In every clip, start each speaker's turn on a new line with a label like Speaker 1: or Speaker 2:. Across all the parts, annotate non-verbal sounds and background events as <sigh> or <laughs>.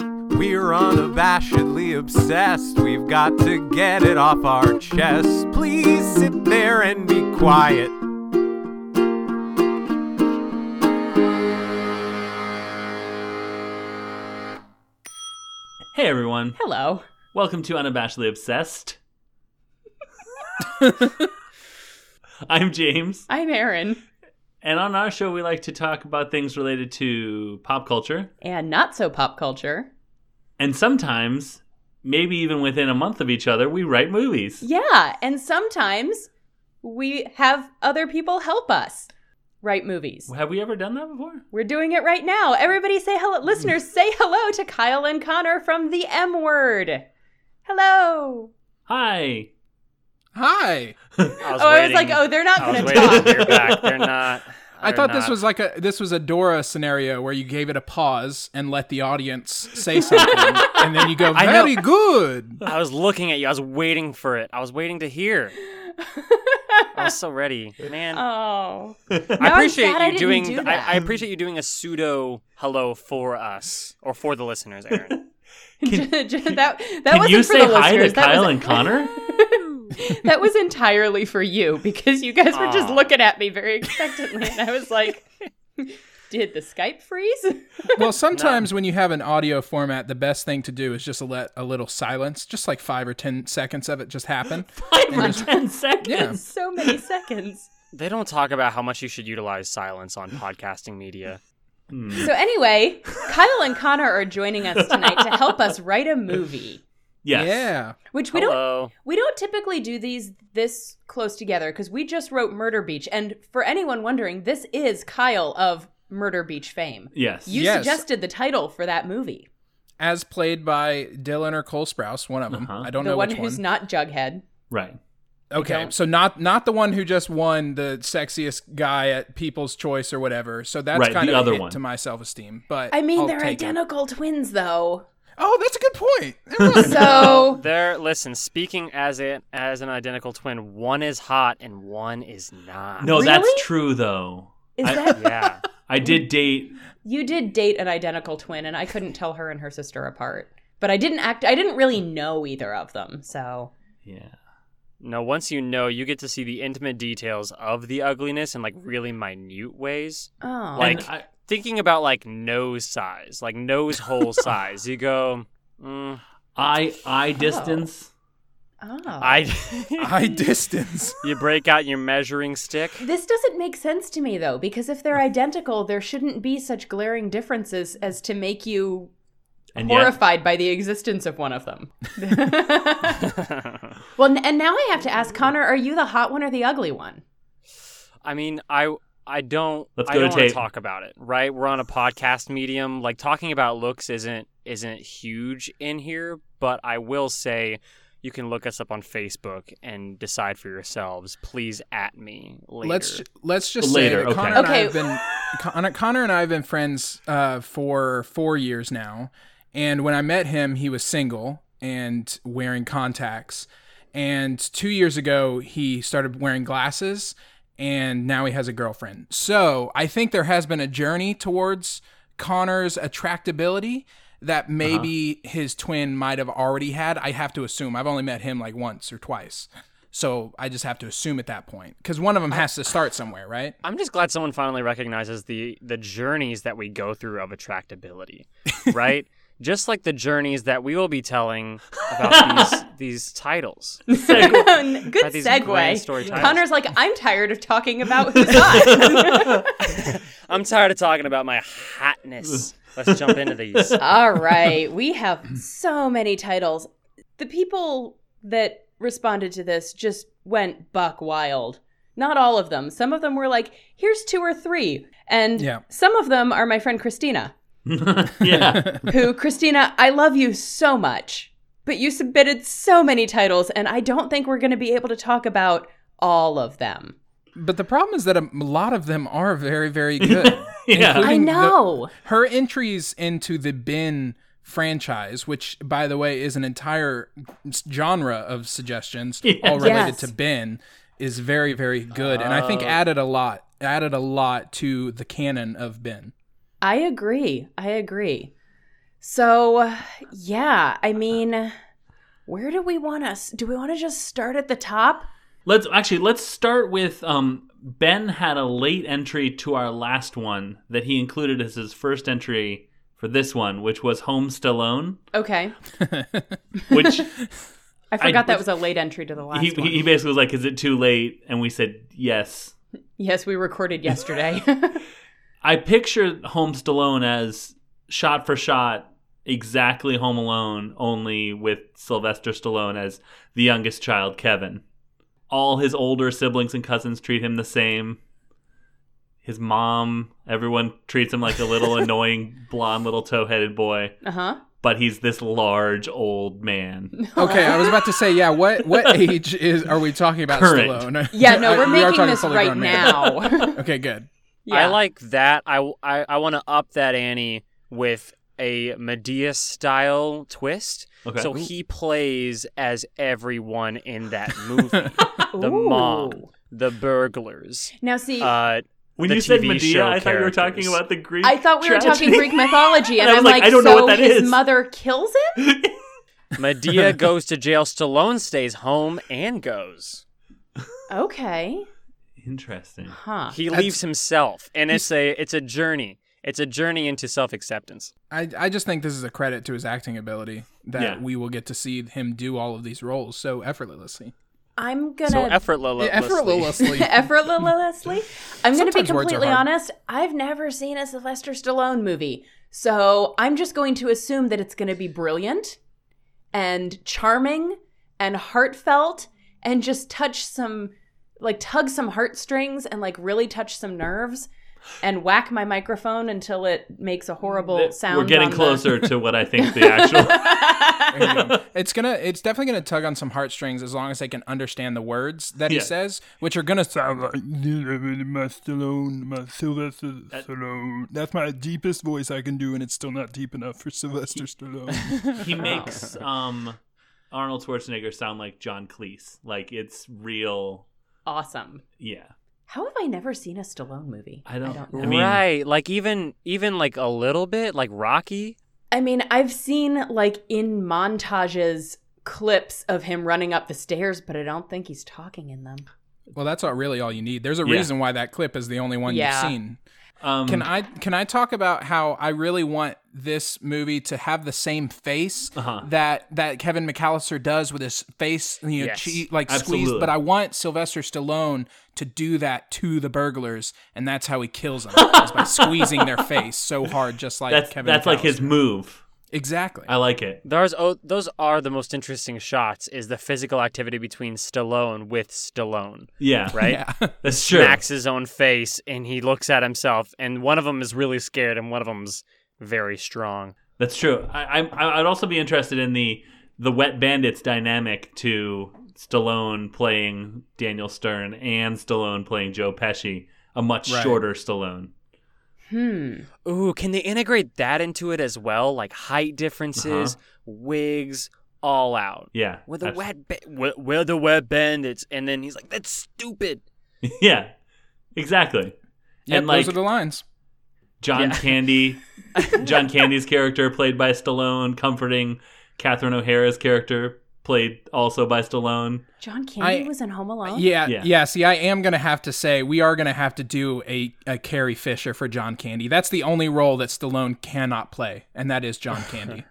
Speaker 1: We're unabashedly obsessed. We've got to get it off our chest. Please sit there and be quiet.
Speaker 2: Hey everyone,
Speaker 3: Hello.
Speaker 2: welcome to Unabashedly
Speaker 3: <laughs>
Speaker 2: Obsessed. I'm James,
Speaker 3: I'm Erin.
Speaker 2: and on our show, we like to talk about things related to pop culture,
Speaker 3: And not so pop culture.
Speaker 2: and sometimes, maybe even within a month of each other, we write movies.
Speaker 3: Yeah, and sometimes we have other people help us write movies.
Speaker 2: Have we ever done that before?
Speaker 3: We're doing it right now. Everybody say hello.
Speaker 2: Hmm.
Speaker 3: Listeners, say hello to Kyle and Connor from the M Word. Hello.
Speaker 2: Hi.
Speaker 4: Hi.
Speaker 5: I was
Speaker 3: oh, I was
Speaker 5: waiting-
Speaker 3: like, oh, they're not
Speaker 5: <laughs> I was
Speaker 3: going to
Speaker 5: waiting
Speaker 3: talk.
Speaker 5: to hear back. They're <laughs> not.
Speaker 4: I
Speaker 5: they're
Speaker 4: thought this
Speaker 5: not.
Speaker 4: was like a this was a Dora scenario where you gave it a pause and let the audience
Speaker 5: <laughs>
Speaker 4: say something, and then you go
Speaker 5: I know.
Speaker 4: very good.
Speaker 5: I was looking at you. I was waiting for it. I was waiting to hear. I was so ready, man.
Speaker 3: oh.
Speaker 5: I
Speaker 3: I'm
Speaker 5: appreciate
Speaker 3: sad I
Speaker 5: you
Speaker 3: didn't
Speaker 5: doing.
Speaker 3: do
Speaker 5: I,
Speaker 3: that.
Speaker 5: I appreciate you doing a pseudo hello for us or for the
Speaker 3: <laughs>
Speaker 5: listeners, Aaron.
Speaker 2: Can-
Speaker 3: Ju- ju- that that
Speaker 2: Can
Speaker 3: wasn't
Speaker 2: you
Speaker 3: for
Speaker 2: say
Speaker 3: the
Speaker 2: hi to
Speaker 3: listeners. that
Speaker 2: Kyle
Speaker 3: was-
Speaker 2: and
Speaker 3: <laughs>
Speaker 2: Connor?
Speaker 3: that was entirely for you because you guys were just
Speaker 5: Aw.
Speaker 3: looking at me very expectantly, and I was like, "Did the Skype freeze?"
Speaker 2: <laughs>
Speaker 4: Well, sometimes when you have an audio format, the best thing to do is just let a little silence, just like five or ten seconds of it, just happen.
Speaker 2: <laughs> Five or
Speaker 3: <laughs>
Speaker 2: ten seconds.
Speaker 4: <laughs> Yeah.
Speaker 3: so many seconds.
Speaker 5: they don't talk about how much you should utilize silence on podcasting media.
Speaker 2: Hmm.
Speaker 3: So anyway, Kyle and Connor are joining us tonight to help us write a movie,
Speaker 2: Yes.
Speaker 4: Yeah.
Speaker 3: which we don't
Speaker 5: Hello.
Speaker 3: we don't typically do these this close together because we just wrote Murder Beach, and for anyone wondering, this is Kyle of Murder Beach fame.
Speaker 2: Yes.
Speaker 3: You
Speaker 4: Yes.
Speaker 3: suggested the title for that movie,
Speaker 4: As played by Dylan or Cole Sprouse, one of them.
Speaker 2: Uh-huh.
Speaker 4: I don't
Speaker 3: the
Speaker 4: know
Speaker 3: one
Speaker 4: which
Speaker 3: who's
Speaker 4: one.
Speaker 3: not Jughead.
Speaker 2: right.
Speaker 4: okay,
Speaker 3: don't-
Speaker 4: so not not the one who just won the sexiest guy at People's Choice or whatever. So that's
Speaker 2: Right,
Speaker 4: kind
Speaker 2: the
Speaker 4: of a
Speaker 2: other
Speaker 4: hit
Speaker 2: one.
Speaker 4: to my self esteem. But
Speaker 3: I mean,
Speaker 4: I'll
Speaker 3: they're
Speaker 4: take it.
Speaker 3: identical twins, though.
Speaker 4: Oh, that's a good point.
Speaker 2: <laughs>
Speaker 4: Never
Speaker 3: <laughs>
Speaker 5: <laughs>
Speaker 4: mind.
Speaker 3: So
Speaker 5: There. Listen. Speaking as it as an identical twin, one is hot and one is not.
Speaker 2: No, that's
Speaker 3: Really?
Speaker 2: true though.
Speaker 3: is
Speaker 2: I-
Speaker 3: that
Speaker 5: Yeah.
Speaker 2: I did date.
Speaker 3: you did date an identical twin, and I couldn't tell her and her sister apart. But I didn't act. I didn't really know either of them. So
Speaker 2: Yeah.
Speaker 5: No, once you know, you get to see the intimate details of the ugliness in like really minute ways.
Speaker 3: oh,
Speaker 5: Like-
Speaker 2: And I-
Speaker 5: Thinking about like nose size, like
Speaker 2: <laughs>
Speaker 5: nose hole size, you go, mm,
Speaker 2: I I distance.
Speaker 3: oh.
Speaker 5: I. <laughs>
Speaker 4: I distance.
Speaker 5: you break out your measuring
Speaker 2: <laughs>
Speaker 5: stick.
Speaker 3: this doesn't make sense to me though, because if they're identical, there shouldn't be such glaring differences as to make you
Speaker 2: And yet-
Speaker 3: horrified by the existence of one of them. well, n- and now I have to ask Connor: Are you the hot one or the ugly one?
Speaker 5: I mean, I I don't.
Speaker 2: Let's
Speaker 5: I
Speaker 2: go to
Speaker 5: don't wanna
Speaker 2: tape.
Speaker 5: talk about it, right? We're on a podcast medium. Like talking about looks isn't isn't huge in here, but I will say. You can look us up on Facebook and decide for yourselves. Please at me later.
Speaker 4: Let's ju- let's just
Speaker 2: Later,
Speaker 4: say that
Speaker 2: okay.
Speaker 4: Connor and I
Speaker 3: Okay.
Speaker 4: have been Connor, Connor and I have been friends uh, for four years now, and when I met him, he was single and wearing contacts, and two years ago he started wearing glasses, and now he has a girlfriend. So I think there has been a journey towards Connor's attractability that maybe his twin might have already had. I have to assume. I've only met him like once or twice. So I just have to assume at that point because one of them has to start somewhere, right?
Speaker 5: I'm just glad someone finally recognizes the the journeys that we go through
Speaker 3: <laughs>
Speaker 5: of attractability, right? just like the journeys that we will be telling
Speaker 3: <laughs>
Speaker 5: about these these titles.
Speaker 3: Good
Speaker 5: Are these
Speaker 3: segue.
Speaker 5: grand story titles?
Speaker 3: Connor's like, I'm tired of talking about who's hot.
Speaker 5: I'm tired of talking about my
Speaker 3: <laughs>
Speaker 5: hotness. Let's jump into these.
Speaker 3: All right, we have so many titles. The people that responded to this just went buck wild. Not all of them. Some of them were like, here's two or three. And
Speaker 4: Yeah.
Speaker 3: some of them are my friend Christina,
Speaker 2: <laughs> yeah.
Speaker 4: <laughs>
Speaker 3: who, Christina, I love you so much, but you submitted so many titles, and I don't think we're going to be able to talk about all of them.
Speaker 4: But the problem is that a lot of them are very, very <laughs> good.
Speaker 2: Yeah.
Speaker 3: I
Speaker 4: Including the-
Speaker 3: know.
Speaker 4: her entries into the bin franchise, which by the way is an entire s- genre of suggestions
Speaker 2: <laughs> Yes.
Speaker 4: all related
Speaker 3: Yes.
Speaker 4: to bin, is very, very good, and I
Speaker 2: Oh.
Speaker 4: think added a lot, added a lot to the canon of bin.
Speaker 3: I agree. I agree. So, yeah, I mean, where do we want us? Do we want to just start at the top?
Speaker 2: Let's actually let's start with um, Ben had a late entry to our last one that he included as his first entry for this one, which was Homes Alone,
Speaker 3: Okay. <laughs>
Speaker 2: which
Speaker 3: I forgot that
Speaker 2: was-
Speaker 3: was a late entry to the last
Speaker 2: he,
Speaker 3: one.
Speaker 2: he basically was like, "Is it too late?" And we said yes.
Speaker 3: yes, we
Speaker 2: <laughs>
Speaker 3: recorded yesterday. Uh-huh.
Speaker 2: I picture Home Alone as shot for shot, exactly Home Alone, only with Sylvester Stallone as the youngest child, Kevin. All his older siblings and cousins treat him the same. His mom, everyone treats him like a
Speaker 5: <laughs>
Speaker 2: little annoying blonde little toe-headed boy,
Speaker 3: uh huh.
Speaker 2: but he's this large old man.
Speaker 5: <laughs>
Speaker 3: Oh.
Speaker 4: Okay, I was about to say, yeah.
Speaker 2: <laughs>
Speaker 4: What what age is are we talking about?
Speaker 2: Current.
Speaker 4: Stallone?
Speaker 3: <laughs> Yeah, no,
Speaker 4: I-
Speaker 3: we're
Speaker 4: we are
Speaker 3: making
Speaker 4: talking
Speaker 3: this
Speaker 4: fully
Speaker 3: right
Speaker 4: grown man.
Speaker 2: <laughs>
Speaker 3: now. <laughs>
Speaker 4: <laughs> Okay, good.
Speaker 5: I
Speaker 3: yeah.
Speaker 5: like that. I, I, I want to up that Annie with a Medea style twist.
Speaker 2: Okay.
Speaker 5: So he plays as everyone in that
Speaker 3: <laughs>
Speaker 5: movie the mom,
Speaker 3: Ooh.
Speaker 5: the burglars.
Speaker 3: Now, see,
Speaker 5: Uh,
Speaker 2: when
Speaker 5: the
Speaker 2: you said
Speaker 5: TV
Speaker 2: Medea,
Speaker 5: show
Speaker 2: I thought you were talking
Speaker 5: characters.
Speaker 2: about the Greek.
Speaker 3: I thought we were talking
Speaker 2: tragedy.
Speaker 3: Greek mythology, and,
Speaker 2: And I was
Speaker 3: I'm
Speaker 2: like,
Speaker 3: like,
Speaker 2: I don't
Speaker 3: so
Speaker 2: know what that
Speaker 3: his
Speaker 2: is.
Speaker 3: mother kills him?
Speaker 2: <laughs>
Speaker 5: Medea goes to jail. Stallone stays home and goes.
Speaker 3: Okay.
Speaker 2: <laughs> Interesting.
Speaker 3: Huh.
Speaker 5: He
Speaker 4: That's-
Speaker 5: leaves himself, and it's a it's a journey. It's a journey into self acceptance.
Speaker 4: I I just think this is a credit to his acting ability that
Speaker 2: Yeah.
Speaker 4: we will get to see him do all of these roles so effortlessly.
Speaker 3: I'm gonna
Speaker 5: So effortlessly. <laughs>
Speaker 4: Effortlessly.
Speaker 3: <laughs> effortlessly. I'm going to be
Speaker 4: Sometimes words are
Speaker 3: completely
Speaker 4: hard.
Speaker 3: honest. I've never seen a Sylvester Stallone movie, so I'm just going to assume that it's going to be brilliant and charming and heartfelt and just touch some, like, tug some heartstrings and like really touch some nerves and whack my microphone until it makes a horrible
Speaker 2: Th-
Speaker 3: sound.
Speaker 2: We're getting
Speaker 3: on the-
Speaker 2: closer to what I think the actual.
Speaker 4: it's gonna it's definitely gonna tug on some heartstrings as long as they can understand the words that he
Speaker 2: Yeah.
Speaker 4: says, which are gonna sound like my Stallone, my Sylvester Stallone. That's my deepest voice I can do, and it's still not deep enough for Sylvester Stallone.
Speaker 2: he makes um Arnold Schwarzenegger sound like John Cleese. Like it's real.
Speaker 3: <laughs> awesome.
Speaker 2: Yeah,
Speaker 3: How have I never seen a Stallone movie?
Speaker 2: I don't. I,
Speaker 3: know.
Speaker 2: mean,
Speaker 5: right, like even even like a little bit, like Rocky.
Speaker 3: I mean, I've seen like in montages clips of him running up the stairs, but I don't think he's talking in them.
Speaker 4: <laughs> well, that's all really all you need. There's a
Speaker 2: Yeah.
Speaker 4: reason why that clip is the only one
Speaker 3: Yeah.
Speaker 4: you've seen.
Speaker 2: um,
Speaker 4: Can I can I talk about how I really want this movie to have the same face
Speaker 2: Uh-huh.
Speaker 4: that that Kevin McAllister does with his face, you know,
Speaker 5: Yes,
Speaker 4: cheek, like
Speaker 2: absolutely.
Speaker 4: squeezed. But I want Sylvester Stallone to do that to the burglars, and that's how he kills them
Speaker 2: <laughs>
Speaker 4: is by squeezing their face so hard, just like
Speaker 2: That's
Speaker 4: Kevin.
Speaker 2: that's like his
Speaker 4: McAllister.
Speaker 2: move.
Speaker 4: exactly.
Speaker 2: I like it.
Speaker 5: Those oh, those are the most interesting shots. Is the physical activity between Stallone with Stallone,
Speaker 2: Yeah,
Speaker 5: right?
Speaker 4: yeah,
Speaker 2: <laughs> That's true.
Speaker 5: Smacks his own face, and he looks at himself, and one of them is really scared, and one of them's very strong.
Speaker 2: That's true. I, I I'd also be interested in the the Wet Bandits dynamic to Stallone playing Daniel Stern and Stallone playing Joe Pesci, a much
Speaker 4: Right.
Speaker 2: shorter Stallone.
Speaker 3: Hmm.
Speaker 5: Ooh, can they integrate that into it as well? Like height differences, wigs, all out.
Speaker 2: Yeah,
Speaker 5: We're the
Speaker 2: Uh-huh. abs-
Speaker 5: wet, ba- we're, we're the wet bandits, and then he's like, "That's stupid."
Speaker 2: <laughs> Yeah, exactly.
Speaker 4: Yep,
Speaker 2: and like
Speaker 4: those are the lines.
Speaker 2: John
Speaker 5: Yeah.
Speaker 4: <laughs>
Speaker 2: Candy, John Candy's character played by Stallone, comforting Catherine O'Hara's character played also by Stallone.
Speaker 3: John Candy
Speaker 4: I-
Speaker 3: was in Home Alone.
Speaker 4: Yeah,
Speaker 2: Yeah.
Speaker 4: yeah, See, I am gonna have to say we are gonna have to do a, a Carrie Fisher for John Candy. That's the only role that Stallone cannot play, and that is John Candy.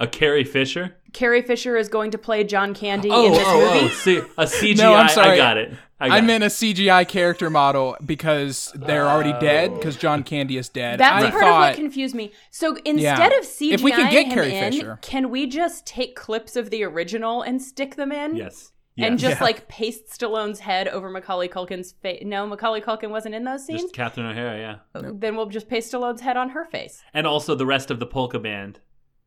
Speaker 2: A Carrie Fisher.
Speaker 3: Carrie Fisher is going to play John Candy
Speaker 4: Oh,
Speaker 3: in this
Speaker 4: oh,
Speaker 3: movie.
Speaker 2: See, a CGI.
Speaker 4: No, I'm
Speaker 2: I
Speaker 4: sorry.
Speaker 2: got it. I got
Speaker 4: I
Speaker 2: it.
Speaker 4: meant a CGI character model because they're already
Speaker 2: Oh.
Speaker 4: dead because John Candy is dead.
Speaker 3: That's
Speaker 4: I
Speaker 3: part of
Speaker 4: thought
Speaker 3: what confused me. So
Speaker 4: Yeah.
Speaker 3: instead of CGI
Speaker 4: If we can get
Speaker 3: him
Speaker 4: Carrie
Speaker 3: in,
Speaker 4: Fisher.
Speaker 3: can we just take clips of the original and stick them in?
Speaker 2: Yes.
Speaker 3: And
Speaker 2: Yes.
Speaker 3: just
Speaker 4: Yeah.
Speaker 3: like paste Stallone's head over Macaulay Culkin's face. No, Macaulay Culkin wasn't in those scenes.
Speaker 2: Just Catherine O'Hara. Yeah.
Speaker 3: Then we'll just paste Stallone's head on her face.
Speaker 2: And also the rest of the polka band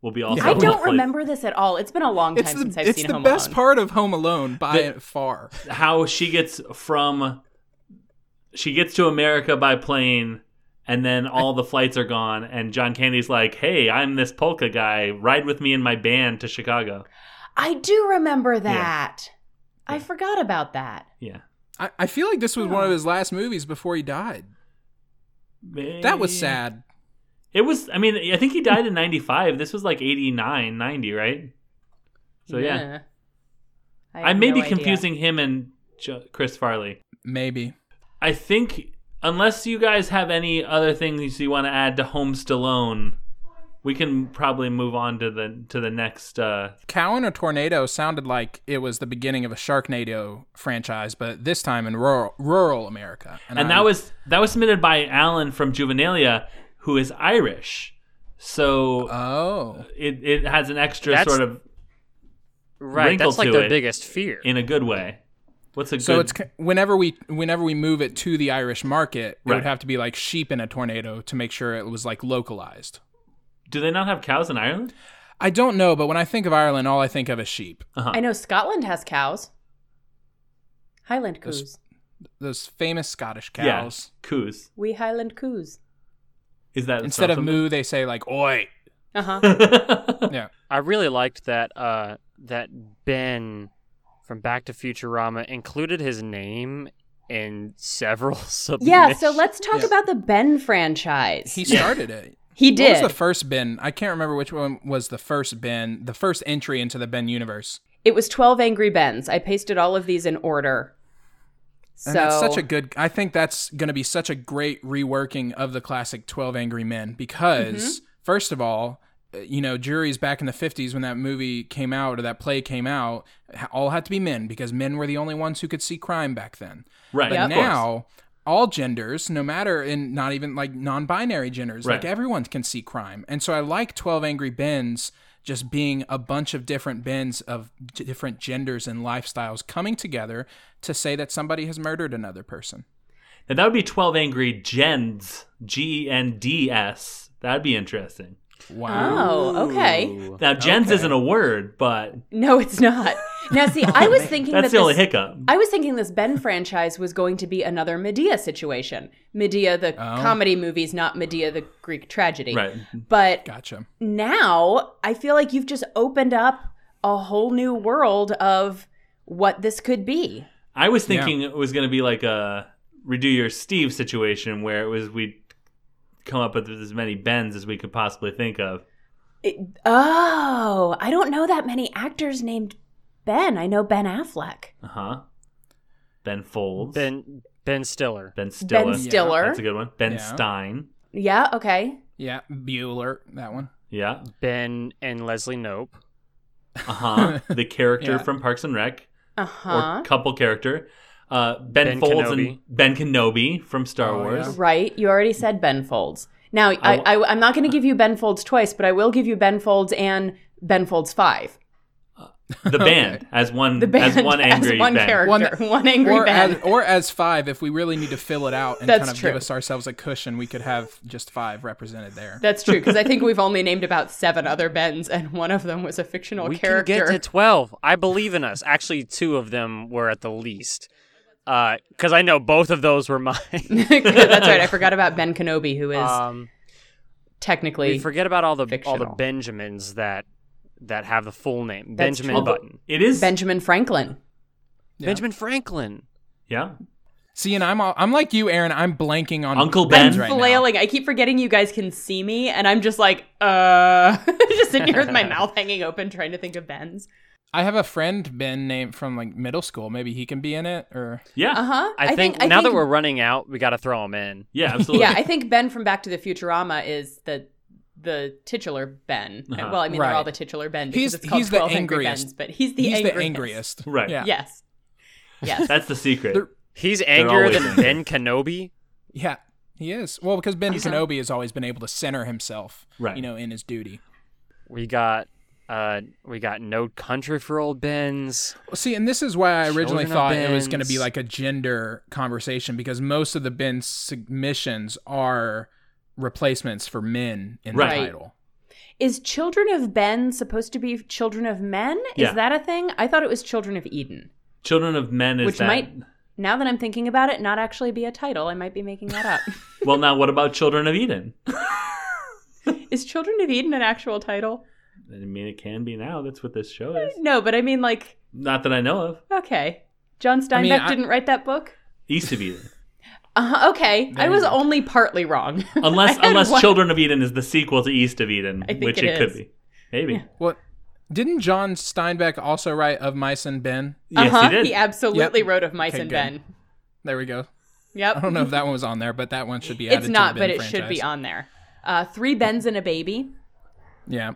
Speaker 2: will be also.
Speaker 4: Yeah.
Speaker 3: I don't
Speaker 2: played.
Speaker 3: remember this at all. It's been a long time
Speaker 4: it's
Speaker 3: since
Speaker 4: the,
Speaker 3: I've
Speaker 4: it's
Speaker 3: seen
Speaker 4: the
Speaker 3: Home
Speaker 4: best
Speaker 3: Alone.
Speaker 4: part of Home Alone by
Speaker 2: The-
Speaker 4: far.
Speaker 2: how she gets from. She gets to America by plane, and then all the flights are gone. And John Candy's like, "Hey, I'm this polka guy. Ride with me in my band to Chicago."
Speaker 3: I do remember that. I
Speaker 2: Yeah.
Speaker 3: forgot about that.
Speaker 2: Yeah.
Speaker 4: I, I feel like this was one of his last movies before he died. That was
Speaker 2: Maybe.
Speaker 4: sad.
Speaker 2: It was, I mean, I think he died in 95. This was like 89, 90, right? So, yeah.
Speaker 3: Nah. have
Speaker 2: I may
Speaker 3: no
Speaker 2: be
Speaker 3: idea.
Speaker 2: confusing him and Jo- Chris Farley.
Speaker 4: Maybe.
Speaker 2: I think, unless you guys have any other things you want to add to Holmes Stallone, we can probably move on to the to the next. Uh,
Speaker 4: Cowan or Tornado sounded like it was the beginning of a Sharknado franchise, but this time in rural, rural America.
Speaker 2: and that
Speaker 4: I'm-
Speaker 2: was that was submitted by Alan from Juvenalia, who is Irish. So
Speaker 4: Oh.
Speaker 2: it it has an extra
Speaker 5: That's-
Speaker 2: sort of
Speaker 5: Right.
Speaker 2: Wrinkle
Speaker 5: That's like
Speaker 2: to
Speaker 5: their
Speaker 2: it.
Speaker 5: biggest fear.
Speaker 2: in a good way. What's a
Speaker 4: So
Speaker 2: good?
Speaker 4: it's ki- whenever we whenever we move it to the Irish market, it
Speaker 2: Right.
Speaker 4: would have to be like sheep in a tornado to make sure it was like localized.
Speaker 2: do they not have cows in Ireland?
Speaker 4: I don't know, but when I think of Ireland, all I think of is sheep.
Speaker 2: Uh-huh.
Speaker 3: I know Scotland has cows. Highland
Speaker 4: Those-
Speaker 3: coos.
Speaker 4: Those famous Scottish
Speaker 2: Yeah.
Speaker 4: cows.
Speaker 2: Coos.
Speaker 3: We Highland coos.
Speaker 2: Is that
Speaker 4: Instead of
Speaker 2: something?
Speaker 4: moo, they say like oi.
Speaker 3: Uh
Speaker 2: Uh-huh.
Speaker 3: huh.
Speaker 4: Yeah.
Speaker 5: I really liked that uh, that Ben from Back to Futurama included his name in several <laughs> submissions.
Speaker 3: yeah. So let's talk
Speaker 4: Yeah.
Speaker 3: about the Ben franchise.
Speaker 4: He
Speaker 3: He,
Speaker 4: started it.
Speaker 3: did.
Speaker 4: What was the first bin? I can't remember which one was the first bin, the first entry into the Ben universe.
Speaker 3: it was twelve Angry Bens. I pasted all of these in order. So
Speaker 4: And that's such a good. I think that's going to be such a great reworking of the classic Twelve Angry Men because
Speaker 3: Mm-hmm.
Speaker 4: first of all, uh, you know, juries back in the '50s when that movie came out or that play came out, ha- all had to be men because men were the only ones who could see crime back then.
Speaker 2: <laughs> right.
Speaker 4: But
Speaker 2: of course.
Speaker 4: now, all genders, no matter in not even like non-binary genders, like
Speaker 2: Right.
Speaker 4: everyone can see crime. And so I like Twelve Angry Bens just being a bunch of different bins of d- different genders and lifestyles coming together to say that somebody has murdered another person.
Speaker 2: And that would be 12 Angry Gens, G E N D S. That'd be interesting.
Speaker 4: Wow.
Speaker 3: Oh, okay.
Speaker 2: Now, gens
Speaker 4: Okay.
Speaker 2: isn't a word, but
Speaker 3: No, it's not. Now, see,
Speaker 2: <laughs>
Speaker 3: I was thinking
Speaker 2: that's
Speaker 3: that
Speaker 2: the only
Speaker 3: this-
Speaker 2: hiccup.
Speaker 3: <laughs> I was thinking this Ben franchise was going to be another Medea situation. Medea, the comedy movies, not Medea, the Greek tragedy.
Speaker 2: Oh. Right.
Speaker 3: But
Speaker 4: Gotcha.
Speaker 3: now I feel like you've just opened up a whole new world of what this could be.
Speaker 2: I was thinking it was going to be like a redo your Steve situation where it was we'd come up with as many bends as we could possibly think of.
Speaker 3: It- oh, I don't know that many actors named Ben. I know Ben Affleck.
Speaker 2: Uh huh. Ben Folds.
Speaker 5: Ben Ben Stiller.
Speaker 2: Ben Stiller.
Speaker 3: Ben Stiller.
Speaker 2: That's a good one. Ben
Speaker 4: Yeah.
Speaker 2: Stein.
Speaker 3: Yeah, okay.
Speaker 4: Yeah, Bueller, that one. <laughs>
Speaker 2: Yeah.
Speaker 5: Ben and Leslie Nope.
Speaker 2: Uh huh. the character
Speaker 4: Yeah.
Speaker 2: from Parks and Rec
Speaker 3: Uh
Speaker 2: or
Speaker 3: huh.
Speaker 2: couple character. Uh, ben,
Speaker 5: Ben
Speaker 2: Folds and
Speaker 5: Kenobi.
Speaker 2: Ben Kenobi from Star
Speaker 4: Oh,
Speaker 2: Wars.
Speaker 4: yeah.
Speaker 3: Right. You already said Ben Folds. Now, I,
Speaker 2: w-
Speaker 3: I, I, am not going to give you Ben Folds twice, but I will give you Ben Folds and Ben Folds 5. <laughs>
Speaker 2: The band as one
Speaker 3: The band
Speaker 2: as one
Speaker 3: <laughs>
Speaker 2: angry
Speaker 3: one
Speaker 2: band.
Speaker 3: character, <laughs> one,
Speaker 4: One-
Speaker 3: angry
Speaker 4: Or
Speaker 3: band.
Speaker 4: as, or as five, if we really need to fill it out and
Speaker 3: That's
Speaker 4: kind of
Speaker 3: true.
Speaker 4: give us ourselves a cushion, we could have just five represented there.
Speaker 3: That's true because I think we've only named about seven other Bens, and one of them was a fictional
Speaker 5: we
Speaker 3: character. <laughs>
Speaker 5: can get to twelve. I believe in us. Actually, two of them were at the least. Because I know both of those were <laughs> mine.
Speaker 3: That's right. I forgot about Ben Kenobi, who is
Speaker 5: um,
Speaker 3: technically
Speaker 5: we forget about all the all the
Speaker 3: fictional.
Speaker 5: Benjamins that that have the full name
Speaker 3: That's
Speaker 5: Benjamin
Speaker 3: true.
Speaker 5: Button,
Speaker 2: It is
Speaker 3: Benjamin Franklin.
Speaker 4: Yeah.
Speaker 5: Benjamin Franklin.
Speaker 2: yeah.
Speaker 4: See, and I'm all, I'm like you, Aaron. I'm blanking on
Speaker 2: Uncle
Speaker 4: Ben's
Speaker 2: Ben.
Speaker 4: right now.
Speaker 3: Flailing. I keep forgetting you guys can see me, and I'm just like, uh, <laughs> just sitting here with
Speaker 5: <laughs>
Speaker 3: my mouth hanging open, trying to think of Bens.
Speaker 4: I have a friend Ben named from like middle school. Maybe he can be in it or
Speaker 2: Yeah.
Speaker 3: Uh huh.
Speaker 5: I, think, now that we're running out, we got to throw him in.
Speaker 2: Yeah, absolutely.
Speaker 3: <laughs> yeah, I think Ben from Back to the Futurama is the the titular Ben.
Speaker 2: Uh-huh.
Speaker 3: Well, I mean they're all
Speaker 4: Right.
Speaker 3: the titular Ben because
Speaker 4: He's-
Speaker 3: it's called
Speaker 4: he's the
Speaker 3: 12 Angry
Speaker 4: angriest.
Speaker 3: Bens, but he's the
Speaker 4: he's
Speaker 3: angriest.
Speaker 4: the angriest.
Speaker 2: Right.
Speaker 4: Yeah. Yeah.
Speaker 3: Yes. Yes.
Speaker 2: That's the secret.
Speaker 4: They're-
Speaker 5: He's angrier
Speaker 2: always
Speaker 5: than Ben Kenobi.
Speaker 4: He is. Well, because Ben
Speaker 3: He's a-
Speaker 4: Kenobi has always been able to center himself,
Speaker 2: Right.
Speaker 4: you know, in his duty.
Speaker 5: We got uh we got No Country for Old Ben's.
Speaker 4: Well, see, and this is why I originally
Speaker 5: Children of
Speaker 4: thought it was going to be
Speaker 5: Bens.
Speaker 4: like a gender conversation because most of the Ben submissions are replacements for men in
Speaker 2: Right.
Speaker 4: the title.
Speaker 3: <laughs> Is Children of Ben supposed to be Children of Men?
Speaker 2: Yeah.
Speaker 3: Is that a thing? I thought it was Children of Eden.
Speaker 2: Children of Men is
Speaker 3: Which
Speaker 2: that.
Speaker 3: might- Now that I'm thinking about it, not actually be a title. I might be making that
Speaker 4: <laughs>
Speaker 3: up.
Speaker 2: <laughs> Well, now what about Children of
Speaker 3: <laughs>
Speaker 2: Eden?
Speaker 3: is Children of Eden an actual title?
Speaker 2: I mean, it can be now. That's what this show is.
Speaker 3: No, but I mean like
Speaker 2: Not that I know of.
Speaker 3: okay. John Steinbeck
Speaker 4: I-
Speaker 3: didn't write that book? <laughs>
Speaker 2: East of Eden.
Speaker 3: Uh, okay,
Speaker 2: There
Speaker 3: I was
Speaker 2: you go.
Speaker 3: only partly wrong. <laughs>
Speaker 2: Unless
Speaker 3: I had
Speaker 2: unless
Speaker 3: one-
Speaker 2: Children of Eden is the sequel to East of Eden,
Speaker 3: I think
Speaker 2: which
Speaker 3: it
Speaker 2: it, could
Speaker 3: is.
Speaker 2: be. Maybe.
Speaker 4: Well, didn't John Steinbeck also write Of Mice and Men?
Speaker 2: Yes,
Speaker 3: uh-huh,
Speaker 2: he did.
Speaker 3: absolutely
Speaker 4: Yep.
Speaker 3: wrote of mice
Speaker 4: Okay,
Speaker 3: and
Speaker 4: good.
Speaker 3: men.
Speaker 4: There we go.
Speaker 3: Yep.
Speaker 4: I don't know if that one was on there, but that one should be added
Speaker 3: it's
Speaker 4: to the
Speaker 3: not,
Speaker 4: Ben
Speaker 3: but it should
Speaker 4: franchise.
Speaker 3: be on there. Uh, three Bens and a baby.
Speaker 4: Yeah.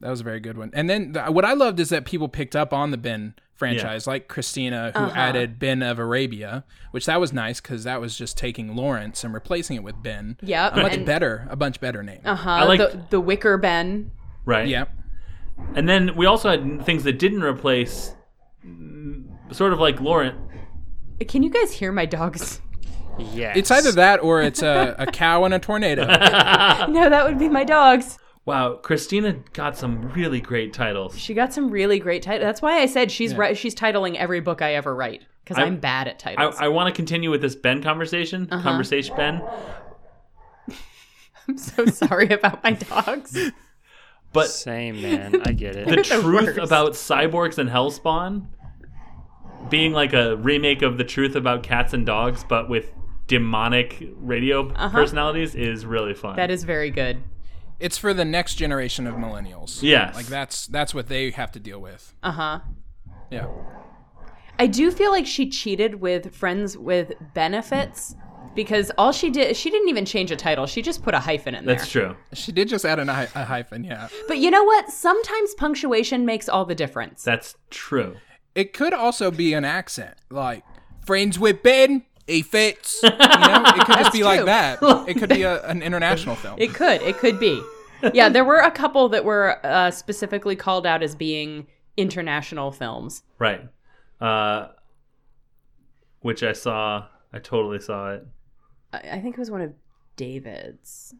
Speaker 4: That was a very good one. And then th- what I loved is that people picked up on the Ben franchise, like Christina, who
Speaker 3: Uh-huh.
Speaker 4: added Ben of Arabia, which that was nice because that was just taking Lawrence and replacing it with Ben.
Speaker 3: Yep.
Speaker 4: A much better, a bunch better name.
Speaker 3: Uh huh.
Speaker 2: I like-
Speaker 3: the, the Wicker Ben.
Speaker 2: Right.
Speaker 4: Yeah.
Speaker 2: And then we also had things that didn't replace, mm, sort of like Laurent.
Speaker 3: Can you guys hear my dogs?
Speaker 5: Yes.
Speaker 4: It's either that or it's a, a cow and a tornado. <laughs>
Speaker 2: Uh.
Speaker 3: <laughs> No, that would be my dogs.
Speaker 2: Wow, Christina got some really great titles.
Speaker 3: She got some really great titles. That's why I said she's ri- she's titling every book I ever write because
Speaker 2: I-
Speaker 3: I'm bad at
Speaker 2: I,
Speaker 3: titles. <laughs> I,
Speaker 2: I want to continue with this Ben conversation.
Speaker 3: Uh-huh.
Speaker 2: Conversation Ben.
Speaker 3: am so sorry about my dogs.
Speaker 2: <laughs> But
Speaker 5: Same man, I get
Speaker 2: the
Speaker 5: it.
Speaker 2: truth
Speaker 3: worst.
Speaker 2: about cyborgs and Hellspawn being like a remake of the truth about cats and dogs, but with demonic radio personalities, is really fun.
Speaker 3: Uh-huh. That is very good.
Speaker 4: it's for the next generation of millennials.
Speaker 2: Yes.
Speaker 4: Like that's that's what they have to deal with.
Speaker 3: Uh huh.
Speaker 4: Yeah.
Speaker 3: I do feel like she cheated with friends with benefits because all she did she didn't even change a title. She just put a hyphen in there.
Speaker 2: That's true.
Speaker 4: She did just add an, hy- a hyphen, yeah.
Speaker 3: But you know what? Sometimes punctuation makes all the difference.
Speaker 2: That's true.
Speaker 4: It could also be an accent, like friends with Ben. He fits. You know,
Speaker 2: <laughs>
Speaker 4: it could just be like
Speaker 3: true.
Speaker 4: that. It could be a, an international film.
Speaker 3: It could. It could be. Yeah, there were a couple that were uh, specifically called out as being international films.
Speaker 2: Right. Uh, which I saw. I totally saw it.
Speaker 3: I I think it was one of David's.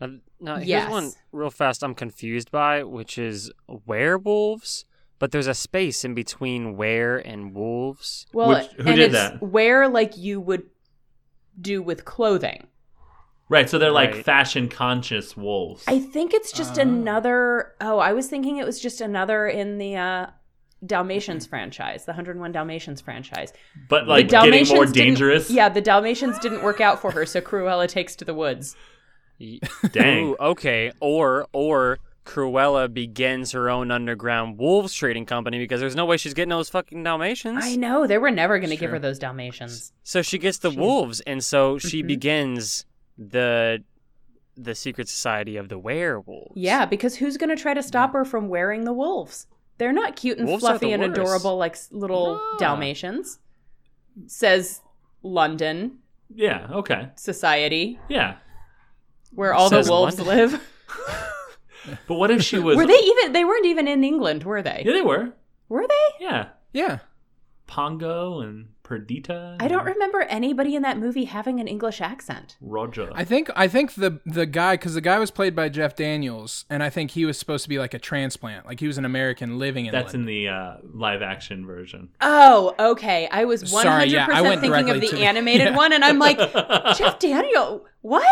Speaker 5: Uh, no, here's
Speaker 3: Yes.
Speaker 5: one real fast I'm confused by, which is werewolves, but there's a space in between were and wolves.
Speaker 3: Well,
Speaker 2: Which- who
Speaker 3: and
Speaker 2: did
Speaker 3: it's
Speaker 2: that?
Speaker 3: Where like you would do with clothing.
Speaker 2: Right. So they're like
Speaker 5: Right.
Speaker 2: fashion conscious wolves.
Speaker 3: I think it's just
Speaker 4: Oh.
Speaker 3: another. Oh, I was thinking it was just another in the uh, Dalmatians franchise, the 101 Dalmatians franchise.
Speaker 2: but
Speaker 3: The
Speaker 2: like getting more
Speaker 3: didn't-
Speaker 2: dangerous.
Speaker 3: Yeah, the Dalmatians didn't work out for her, so Cruella takes to the woods.
Speaker 5: <laughs> Y-
Speaker 2: Dang.
Speaker 5: Ooh, okay. Or or Cruella begins her own underground wolves trading company because there's no way she's getting those fucking Dalmatians.
Speaker 3: I know they were never going to give
Speaker 4: Sure.
Speaker 3: her those Dalmatians.
Speaker 5: So she gets the wolves, and so she
Speaker 3: Mm-hmm.
Speaker 5: begins the the secret society of the werewolves.
Speaker 3: Yeah, because who's going to try to stop her from wearing the wolves? They're not cute and
Speaker 5: Wolves are
Speaker 3: fluffy
Speaker 5: the
Speaker 3: and
Speaker 5: worst.
Speaker 3: adorable like s- little
Speaker 5: Ah.
Speaker 3: Dalmatians. Says London
Speaker 2: Yeah. Okay.
Speaker 3: society
Speaker 2: Yeah.
Speaker 3: where all
Speaker 5: Says
Speaker 3: the wolves
Speaker 5: London.
Speaker 3: live.
Speaker 2: But what if she was?
Speaker 3: <laughs> were they even? They weren't even in England, were they?
Speaker 2: Yeah, they were.
Speaker 3: Were they?
Speaker 2: Yeah.
Speaker 4: yeah.
Speaker 2: Pongo and Perdita.
Speaker 3: I don't
Speaker 2: and
Speaker 3: remember anybody in that movie having an English accent.
Speaker 2: Roger.
Speaker 4: I think I think the the guy because the guy was played by Jeff Daniels, and I think he was supposed to be like a transplant, like he was an American living in.
Speaker 2: That's in
Speaker 4: London.
Speaker 2: the uh, live action version. <laughs>
Speaker 3: Oh, okay. I was 100%
Speaker 4: Sorry, yeah, I went
Speaker 3: thinking of
Speaker 4: directly
Speaker 3: the
Speaker 4: to the-
Speaker 3: animated
Speaker 4: <laughs> yeah.
Speaker 3: one, and I'm like, Jeff Daniel,
Speaker 4: <laughs>
Speaker 3: what?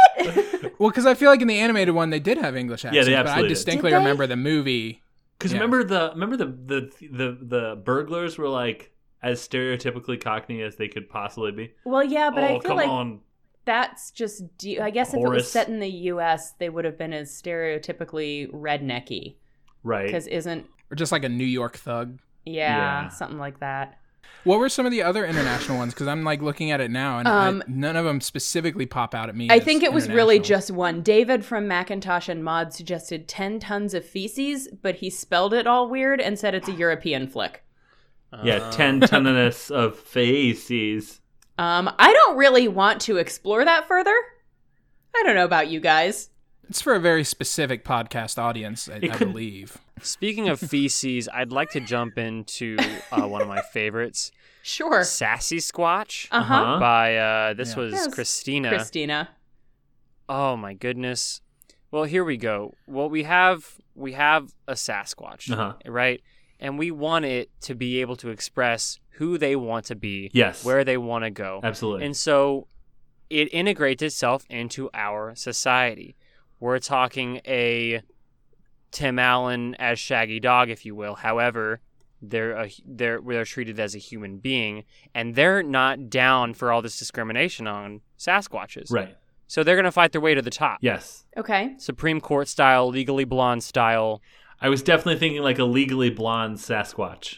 Speaker 4: well, because I feel like in the animated one they did have English
Speaker 2: they
Speaker 4: accents, but
Speaker 2: absolutely
Speaker 4: I
Speaker 2: did.
Speaker 4: distinctly
Speaker 3: Did they?
Speaker 4: remember the movie.
Speaker 2: Because
Speaker 4: Yeah.
Speaker 2: remember the remember the, the the the burglars were like as stereotypically cockney as they could possibly be.
Speaker 3: well, yeah, but
Speaker 2: oh
Speaker 3: I feel
Speaker 2: come
Speaker 3: like
Speaker 2: on!
Speaker 3: that's just, de- I guess if it was
Speaker 2: Horace.
Speaker 3: set in the US, they would have been as stereotypically rednecky.
Speaker 2: Right.
Speaker 3: Because isn't,
Speaker 4: Or just like a New York thug.
Speaker 3: yeah,
Speaker 2: Yeah.
Speaker 3: something like that.
Speaker 4: What were some of the other international ones? Because I'm like looking at it now, and I-
Speaker 3: Um,
Speaker 4: none of them specifically pop out at me.
Speaker 3: I
Speaker 4: as
Speaker 3: think it was really
Speaker 4: international.
Speaker 3: just one. David from Macintosh and Mod suggested 10 tons of feces, but he spelled it all weird and said it's a European flick.
Speaker 5: Uh,
Speaker 2: Yeah, ten tonness of faces.
Speaker 3: Um, I don't really want to explore that further. I don't know about you guys.
Speaker 4: It's for a very specific podcast audience, I,
Speaker 2: It
Speaker 4: I
Speaker 2: could-
Speaker 4: believe.
Speaker 5: Speaking of feces, I'd like to jump into uh, one of my favorites,
Speaker 3: Sure.
Speaker 5: Sassy Squatch.
Speaker 3: Uh huh.
Speaker 2: Huh?
Speaker 5: by uh, this
Speaker 4: Yeah.
Speaker 5: was
Speaker 3: Yes.
Speaker 5: Christina.
Speaker 3: Christina.
Speaker 5: oh my goodness. Well, here we go. Well, we have we have a Sasquatch,
Speaker 2: Uh-huh.
Speaker 5: right? And we want it to be able to express who they want to be,
Speaker 2: Yes.
Speaker 5: where they want to go.
Speaker 2: Absolutely.
Speaker 5: And so it integrates itself into our society. We're talking a Tim Allen as Shaggy Dog, if you will. However, They're a, they're they're treated as a human being, and they're not down for all this discrimination on Sasquatches.
Speaker 2: Right.
Speaker 5: So they're gonna fight their way to the top.
Speaker 2: Yes.
Speaker 3: Okay.
Speaker 5: Supreme Court style, legally blonde style.
Speaker 2: I was definitely thinking like a legally blonde Sasquatch.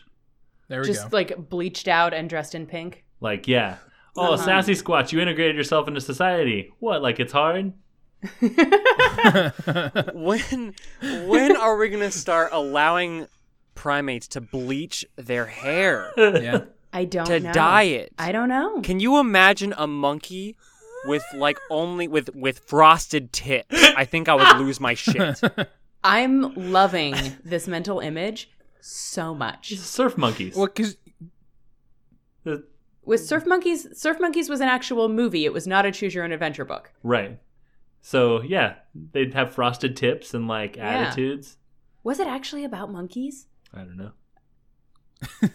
Speaker 4: There we
Speaker 3: Just
Speaker 4: go.
Speaker 3: like bleached out and dressed in pink.
Speaker 2: Like, yeah. Oh,
Speaker 3: Uh-huh.
Speaker 2: sassy squatch, you integrated yourself into society. What, like it's hard?
Speaker 5: When when are we gonna start allowing primates to bleach their hair
Speaker 4: <laughs> yeah.
Speaker 3: <laughs> I don't
Speaker 5: to
Speaker 3: know.
Speaker 5: dye it?
Speaker 3: I don't know.
Speaker 5: Can you imagine a monkey with like only with with frosted tips? I think I would lose
Speaker 3: <laughs>
Speaker 5: my shit.
Speaker 3: I'm loving this mental image so much.
Speaker 2: She's surf Uh, monkeys.
Speaker 4: Well, because
Speaker 2: The-
Speaker 3: With Surf Monkeys, Surf Monkeys was an actual movie. It was not a choose your own adventure book.
Speaker 2: right. So, yeah, they'd have frosted tips and like
Speaker 3: Yeah.
Speaker 2: attitudes.
Speaker 3: Was it actually about monkeys?
Speaker 2: I don't know.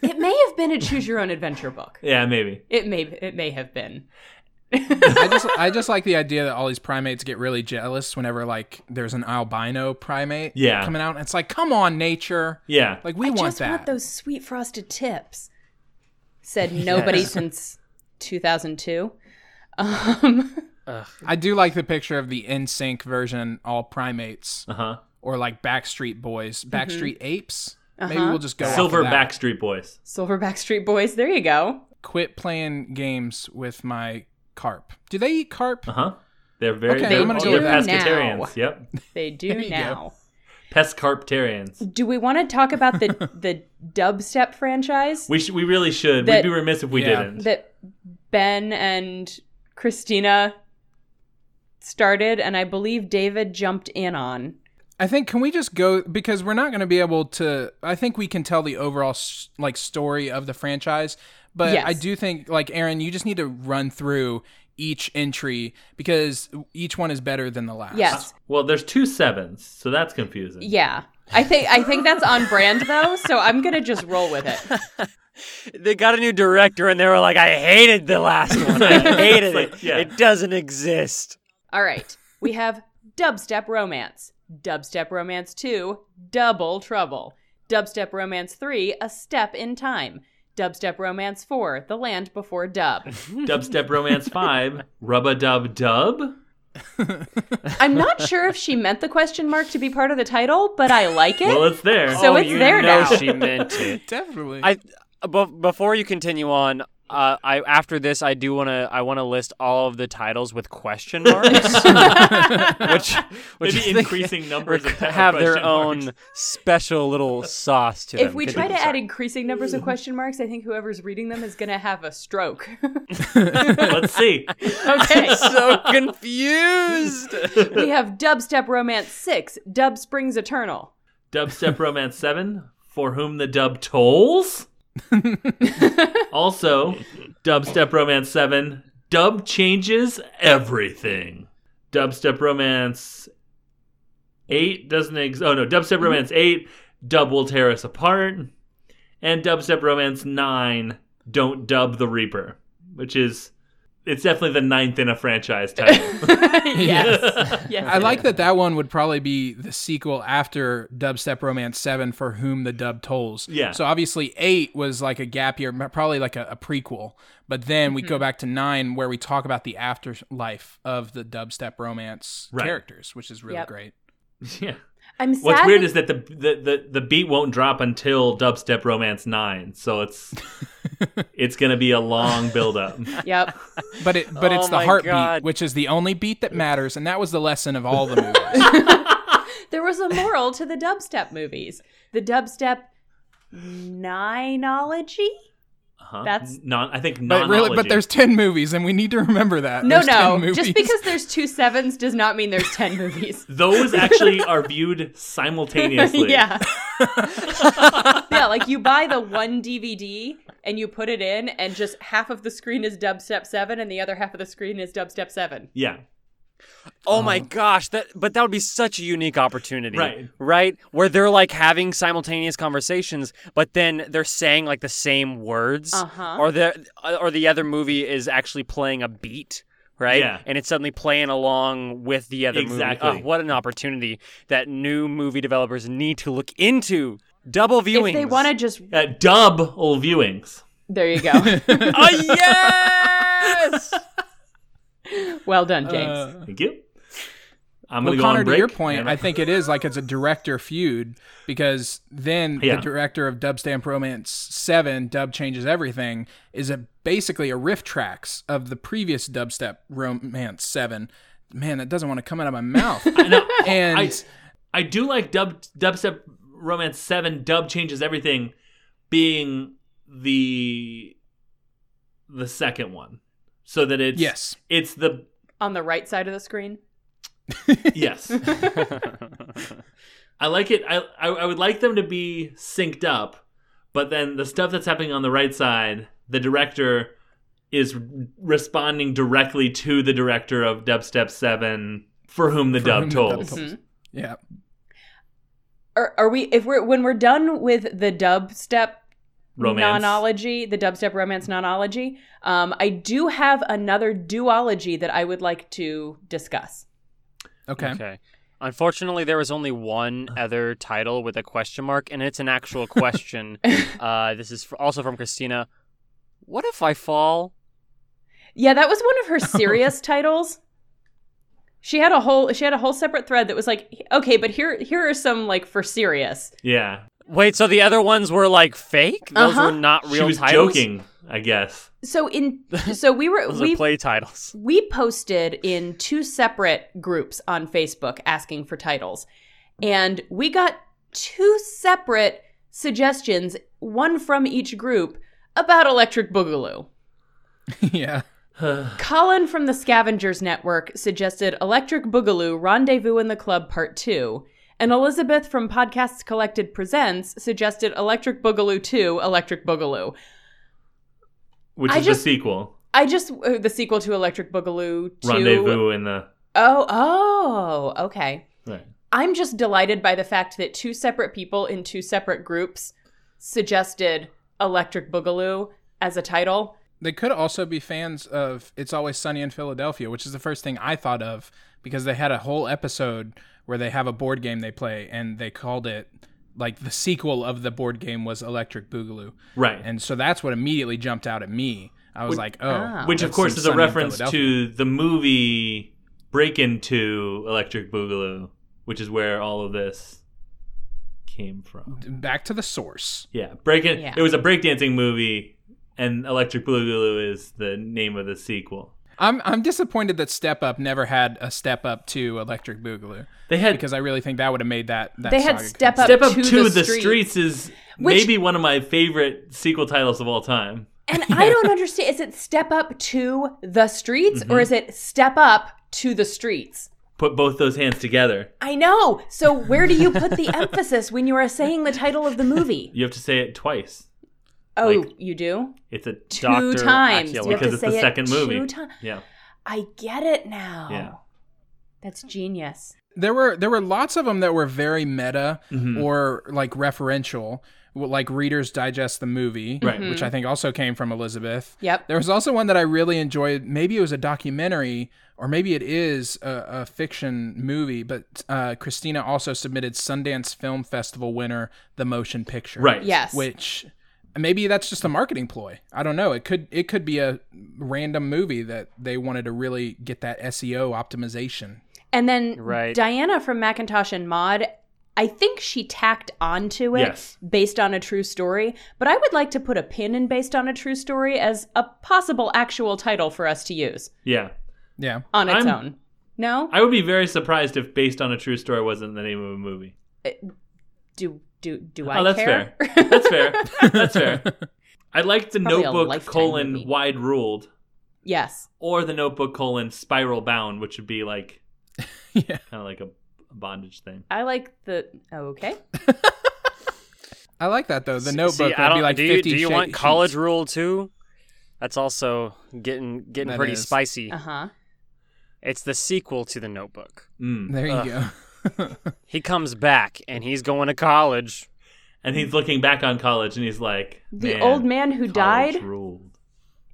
Speaker 3: It may have been a choose your own adventure book.
Speaker 2: Yeah, maybe.
Speaker 3: It may it may have been.
Speaker 4: I just I just like the idea that all these primates get really jealous whenever like there's an albino primate
Speaker 2: Yeah.
Speaker 4: coming out, and it's like, come on, nature,
Speaker 2: Yeah.
Speaker 4: like we
Speaker 3: I
Speaker 4: want
Speaker 3: just
Speaker 4: that.
Speaker 3: want those sweet frosted tips. Said nobody
Speaker 4: Yes.
Speaker 3: since 2002. Um,
Speaker 5: Ugh.
Speaker 4: I do like the picture of the NSYNC version, all primates,
Speaker 2: Uh huh.
Speaker 4: or like Backstreet Boys, Backstreet Apes. Maybe
Speaker 3: Mm-hmm. Uh-huh.
Speaker 4: we'll just go
Speaker 2: Silver
Speaker 4: off of that.
Speaker 2: Backstreet Boys.
Speaker 3: Silverback Street Boys. There you go.
Speaker 4: Quit playing games with my carp. Do they eat carp?
Speaker 2: Uh huh. They're very
Speaker 4: Okay,
Speaker 2: they're,
Speaker 3: I'm gonna go
Speaker 2: they're
Speaker 3: with that.
Speaker 2: pescatarians. Yep.
Speaker 3: They
Speaker 4: There
Speaker 3: do
Speaker 4: you go.
Speaker 3: now.
Speaker 2: Pescarptarians.
Speaker 3: Do we want to talk about the the dubstep franchise
Speaker 2: We sh- we really should.
Speaker 3: That-
Speaker 2: We'd be remiss if we
Speaker 4: Yeah.
Speaker 2: didn't.
Speaker 3: that Ben and Christina started, and I believe David jumped in on?
Speaker 4: I think can we just go because we're not going to be able to. I think we can tell the overall s- like story of the franchise, but
Speaker 3: Yes.
Speaker 4: I do think like Aaron, you just need to run through each entry because each one is better than the last.
Speaker 3: Yes.
Speaker 2: well, there's two sevens, so that's confusing.
Speaker 3: Yeah. I think I think that's on brand though, so I'm gonna just roll with it.
Speaker 5: They got a new director and they were like, I hated the last one. <laughs> I
Speaker 2: It's
Speaker 5: hated
Speaker 2: like,
Speaker 5: it.
Speaker 2: yeah.
Speaker 5: It doesn't exist.
Speaker 3: All right. We have Dubstep Romance, Dubstep Romance 2, Double Trouble, Dubstep Romance 3, A Step in Time, Dubstep Romance 4, The Land Before Dub.
Speaker 2: Dubstep Romance 5, Rubba Dub Dub.
Speaker 3: I'm not sure if she meant the question mark to be part of the title, but I like it.
Speaker 2: Well, it's there.
Speaker 3: So
Speaker 5: oh,
Speaker 3: it's
Speaker 5: you
Speaker 3: there
Speaker 5: know
Speaker 3: now.
Speaker 5: she meant it.
Speaker 4: definitely.
Speaker 5: I be- before you continue on, uh, I after this I do want to I want to list all of the titles
Speaker 3: <laughs>
Speaker 5: with question marks, which which
Speaker 2: Maybe
Speaker 5: I think
Speaker 2: increasing numbers of
Speaker 5: rec-
Speaker 2: title
Speaker 5: have their
Speaker 2: question
Speaker 5: own
Speaker 2: marks.
Speaker 5: special little sauce to them.
Speaker 3: if we try
Speaker 5: Continue,
Speaker 3: to
Speaker 5: sorry.
Speaker 3: add increasing numbers of question marks, I think whoever's reading them is going to have a stroke. <laughs>
Speaker 2: Let's see.
Speaker 3: okay.
Speaker 5: <laughs> so confused.
Speaker 3: <laughs> We have Dubstep Romance 6, Dub Springs Eternal.
Speaker 2: Dubstep Romance 7, For Whom the Dub Tolls. also, Dubstep Romance 7, Dub Changes Everything. Dubstep Romance 8 doesn't exist. Oh, no. Dubstep Romance 8, Dub Will Tear Us Apart. And Dubstep Romance 9, Don't Dub the Reaper, which is. It's definitely the ninth in a franchise title.
Speaker 3: <laughs>
Speaker 2: <laughs>
Speaker 3: yes. <laughs> yes.
Speaker 4: I like that that one would probably be the sequel after Dubstep Romance 7 for whom the dub tolls.
Speaker 2: Yeah.
Speaker 4: So obviously 8 was like a gap year, probably like a, a prequel. But then we
Speaker 5: Mm-hmm.
Speaker 4: go back to 9 where we talk about the afterlife of the Dubstep Romance
Speaker 2: Right.
Speaker 4: characters, which is really
Speaker 3: Yep.
Speaker 4: great.
Speaker 2: yeah.
Speaker 3: I'm sad.
Speaker 2: What's weird
Speaker 3: that-
Speaker 2: is that the, the the the beat won't drop until Dubstep Romance Nine, so
Speaker 4: <laughs>
Speaker 2: it's it's gonna be a long build up.
Speaker 3: <laughs> Yep.
Speaker 4: But it but it's
Speaker 5: Oh
Speaker 4: the
Speaker 5: my
Speaker 4: heartbeat,
Speaker 5: God.
Speaker 4: which is the only beat that matters, and that was the lesson
Speaker 5: <laughs>
Speaker 4: of all the movies.
Speaker 3: There was a moral to the dubstep movies. The dubstep ninology?
Speaker 2: Uh-huh.
Speaker 3: That's-
Speaker 2: non. I think
Speaker 4: but really but
Speaker 2: nonology.
Speaker 4: there's 10 movies and we need to remember that.
Speaker 3: No,
Speaker 4: There's 10
Speaker 3: no. Just
Speaker 4: movies.
Speaker 3: because there's two sevens does not mean there's 10 movies.
Speaker 2: those actually
Speaker 4: <laughs>
Speaker 2: are viewed simultaneously.
Speaker 3: <laughs> yeah. yeah, like you buy the one DVD and you put it in, and just half of the screen is dubstep 7 and the other half of the screen is dubstep 7.
Speaker 2: yeah.
Speaker 5: Oh my gosh, that but that would be such a unique opportunity.
Speaker 2: Right.
Speaker 5: Right? Where they're like having simultaneous conversations, but then they're saying like the same words.
Speaker 3: Uh-huh.
Speaker 5: Or the uh, or the other movie is actually playing a beat, right?
Speaker 2: Yeah.
Speaker 5: And it's suddenly playing along with the other movie. Ah,
Speaker 2: Exactly.
Speaker 5: Oh, what an opportunity that new movie developers need to look into. Double viewings.
Speaker 3: If they want to just,
Speaker 2: At double Uh, viewings.
Speaker 3: there you <laughs> go.
Speaker 5: <laughs> Oh yes.
Speaker 3: well done, James.
Speaker 4: <laughs> Uh,
Speaker 2: Thank you. I'm
Speaker 4: well,
Speaker 2: gonna go
Speaker 4: Connor,
Speaker 2: on break.
Speaker 4: to your point,
Speaker 2: and-
Speaker 4: I think it is like it's a director feud because then
Speaker 2: Yeah.
Speaker 4: the director of Dub Stamp Romance Seven, Dub Changes Everything, is a basically a riff tracks of the previous Dubstep Romance Seven. Man, that doesn't want to come out of my mouth.
Speaker 2: No, <laughs>
Speaker 4: and
Speaker 2: I, I do like dub dubstep romance seven dub changes everything being the the second one so that it's
Speaker 4: yes,
Speaker 2: it's the
Speaker 3: On the right side of the screen.
Speaker 2: yes I like it I, I I would like them to be synced up but then the stuff that's happening on the right side the director is responding directly to the director of dubstep seven for whom the
Speaker 4: For
Speaker 2: dub
Speaker 4: whom the dub <laughs>
Speaker 2: tolls
Speaker 4: tolls. yeah,
Speaker 3: Mm-hmm. Are, are we if we're when we're done with the dubstep
Speaker 2: Romance.
Speaker 3: nonology, the dubstep romance nonology, um, I do have another duology that I would like to discuss.
Speaker 4: okay.
Speaker 5: Okay. Unfortunately, there was only one other title with a question mark, and it's an actual
Speaker 4: <laughs>
Speaker 5: question. uh, this is fr- also from Christina. What if I fall?
Speaker 3: Yeah, that was one
Speaker 5: <laughs>
Speaker 3: of her serious titles. She had a whole she had a whole separate thread that was like, okay, but here here are some like for serious.
Speaker 2: yeah
Speaker 5: Wait, so the other ones were like fake? Those
Speaker 3: Uh-huh.
Speaker 5: were not real
Speaker 2: she was
Speaker 5: titles.
Speaker 2: joking I guess
Speaker 3: So
Speaker 5: <laughs>
Speaker 3: in so we were
Speaker 5: Those
Speaker 3: we
Speaker 5: are play titles.
Speaker 3: we posted in two separate groups on Facebook asking for titles. And we got two separate suggestions, one from each group, about Electric Boogaloo.
Speaker 4: <laughs> yeah.
Speaker 3: Colin from the Scavengers Network suggested Electric Boogaloo Rendezvous in the Club Part 2. And Elizabeth from Podcasts Collected Presents suggested Electric Boogaloo 2 Electric Boogaloo.
Speaker 2: which
Speaker 3: I
Speaker 2: is
Speaker 3: just-
Speaker 2: the sequel
Speaker 3: I just, uh, the sequel to Electric Boogaloo 2.
Speaker 2: rendezvous in the
Speaker 3: Oh, oh, okay.
Speaker 2: right.
Speaker 3: I'm just delighted by the fact that two separate people in two separate groups suggested Electric Boogaloo as a title.
Speaker 4: They could also be fans of It's Always Sunny in Philadelphia, which is the first thing I thought of because they had a whole episode where they have a board game they play and they called it like the sequel of the board game was Electric Boogaloo.
Speaker 2: right
Speaker 4: And so that's what immediately jumped out at me. I was
Speaker 2: Which-
Speaker 4: like, oh.
Speaker 3: Ah.
Speaker 2: which of
Speaker 4: that
Speaker 2: course
Speaker 4: seems
Speaker 2: is a
Speaker 4: Sunny in
Speaker 2: reference
Speaker 4: Philadelphia.
Speaker 2: to the movie Break Into Electric Boogaloo, which is where all of this came from.
Speaker 4: Back to the source.
Speaker 2: Yeah, Break In.
Speaker 3: Yeah.
Speaker 2: It was a breakdancing movie, and Electric Boogaloo is the name of the sequel.
Speaker 4: I'm, I'm disappointed that Step Up never had a Step Up to Electric Boogaloo
Speaker 2: They had
Speaker 4: because I really think that would have made that. that
Speaker 3: They had
Speaker 4: saga
Speaker 3: Step
Speaker 4: complete.
Speaker 2: Step Up
Speaker 3: To
Speaker 2: to,
Speaker 3: the
Speaker 2: the,
Speaker 3: Streets.
Speaker 2: streets. is
Speaker 3: Which-
Speaker 2: maybe one of my favorite sequel titles of all time. <laughs>
Speaker 3: And I don't understand is it step up to the streets
Speaker 2: Mm-hmm.
Speaker 3: or is it step up to the streets?
Speaker 2: Put both those hands together.
Speaker 3: I know. So where do you put
Speaker 2: <laughs>
Speaker 3: the emphasis when you are saying the title of the movie?
Speaker 2: You have to say it twice.
Speaker 3: Oh,
Speaker 2: Like-
Speaker 3: you do?
Speaker 2: It's a
Speaker 3: Two
Speaker 5: Dr.
Speaker 3: times. You
Speaker 5: Acula.
Speaker 3: have
Speaker 2: because
Speaker 3: to
Speaker 2: it's
Speaker 3: say
Speaker 2: the
Speaker 3: it
Speaker 2: second
Speaker 3: two
Speaker 2: movie.
Speaker 3: ti-
Speaker 2: yeah,
Speaker 3: I get it now.
Speaker 2: Yeah.
Speaker 3: That's genius.
Speaker 4: there were there were lots of them that were very meta
Speaker 2: Mm-hmm.
Speaker 4: or like referential w- like readers digest the movie
Speaker 2: Right. Mm-hmm.
Speaker 4: which i think also came from elizabeth
Speaker 3: Yep.
Speaker 4: there was also one that i really enjoyed maybe it was a documentary or maybe it is a, a fiction movie but uh, christina also submitted sundance film festival winner the motion picture
Speaker 2: right.
Speaker 3: Yes.
Speaker 4: which maybe that's just a marketing ploy i don't know it could it could be a random movie that they wanted to really get that seo optimization
Speaker 3: And then
Speaker 5: Right.
Speaker 3: Diana from Macintosh and Mod, I think she tacked onto it
Speaker 2: Yes.
Speaker 3: based on a true story. But I would like to put a pin in based on a true story as a possible actual title for us to use
Speaker 2: Yeah.
Speaker 4: yeah
Speaker 3: on its
Speaker 2: I'm-
Speaker 3: own. No?
Speaker 2: I would be very surprised if based on a true story wasn't the name of a movie.
Speaker 3: do do do I
Speaker 2: oh, that's
Speaker 3: care?
Speaker 2: fair. That's fair. That's
Speaker 4: <laughs>
Speaker 2: fair. I like the
Speaker 3: probably a
Speaker 2: notebook
Speaker 3: Lifetime
Speaker 2: colon
Speaker 3: movie.
Speaker 2: wide ruled
Speaker 3: <laughs> yes.
Speaker 2: or the notebook colon spiral bound, which would be like
Speaker 4: <laughs> Yeah.
Speaker 2: kind of like a, a bondage thing.
Speaker 3: I like the oh, okay.
Speaker 4: I like that though. The
Speaker 5: S-
Speaker 4: notebook.
Speaker 5: See, I
Speaker 4: that'd
Speaker 5: don't,
Speaker 4: be like
Speaker 5: do you,
Speaker 4: 50
Speaker 5: do you
Speaker 4: shade-
Speaker 5: want college
Speaker 4: sheets.
Speaker 5: rule too? That's also getting getting
Speaker 4: That
Speaker 5: pretty
Speaker 4: is. Uh.
Speaker 5: spicy.
Speaker 3: Uh-huh.
Speaker 5: It's the sequel to the Notebook.
Speaker 2: Mm.
Speaker 4: <laughs> There you go.
Speaker 5: He comes back and he's going to college.
Speaker 2: And he's looking back on college and he's like,
Speaker 3: The old man who
Speaker 2: college
Speaker 3: died
Speaker 2: ruled.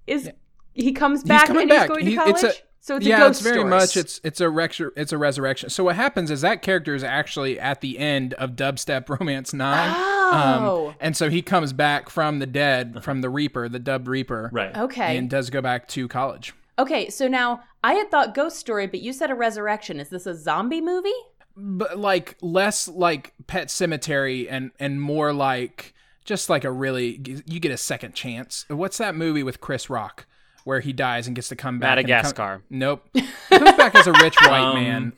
Speaker 3: is he comes back
Speaker 4: coming
Speaker 3: and
Speaker 4: back.
Speaker 3: he's going
Speaker 4: He-
Speaker 3: to college?
Speaker 4: it's a-
Speaker 3: So it's a
Speaker 4: <laughs> yeah,
Speaker 3: ghost
Speaker 4: it's very
Speaker 3: story.
Speaker 4: much it's it's a rexu- it's a resurrection. So what happens is that character is actually at the end of Dubstep <laughs> Romance Nine, Um,
Speaker 3: Oh.
Speaker 4: and so he comes back from the dead, from the Reaper, the Dub Reaper,
Speaker 2: Right.
Speaker 3: okay.
Speaker 4: and does go back to college.
Speaker 3: okay, so now I had thought ghost story, but you said a resurrection. Is this a zombie movie?
Speaker 4: but like less like pet cemetery and and more like just like a really you get a second chance what's that movie with chris rock where he dies and gets to come back and come-
Speaker 5: Madagascar.
Speaker 4: nope comes back as a rich white
Speaker 2: Um,
Speaker 4: man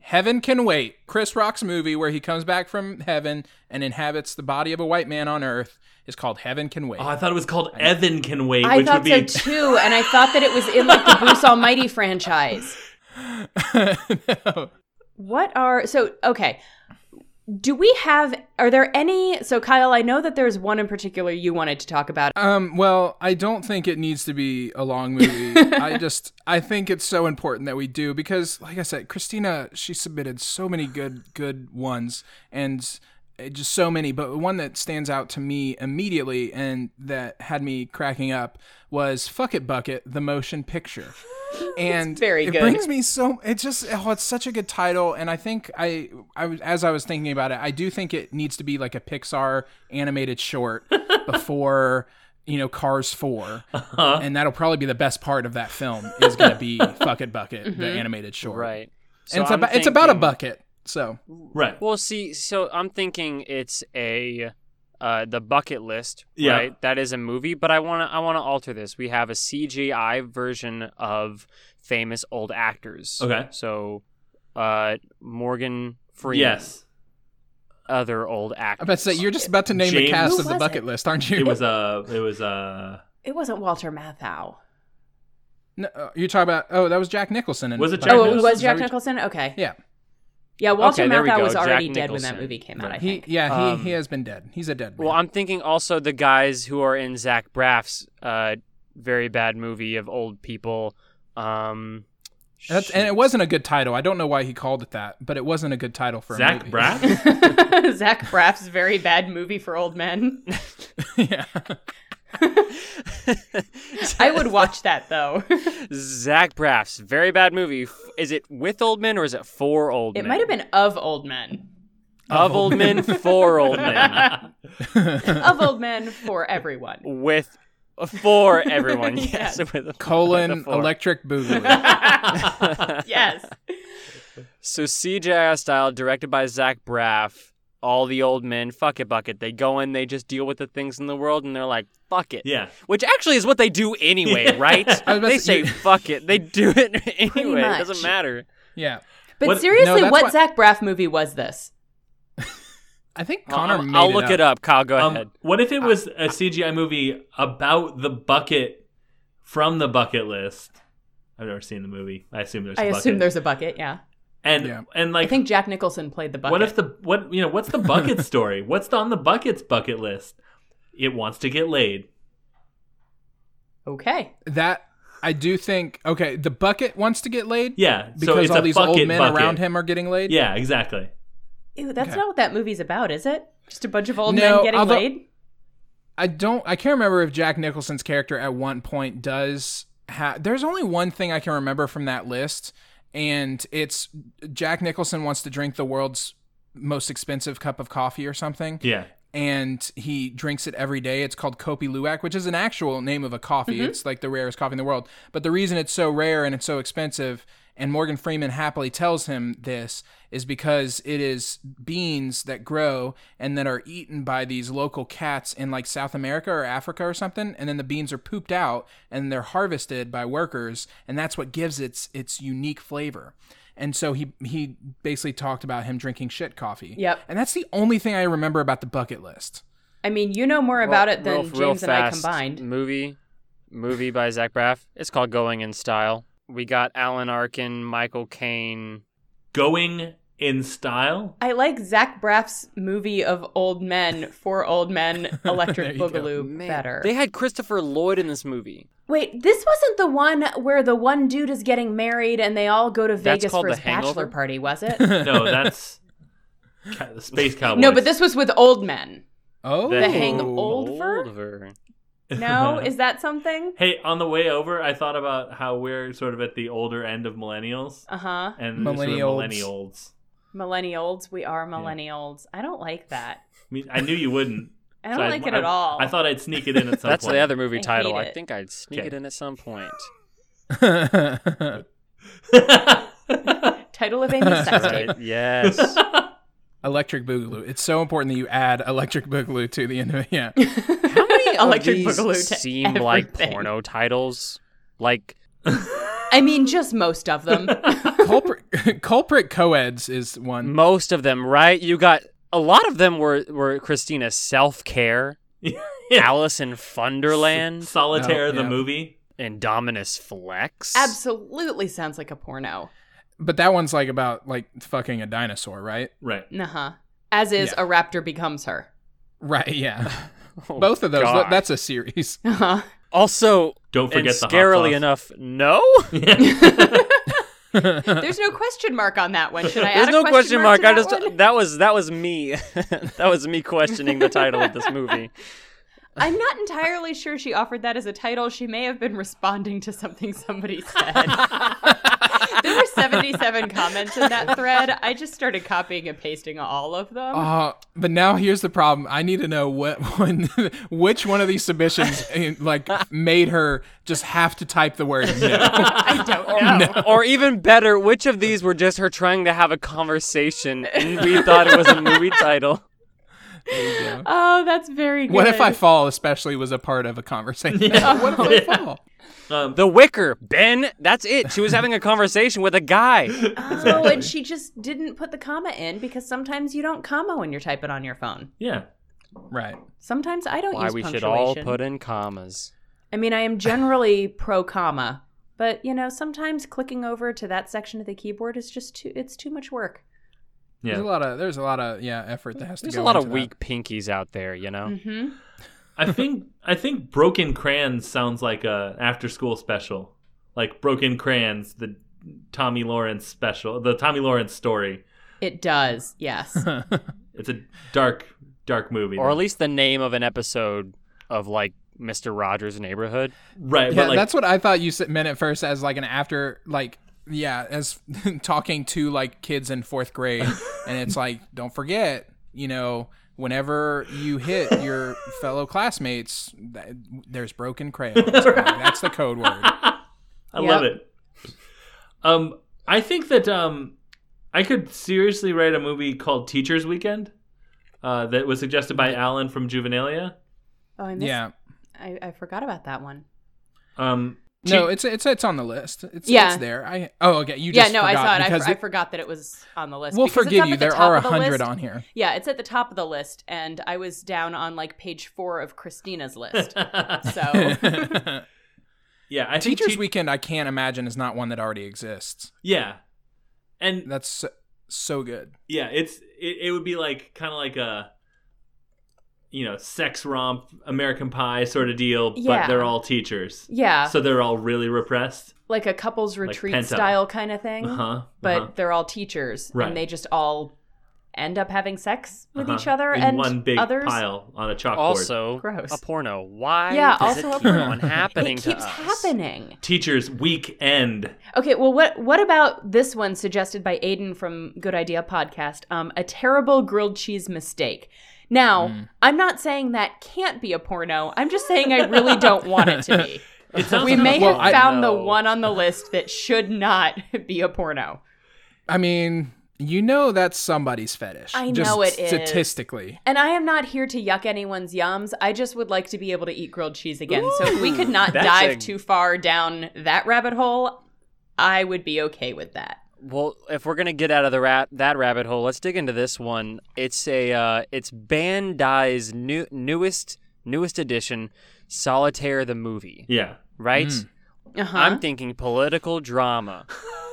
Speaker 4: heaven can wait chris rock's movie where he comes back from heaven and inhabits the body of a white man on earth is called heaven can wait
Speaker 2: Oh, I thought it was called Evan Can Wait,
Speaker 3: I
Speaker 2: which would
Speaker 3: thought
Speaker 2: be
Speaker 3: so too, and I thought that it was in like the Bruce Almighty franchise.
Speaker 4: No.
Speaker 3: What are so okay? Do we have? Are there any? So Kyle, I know that there's one in particular you wanted to talk about.
Speaker 4: Um, well, I don't think it needs to be a long movie. I just I think it's so important that we do because like I said, Christina, she submitted so many good good ones and uh, just so many, but one that stands out to me immediately and that had me cracking up was Fuck It Bucket, the motion picture. And
Speaker 3: very
Speaker 4: it
Speaker 3: good.
Speaker 4: brings me so it just oh it's such a good title and I think I I was as I was thinking about it I do think it needs to be like a Pixar animated short before you know Cars 4 and that'll probably be the best part of that film is going to be Fuck It Bucket the animated short
Speaker 5: Right.
Speaker 4: and it's,
Speaker 5: I'm
Speaker 4: about, it's about a
Speaker 5: thinking-
Speaker 4: bucket so
Speaker 2: right.
Speaker 5: Well, see, so I'm thinking it's a uh, the bucket list,
Speaker 2: Yeah.
Speaker 5: right? That is a movie, but I want to I want to alter this. We have a CGI version of famous old actors.
Speaker 2: Okay.
Speaker 5: So, uh, Morgan Freeman,
Speaker 2: Yes,
Speaker 5: other old
Speaker 4: I
Speaker 5: actors.
Speaker 4: bet say you're just about to name
Speaker 2: James-
Speaker 4: the cast
Speaker 3: Who
Speaker 4: of the
Speaker 3: was
Speaker 4: bucket
Speaker 3: it?
Speaker 4: list aren't you
Speaker 2: it was a it was uh, a
Speaker 3: It wasn't Walter Matthau.
Speaker 4: no, uh, you're talking about oh that was Jack Nicholson in
Speaker 2: Was it
Speaker 4: Bucket
Speaker 2: Jack
Speaker 3: oh, it
Speaker 4: List.
Speaker 2: Nicholson?
Speaker 3: was
Speaker 4: Is that
Speaker 3: Jack
Speaker 4: what you-
Speaker 3: Nicholson. Okay,
Speaker 4: yeah
Speaker 3: yeah, Walter
Speaker 5: Okay, there we
Speaker 3: Matthau
Speaker 5: go.
Speaker 3: was
Speaker 5: Jack
Speaker 3: already dead when that
Speaker 5: Nicholson.
Speaker 3: movie came out. I
Speaker 4: he
Speaker 3: think. <laughs>
Speaker 4: yeah he,
Speaker 5: Um,
Speaker 4: he has been dead he's a dead man.
Speaker 5: Well, I'm thinking also the guys who are in Zach Braff's uh, very bad movie of old people. Um,
Speaker 4: That's, and it wasn't a good title. I don't know why he called it that, but it wasn't a good title for a
Speaker 2: Zach
Speaker 4: movie.
Speaker 2: Braff.
Speaker 3: Zach Braff's very bad movie for old men.
Speaker 4: <laughs>
Speaker 2: <laughs>
Speaker 4: yeah.
Speaker 3: I would watch that though.
Speaker 5: Zach Braff's very bad movie. F- Is it with old men or is it for old
Speaker 3: it
Speaker 5: men?
Speaker 3: might have been of old men,
Speaker 5: of old men for old men
Speaker 3: of old men for everyone.
Speaker 5: with for everyone. Yes,
Speaker 3: Yes.
Speaker 5: <laughs> with a-
Speaker 4: Colon
Speaker 5: with a for.
Speaker 4: Electric
Speaker 2: <laughs>
Speaker 4: Boogaloo.
Speaker 3: Yes,
Speaker 5: So CGI style, directed by Zach Braff. All the old men, fuck it, bucket. They go in, they just deal with the things in the world, and they're like, fuck it.
Speaker 2: yeah,
Speaker 5: Which actually is what they do anyway, right?
Speaker 4: <laughs> I was about
Speaker 5: They
Speaker 4: to-
Speaker 5: say
Speaker 4: you-
Speaker 5: fuck it. They do it <laughs> anyway. It
Speaker 3: much.
Speaker 5: doesn't matter.
Speaker 4: yeah.
Speaker 3: but
Speaker 2: What-
Speaker 3: seriously,
Speaker 4: no, that's
Speaker 3: what
Speaker 4: why-
Speaker 3: Zach Braff movie was this?
Speaker 4: I think
Speaker 5: Well,
Speaker 4: Connor
Speaker 5: I'll,
Speaker 4: made
Speaker 5: I'll look it up. Kyle, go ahead.
Speaker 2: Um, what
Speaker 4: Uh,
Speaker 2: if it was a CGI movie about the bucket from the bucket list? I've never seen the movie. I assume there's. a
Speaker 3: I
Speaker 2: bucket.
Speaker 3: assume there's a bucket. Yeah,
Speaker 2: and
Speaker 4: Yeah.
Speaker 2: and
Speaker 3: I
Speaker 2: like
Speaker 3: think Jack Nicholson played the bucket.
Speaker 2: what if the what you know what's the
Speaker 4: <laughs>
Speaker 2: bucket story? What's on the bucket's bucket list? It wants to get laid.
Speaker 3: okay,
Speaker 4: That I do think okay, the bucket wants to get laid
Speaker 2: Yeah, so
Speaker 4: because
Speaker 2: it's
Speaker 4: all
Speaker 2: a
Speaker 4: these
Speaker 2: bucket
Speaker 4: old men
Speaker 2: bucket.
Speaker 4: around him are getting laid.
Speaker 2: Yeah, exactly.
Speaker 3: Ew, that's
Speaker 4: Okay.
Speaker 3: not what that movie's about, is it? Just a bunch of old
Speaker 4: No,
Speaker 3: men getting
Speaker 4: although-
Speaker 3: laid.
Speaker 4: I don't I can't remember if Jack Nicholson's character at one point does ha- there's only one thing I can remember from that list and it's Jack Nicholson wants to drink the world's most expensive cup of coffee or something.
Speaker 2: Yeah,
Speaker 4: and he drinks it every day. It's called Kopi Luwak, which is an actual name of a coffee. It's like the rarest coffee in the world. But the reason it's so rare and it's so expensive, and Morgan Freeman happily tells him this, is because it is beans that grow and that are eaten by these local cats in like South America or Africa or something, and then the beans are pooped out and they're harvested by workers, and that's what gives its its unique flavor. And so he he basically talked about him drinking shit coffee.
Speaker 3: Yep.
Speaker 4: And that's the only thing I remember about the bucket list.
Speaker 3: I mean, you know more about it than
Speaker 5: Real- real
Speaker 3: James and I
Speaker 5: fast Mm.
Speaker 3: combined.
Speaker 5: Movie, movie by Zach Braff. It's called Going in Style. We got Alan Arkin, Michael Caine.
Speaker 2: going in style.
Speaker 3: I like Zach Braff's movie of old men for old men, Electric
Speaker 4: There you go.
Speaker 3: Boogaloo, better.
Speaker 5: They had Christopher Lloyd in this movie.
Speaker 3: Wait, this wasn't the one where the one dude is getting married and they all go to
Speaker 5: That's
Speaker 3: Vegas
Speaker 5: called
Speaker 3: for
Speaker 5: The
Speaker 3: his bachelor
Speaker 5: Hangover?
Speaker 3: party, was it?
Speaker 4: <laughs>
Speaker 2: No, that's ca- the space cowboy.
Speaker 3: no, but this was with old men.
Speaker 4: Oh,
Speaker 3: The Hang- Hangover?
Speaker 5: Hangover.
Speaker 3: No, is that something?
Speaker 2: Hey, on the way over, I thought about how we're sort of at the older end of millennials
Speaker 3: Uh huh.
Speaker 2: and sort of
Speaker 4: Millennials.
Speaker 2: millennials.
Speaker 3: Millennials. We are millennials. I don't like that.
Speaker 2: I mean, I knew you
Speaker 4: <laughs>
Speaker 2: wouldn't.
Speaker 3: I don't
Speaker 2: so
Speaker 3: like it at all.
Speaker 2: I thought I'd sneak it in at some
Speaker 5: That's
Speaker 2: point.
Speaker 5: the other movie
Speaker 3: I
Speaker 5: title.
Speaker 3: hate
Speaker 5: I
Speaker 3: it.
Speaker 5: think I'd sneak
Speaker 2: Okay.
Speaker 5: it in at
Speaker 3: <laughs>
Speaker 5: some point.
Speaker 2: <laughs>
Speaker 3: Title of Amy Sexton.
Speaker 5: Right. Yes.
Speaker 4: <laughs> Electric Boogaloo. It's so important that you add Electric Boogaloo to the end of it. Yeah.
Speaker 3: <laughs> How many Electric
Speaker 5: These
Speaker 3: Boogaloo to
Speaker 5: seem like
Speaker 3: everything.
Speaker 5: porno titles. Like
Speaker 3: I mean, just most of
Speaker 5: <laughs>
Speaker 3: them.
Speaker 4: Culprit, <laughs> culprit Coeds is one.
Speaker 5: most of them, right? You got a lot of them were were Christina self care,
Speaker 2: <laughs> Yeah.
Speaker 5: Alice in Funderland,
Speaker 2: Solitaire,
Speaker 4: Oh,
Speaker 2: the
Speaker 4: yeah.
Speaker 2: movie.
Speaker 5: Indominus Flex.
Speaker 3: Absolutely sounds like a porno.
Speaker 4: But that one's like about like fucking a dinosaur, right?
Speaker 2: Right.
Speaker 3: Uh huh. As is, a raptor becomes
Speaker 5: <laughs>
Speaker 3: her.
Speaker 4: Right, yeah.
Speaker 5: Oh,
Speaker 4: <laughs> Both of those.
Speaker 5: God.
Speaker 4: That's a series. <laughs>
Speaker 3: Uh huh.
Speaker 5: also
Speaker 2: Don't
Speaker 5: and
Speaker 2: forget the
Speaker 5: scarily
Speaker 2: hot
Speaker 5: enough, no.
Speaker 2: enough.
Speaker 3: There's no question mark on that one. Should I
Speaker 5: There's
Speaker 3: add
Speaker 5: no
Speaker 3: a
Speaker 5: question
Speaker 3: question,
Speaker 5: mark.
Speaker 3: To
Speaker 5: I
Speaker 3: that
Speaker 5: just
Speaker 3: one?
Speaker 5: that was that was me. <laughs> that was me questioning the title of this movie.
Speaker 3: I'm not entirely sure she offered that as a title. She may have been responding to something somebody <laughs> said. there were 77 comments in that thread. I just started copying and pasting all of them.
Speaker 5: Uh-huh.
Speaker 4: Uh, but now here's the problem. I need to know what one, <laughs> which one of these submissions eh, like made her just have to type the word no.
Speaker 3: I <laughs> don't know.
Speaker 5: <laughs> Or even better, which of these were just her trying to have a conversation and we thought it was
Speaker 3: <laughs>
Speaker 5: a movie title?
Speaker 3: Oh, that's very good.
Speaker 4: What if I fall? Especially was a part of a conversation. <laughs>
Speaker 3: <laughs>
Speaker 4: what if I fall?
Speaker 2: um,
Speaker 5: The Wicker, Ben. That's it. She was having a conversation with a guy.
Speaker 3: Oh, and she just didn't put the comma in because sometimes you don't comma when you're typing on your phone.
Speaker 2: yeah.
Speaker 4: Right.
Speaker 3: Sometimes I don't
Speaker 5: Why
Speaker 3: use
Speaker 5: we should
Speaker 3: punctuation.
Speaker 5: all put in commas.
Speaker 3: I mean, I am generally pro comma, but you know, sometimes clicking over to that section of the keyboard is just too it's too much work.
Speaker 4: There's a
Speaker 2: Yeah.
Speaker 4: lot of there's a lot of yeah effort that has to
Speaker 5: There's
Speaker 4: go.
Speaker 5: a lot of
Speaker 4: into that.
Speaker 5: weak pinkies out there, you know.
Speaker 3: Mhm.
Speaker 2: I think I think Broken Crayons sounds like a after school special. Like Broken Crayons, the Tommy Lawrence special, the Tommy Lawrence story.
Speaker 3: It does.
Speaker 5: <laughs>
Speaker 3: Yes.
Speaker 2: It's a dark dark movie.
Speaker 5: Or at least the name of an episode of like Mr. Rogers' Neighborhood.
Speaker 2: right,
Speaker 4: Yeah,
Speaker 2: but like
Speaker 4: that's what I thought you said- meant at first as like an after like yeah as <laughs> talking to like kids in fourth grade, and it's like don't forget you know whenever you hit your fellow classmates, that, there's broken crayons. That's the
Speaker 3: <laughs>
Speaker 4: code word.
Speaker 2: I
Speaker 3: Yep.
Speaker 2: love it. Um, I think that um, I could seriously write a movie called Teachers Weekend. Uh, that was suggested by Alan from Juvenalia.
Speaker 3: Oh, I missed.
Speaker 4: Yeah.
Speaker 3: I, I forgot about that one.
Speaker 2: Um,
Speaker 4: No, it's it's it's on the list. It's,
Speaker 3: Yeah.
Speaker 4: it's there. I oh okay. You
Speaker 3: Yeah,
Speaker 4: just
Speaker 3: no, I
Speaker 4: forgot
Speaker 3: saw it. I,
Speaker 4: because
Speaker 3: for- I forgot that it was on the list.
Speaker 4: We'll
Speaker 3: because it's
Speaker 4: forgive
Speaker 3: up
Speaker 4: you.
Speaker 3: at the
Speaker 4: There
Speaker 3: top
Speaker 4: are a
Speaker 3: of the
Speaker 4: hundred
Speaker 3: list.
Speaker 4: on here.
Speaker 3: Yeah, it's at the top of the list, and I was down on like page four of
Speaker 2: <laughs>
Speaker 3: Christina's
Speaker 4: <laughs>
Speaker 3: list.
Speaker 5: <laughs>
Speaker 3: So
Speaker 2: yeah, I think
Speaker 4: Teachers
Speaker 2: te-
Speaker 4: Weekend, I can't imagine is not one that already exists.
Speaker 2: Yeah, and
Speaker 4: That's so, so good.
Speaker 2: yeah it's it, it would be like kind of like a you know sex romp american pie sort of deal
Speaker 3: Yeah.
Speaker 2: but they're all teachers
Speaker 3: yeah,
Speaker 2: so they're all really repressed
Speaker 3: like a couples retreat
Speaker 2: Penta.
Speaker 3: style kind of thing,
Speaker 2: uh-huh
Speaker 3: Mm-hmm. but
Speaker 2: uh-huh.
Speaker 3: they're all teachers,
Speaker 2: Right.
Speaker 3: and they just all end up having sex with
Speaker 2: uh-huh.
Speaker 3: each other
Speaker 2: in
Speaker 3: and
Speaker 2: one big
Speaker 3: others.
Speaker 2: pile on a chalkboard
Speaker 5: Also,
Speaker 3: Gross.
Speaker 5: a porno. Why?
Speaker 3: Yeah,
Speaker 5: does
Speaker 3: also
Speaker 5: it
Speaker 3: a
Speaker 5: keep
Speaker 4: porno.
Speaker 5: on
Speaker 3: It
Speaker 5: happening.
Speaker 3: keeps
Speaker 5: to us?
Speaker 3: happening.
Speaker 2: teachers weekend
Speaker 3: Okay, well, what what about this one suggested by Aiden from Good Idea Podcast? Um, a terrible grilled cheese mistake. Now,
Speaker 5: Hmm.
Speaker 3: I'm not saying that can't be a porno. I'm just saying I really don't want it to
Speaker 5: <laughs>
Speaker 3: be.
Speaker 2: it sounds
Speaker 3: We
Speaker 2: like-
Speaker 3: may
Speaker 4: Well,
Speaker 3: have
Speaker 4: I-
Speaker 3: found the
Speaker 5: No.
Speaker 3: one on the list that should not <laughs> be a porno.
Speaker 4: I mean, you know that's somebody's fetish.
Speaker 3: I
Speaker 4: just
Speaker 3: know it is.
Speaker 4: statistically.
Speaker 3: And I am not here to yuck anyone's yums. I just would like to be able to eat grilled cheese again. so if we could
Speaker 5: <laughs>
Speaker 3: not
Speaker 5: that's
Speaker 3: dive
Speaker 5: a-
Speaker 3: too far down that rabbit hole, I would be okay with that.
Speaker 5: Well, if we're gonna get out of the rat that rabbit hole, let's dig into this one. It's a uh, it's Bandai's new newest newest edition, Solitaire the movie,
Speaker 2: yeah
Speaker 5: right?
Speaker 3: Uh-huh.
Speaker 5: I'm thinking
Speaker 3: <laughs>
Speaker 5: political drama.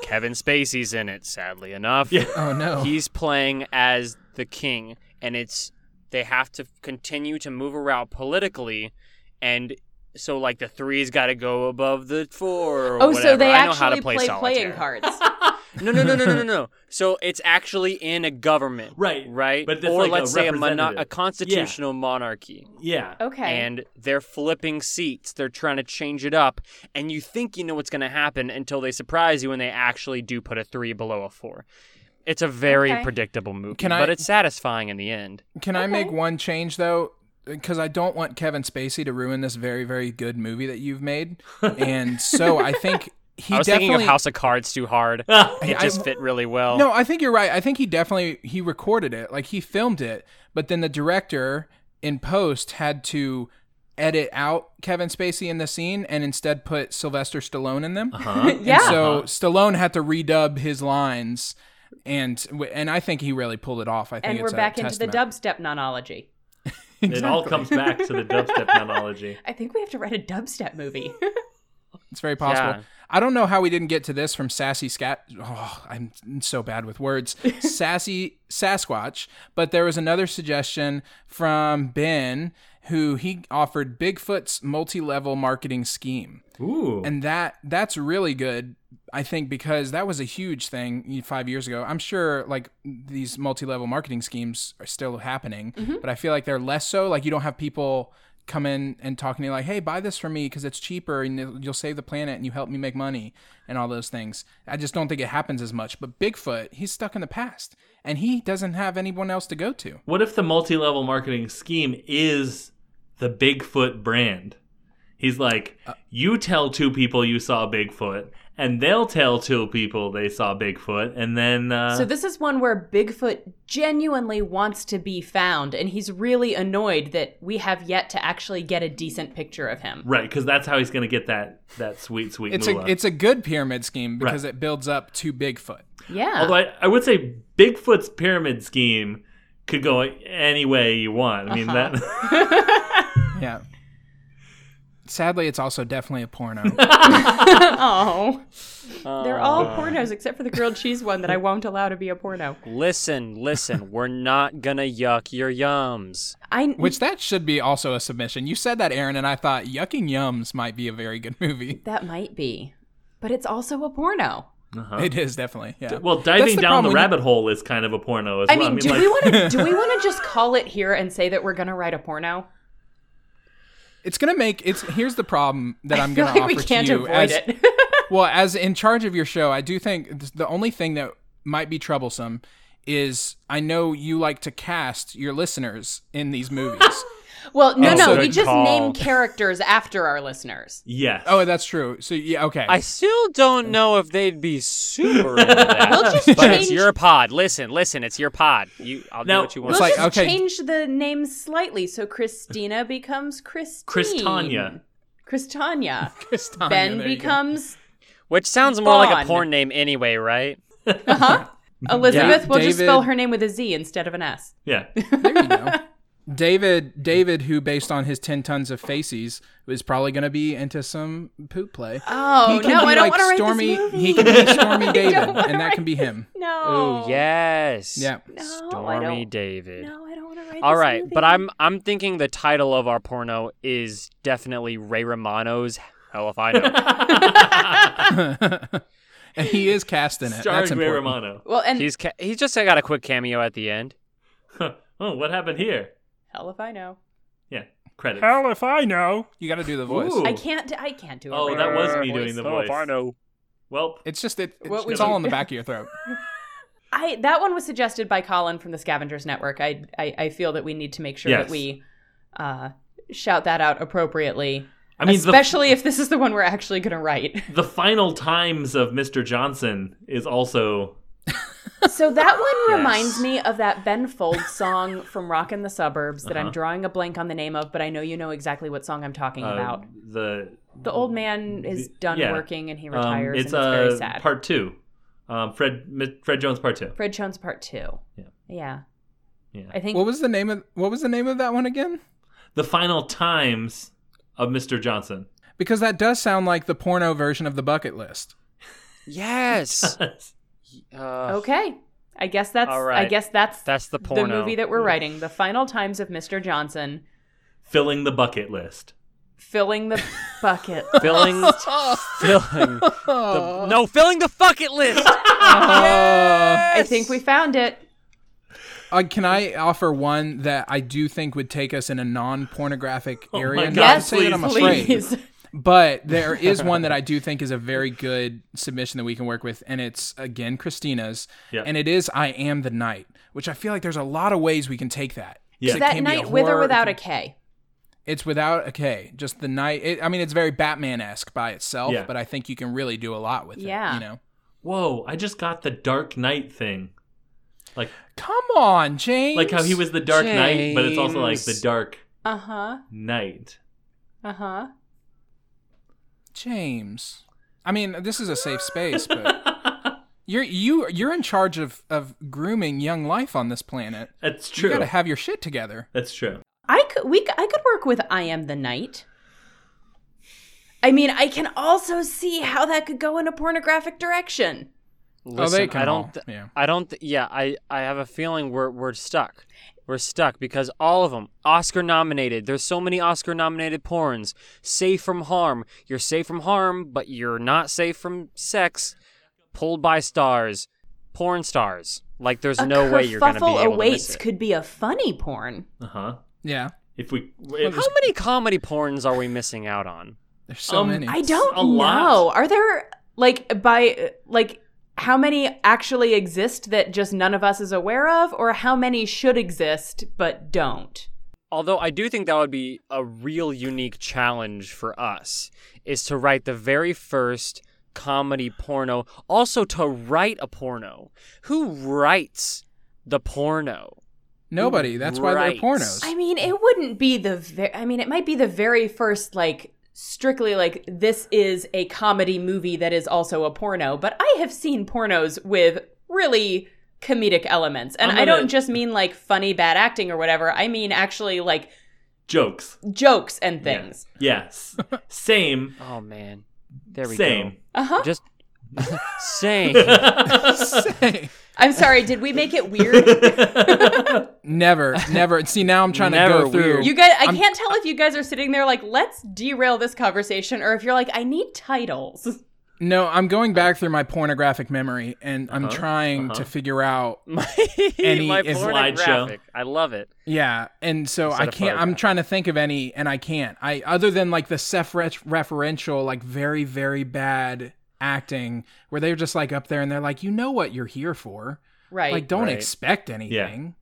Speaker 5: Kevin Spacey's in it, sadly enough.
Speaker 2: Yeah. <laughs>
Speaker 5: <laughs>
Speaker 4: Oh no.
Speaker 5: He's playing as the king, and it's they have to continue to move around politically, and so like the three's got to go above the four. Or
Speaker 3: oh,
Speaker 5: whatever.
Speaker 3: so they
Speaker 5: I know
Speaker 3: actually
Speaker 5: how to play,
Speaker 3: play playing
Speaker 5: solitaire.
Speaker 3: cards.
Speaker 5: No, no, no, no, no, no,
Speaker 3: <laughs>
Speaker 5: no. So it's actually in a government,
Speaker 2: Right.
Speaker 5: Right,
Speaker 2: But that's
Speaker 5: or
Speaker 2: like a
Speaker 5: let's say a, mono-
Speaker 2: representative.
Speaker 5: a constitutional monarchy.
Speaker 2: Yeah.
Speaker 3: Okay.
Speaker 5: And they're flipping seats. They're trying to change it up, and you think you know what's going to happen until they surprise you and they actually do put a three below a four. It's a very
Speaker 3: Okay.
Speaker 5: predictable movie,
Speaker 4: Can I-
Speaker 5: but it's satisfying in the end.
Speaker 4: Can I make one change though? Because I don't want Kevin Spacey to ruin this very, very good movie that
Speaker 5: <laughs>
Speaker 4: you've made, and so I think he
Speaker 5: I was
Speaker 4: definitely.
Speaker 5: thinking of House of Cards too hard.
Speaker 2: Ah,
Speaker 5: It
Speaker 4: <laughs> I-
Speaker 5: just fit really well.
Speaker 4: no, I think you're right. I think he definitely he recorded it, like he filmed it, but then the director in post had to edit out Kevin Spacey in the scene and instead put Sylvester Stallone in
Speaker 3: <laughs>
Speaker 4: them.
Speaker 2: huh?
Speaker 3: yeah.
Speaker 4: And so
Speaker 2: Uh-huh.
Speaker 4: Stallone had to redub his lines, and and I think he really pulled it off. I think
Speaker 3: and
Speaker 4: it's
Speaker 3: we're
Speaker 4: a
Speaker 3: back into the dubstep
Speaker 4: testament.
Speaker 3: nonology.
Speaker 2: It all comes back to the
Speaker 3: <laughs>
Speaker 2: dubstep terminology.
Speaker 3: I think we have to write a dubstep
Speaker 4: <laughs>
Speaker 3: movie.
Speaker 4: Uh-huh. It's very possible.
Speaker 5: Yeah.
Speaker 4: I don't know how we didn't get to this from Sassy Scat. Oh, I'm so bad with words. Sassy Sasquatch. But there was another suggestion from Ben, who he offered Bigfoot's multi-level marketing scheme,
Speaker 2: Ooh.
Speaker 4: and that that's really good. I think because that was a huge thing five years ago. I'm sure like these multi-level marketing schemes are still happening, but I feel like they're less so. Like you don't have people come in and talking to you like, "Hey, buy this for me because it's cheaper and you'll- you'll save the planet and you help me make money and all those things." I just don't think it happens as much. But Bigfoot, he's stuck in the past and he doesn't have anyone else to go to.
Speaker 2: What if the multi level marketing scheme is the Bigfoot brand? He's like,
Speaker 4: Uh,
Speaker 2: you tell two people you saw Bigfoot, and they'll tell two people they saw Bigfoot, and then. Uh,
Speaker 3: so this is one where Bigfoot genuinely wants to be found, and he's really annoyed that we have yet to actually get a decent picture of him.
Speaker 2: right, because that's how he's going to get that, that sweet, sweet
Speaker 4: It's
Speaker 2: moolah.
Speaker 4: a it's a good pyramid scheme because
Speaker 2: Right.
Speaker 4: it builds up to Bigfoot.
Speaker 3: Yeah.
Speaker 2: Although I, I would say Bigfoot's pyramid scheme could go any way you want. I mean,
Speaker 4: Uh-huh.
Speaker 2: that.
Speaker 4: Yeah. Sadly, it's also definitely
Speaker 3: <laughs>
Speaker 4: a porno.
Speaker 3: <laughs> oh. They're all
Speaker 4: Uh.
Speaker 3: pornos except for the grilled cheese one that I won't allow to be a porno.
Speaker 5: Listen, listen, we're not gonna yuck your yums.
Speaker 3: I
Speaker 4: Which that should be also a submission. You said that, Aaron, and I thought Yucking Yums might be a very good movie.
Speaker 3: that might be, but it's also a porno.
Speaker 4: It is definitely. Yeah.
Speaker 2: <laughs> well,
Speaker 4: That's
Speaker 2: diving down
Speaker 4: problem
Speaker 2: the
Speaker 4: when you-
Speaker 2: rabbit hole is kind of a porno as
Speaker 3: I
Speaker 2: well.
Speaker 3: mean, do we want to
Speaker 4: <laughs>
Speaker 3: do we want to just call it here and say that we're gonna write a porno?
Speaker 4: It's gonna make it's. Here's the problem that I'm
Speaker 3: I feel
Speaker 4: gonna
Speaker 3: like
Speaker 4: offer
Speaker 3: <laughs> we can't
Speaker 4: to you
Speaker 3: avoid
Speaker 4: as
Speaker 3: it.
Speaker 4: well as in charge of your show. I do think th- the only thing that might be troublesome is I know you like to cast your listeners in these
Speaker 3: <laughs>
Speaker 4: movies.
Speaker 3: well, no,
Speaker 5: And
Speaker 3: no,
Speaker 5: so-
Speaker 3: we just
Speaker 5: Call.
Speaker 3: name characters after our listeners.
Speaker 2: Yes.
Speaker 4: oh, that's true. So yeah, okay.
Speaker 5: I still don't know if they'd be super <laughs> into that.
Speaker 3: We'll just
Speaker 5: but
Speaker 3: change.
Speaker 5: it's your pod. Listen, listen, it's your pod. You, I'll
Speaker 2: Now-
Speaker 5: do what you
Speaker 3: We'll
Speaker 5: want.
Speaker 4: It's like,
Speaker 3: just
Speaker 4: okay.
Speaker 3: change the name slightly so Christina becomes Christine.
Speaker 2: Christanya.
Speaker 4: <laughs>
Speaker 3: Christanya.
Speaker 4: Chris Tanya,
Speaker 3: Ben
Speaker 4: there you go. <laughs>
Speaker 3: becomes
Speaker 5: Which sounds more like
Speaker 3: Spawn.
Speaker 5: a porn name anyway, right?
Speaker 3: Elizabeth. We'll just
Speaker 4: David-
Speaker 3: spell her name with a Z instead of an S.
Speaker 4: <laughs>
Speaker 2: Yeah.
Speaker 4: There you go. David, David, who based on his ten tons of faces, is probably going to be into some poop play.
Speaker 3: Oh
Speaker 4: he can
Speaker 3: no,
Speaker 4: be
Speaker 3: I don't
Speaker 4: like
Speaker 3: want to write
Speaker 4: Stormy.
Speaker 3: this movie.
Speaker 4: He can be
Speaker 3: <laughs>
Speaker 4: Stormy
Speaker 3: don't
Speaker 4: David,
Speaker 3: wanna
Speaker 4: and that can
Speaker 3: <laughs>
Speaker 4: be him.
Speaker 3: no.
Speaker 5: Oh, yes.
Speaker 4: Yeah.
Speaker 3: No, I
Speaker 5: Stormy
Speaker 3: don't.
Speaker 5: David.
Speaker 3: No, I don't want to write.
Speaker 5: All
Speaker 3: this
Speaker 5: right,
Speaker 3: movie.
Speaker 5: but I'm I'm thinking the title of our porno is definitely Ray Romano's. Hell if
Speaker 3: <laughs>
Speaker 5: I know.
Speaker 4: <laughs> and he is cast in
Speaker 2: <laughs>
Speaker 4: it.
Speaker 2: Starring
Speaker 4: That's
Speaker 2: Ray
Speaker 4: important.
Speaker 2: Romano.
Speaker 3: Well, and
Speaker 5: he's ca- he's just got a quick cameo at the end.
Speaker 2: oh, what happened here?
Speaker 3: hell if I know.
Speaker 2: Yeah. Credits.
Speaker 4: if I know. You got to do the voice.
Speaker 2: Ooh.
Speaker 3: I can't. I can't do it.
Speaker 2: Oh, that was me doing the voice.
Speaker 5: know.
Speaker 2: Well,
Speaker 4: It's just it, it's,
Speaker 3: What would
Speaker 4: it's all
Speaker 3: you-
Speaker 4: in the back of your throat.
Speaker 3: I that one was suggested by Colin from the Scavengers Network. I I, I feel that we need to make sure
Speaker 2: Yes.
Speaker 3: that we uh, shout that out appropriately.
Speaker 2: I mean, the,
Speaker 3: especially if this is the one we're actually going to write.
Speaker 2: the final times of Mr. Johnson is also.
Speaker 3: <laughs> so that one
Speaker 2: Yes.
Speaker 3: reminds me of that Ben Folds <laughs> song from Rockin' the Suburbs that I'm
Speaker 2: Uh-huh.
Speaker 3: drawing a blank on the name of, but I know you know exactly what song I'm talking
Speaker 2: uh,
Speaker 3: about.
Speaker 2: the
Speaker 3: The old man is done
Speaker 2: yeah.
Speaker 3: working and he
Speaker 2: um,
Speaker 3: retires.
Speaker 2: it's
Speaker 3: and it's
Speaker 2: uh,
Speaker 3: very sad.
Speaker 2: part two. Um, Fred Mi- Fred Jones part two.
Speaker 3: Fred Jones Part Two.
Speaker 2: Yeah.
Speaker 3: Yeah.
Speaker 2: Yeah.
Speaker 3: I think.
Speaker 4: What was the name of What was the name of that one again?
Speaker 2: The final times of Mr. Johnson. <laughs>
Speaker 4: Because that does sound like the porno version of the bucket list.
Speaker 3: <laughs>
Speaker 5: Yes. Uh,
Speaker 3: okay. I guess that's.
Speaker 5: All
Speaker 3: I
Speaker 5: right.
Speaker 3: guess that's.
Speaker 5: That's the
Speaker 3: Oh, the
Speaker 5: porno.
Speaker 3: movie that we're writing, The Final Times of Mr. Johnson,
Speaker 2: Filling the bucket list.
Speaker 3: filling
Speaker 5: <laughs>
Speaker 3: the bucket. <laughs> Oh,
Speaker 5: filling, filling. The, no, filling the bucket list.
Speaker 3: I think we found it.
Speaker 4: Uh, can I offer one that I do think would take us in a non-pornographic
Speaker 2: Oh my
Speaker 4: area?
Speaker 2: God,
Speaker 4: Not to
Speaker 3: yes,
Speaker 4: say that I'm afraid,
Speaker 3: please. <laughs>
Speaker 2: <laughs>
Speaker 4: but there is one that I do think is a very good submission that we can work with, and it's again Christina's,
Speaker 2: Yeah.
Speaker 4: and it is "I Am the Night," which I feel like there's a lot of ways we can take that.
Speaker 2: Yeah.
Speaker 4: It
Speaker 3: that
Speaker 4: can be a
Speaker 3: night with or
Speaker 4: horror, it
Speaker 3: without
Speaker 4: can-
Speaker 3: a K.
Speaker 4: It's without a K, just the night. It, I mean, it's very Batman-esque by itself,
Speaker 2: Yeah.
Speaker 4: but I think you can really do a lot with it.
Speaker 3: Yeah.
Speaker 4: You know,
Speaker 2: Whoa, I just got the Dark Knight thing. Like
Speaker 4: come on, James.
Speaker 2: like how he was the Dark Knight, but it's also like the
Speaker 5: James.
Speaker 2: Dark
Speaker 3: Uh huh.
Speaker 2: Knight.
Speaker 3: Uh huh.
Speaker 4: James. I mean, this is a safe space, but
Speaker 2: <laughs>
Speaker 4: you're you you're in charge of of grooming young life on this planet.
Speaker 2: That's
Speaker 4: You
Speaker 2: true.
Speaker 4: gotta have your shit together.
Speaker 2: That's true.
Speaker 3: I could we c- I could work with I am the night. I mean, I can also see how that could go in a pornographic direction.
Speaker 5: Listen, I
Speaker 4: Oh, all-
Speaker 5: don't. th-
Speaker 4: yeah.
Speaker 5: I don't. Th- yeah, I. I have a feeling we're we're stuck. We're stuck because all of them Oscar nominated. There's so many Oscar nominated porns. Safe from harm. You're safe from harm, but you're not safe from sex. Pulled by stars, porn stars. Like there's no way you're gonna be
Speaker 3: kerfuffle
Speaker 5: able to
Speaker 3: awaits
Speaker 5: miss it.
Speaker 3: could be a funny porn.
Speaker 2: Uh huh.
Speaker 4: Yeah.
Speaker 2: If we
Speaker 5: How
Speaker 2: if,
Speaker 5: many comedy porns are we missing out on?
Speaker 4: There's so
Speaker 2: Um,
Speaker 4: many.
Speaker 3: I don't
Speaker 2: a
Speaker 3: know.
Speaker 2: lot.
Speaker 3: Are there like by like how many actually exist that just none of us is aware of, or how many should exist but don't?
Speaker 5: Although I do think that would be a real unique challenge for us is to write the very first comedy porno, also to write a porno. Who writes the porno?
Speaker 4: Nobody. That's why
Speaker 5: Right.
Speaker 4: they're pornos. <laughs>
Speaker 3: I mean, it wouldn't be the. Ve- I mean, it might be the very first like strictly like this is a comedy movie that is also a porno. But I have seen pornos with really comedic elements, and
Speaker 2: I'm
Speaker 3: I
Speaker 2: gonna-
Speaker 3: don't just mean like funny bad acting or whatever. I mean actually like
Speaker 2: jokes.
Speaker 3: jokes and things.
Speaker 2: Yes. Same.
Speaker 5: Oh man. <laughs> There we
Speaker 2: Same.
Speaker 3: Uh huh.
Speaker 5: go. Just <laughs> same.
Speaker 2: <laughs>
Speaker 3: I'm sorry. Did we make it weird?
Speaker 2: <laughs>
Speaker 4: never, never. See, now I'm trying to
Speaker 5: Never
Speaker 4: go through.
Speaker 5: weird.
Speaker 3: You guys, I can't tell if you guys are sitting there like, let's derail this conversation, or if you're like, I need titles. <laughs>
Speaker 4: no, I'm going back through my pornographic memory, and I'm
Speaker 2: Uh-huh,
Speaker 4: trying
Speaker 2: uh-huh.
Speaker 4: to figure out.
Speaker 5: my
Speaker 4: Any-
Speaker 5: my
Speaker 4: if-
Speaker 5: pornographic. I love it.
Speaker 4: Yeah, and so
Speaker 5: Instead
Speaker 4: I
Speaker 5: of
Speaker 4: can't. I'm
Speaker 5: photograph.
Speaker 4: trying to think of any, and I can't. I other than like the self-referential, like very, very bad acting, where they're just like up there and they're like, you know what you're here for.
Speaker 3: Right.
Speaker 4: Like, don't
Speaker 5: Right.
Speaker 4: expect anything.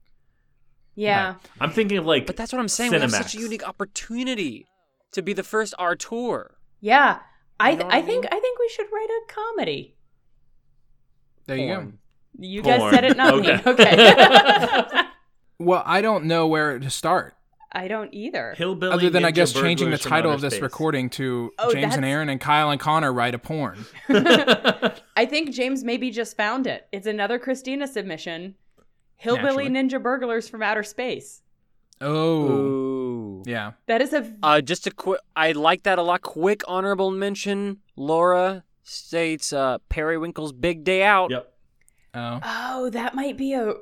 Speaker 3: yeah.
Speaker 2: I'm thinking of like
Speaker 5: But that's what I'm saying. We have such a
Speaker 2: Cinemax.
Speaker 5: unique opportunity to be the first R tour.
Speaker 3: Yeah. I,
Speaker 5: You know what
Speaker 3: I
Speaker 5: I
Speaker 3: think
Speaker 5: mean?
Speaker 3: I think we should write a comedy.
Speaker 4: There you go.
Speaker 3: You guys
Speaker 2: Porn.
Speaker 3: said it, not me.
Speaker 2: Okay.
Speaker 4: <laughs>
Speaker 3: Okay. <laughs>
Speaker 4: Well, I don't know where to start.
Speaker 3: I don't either.
Speaker 2: hillbilly.
Speaker 4: Other than I
Speaker 2: ninja
Speaker 4: guess changing the
Speaker 2: burglars from
Speaker 4: title
Speaker 2: outer
Speaker 4: of this
Speaker 2: space. <laughs>
Speaker 4: recording to
Speaker 3: Oh,
Speaker 4: James and
Speaker 3: that's-
Speaker 4: Aaron and Kyle and Connor write a porn.
Speaker 3: I think James maybe just found it. It's another Christina submission. Hillbilly
Speaker 4: Naturally.
Speaker 3: Ninja Burglars from Outer Space.
Speaker 4: Oh,
Speaker 5: Ooh.
Speaker 4: yeah.
Speaker 3: That is a
Speaker 5: Uh, just a quick. I like that a lot. Quick honorable mention. Laura states uh, Periwinkle's Big Day Out.
Speaker 2: Yep.
Speaker 4: Oh,
Speaker 3: Oh, that might be a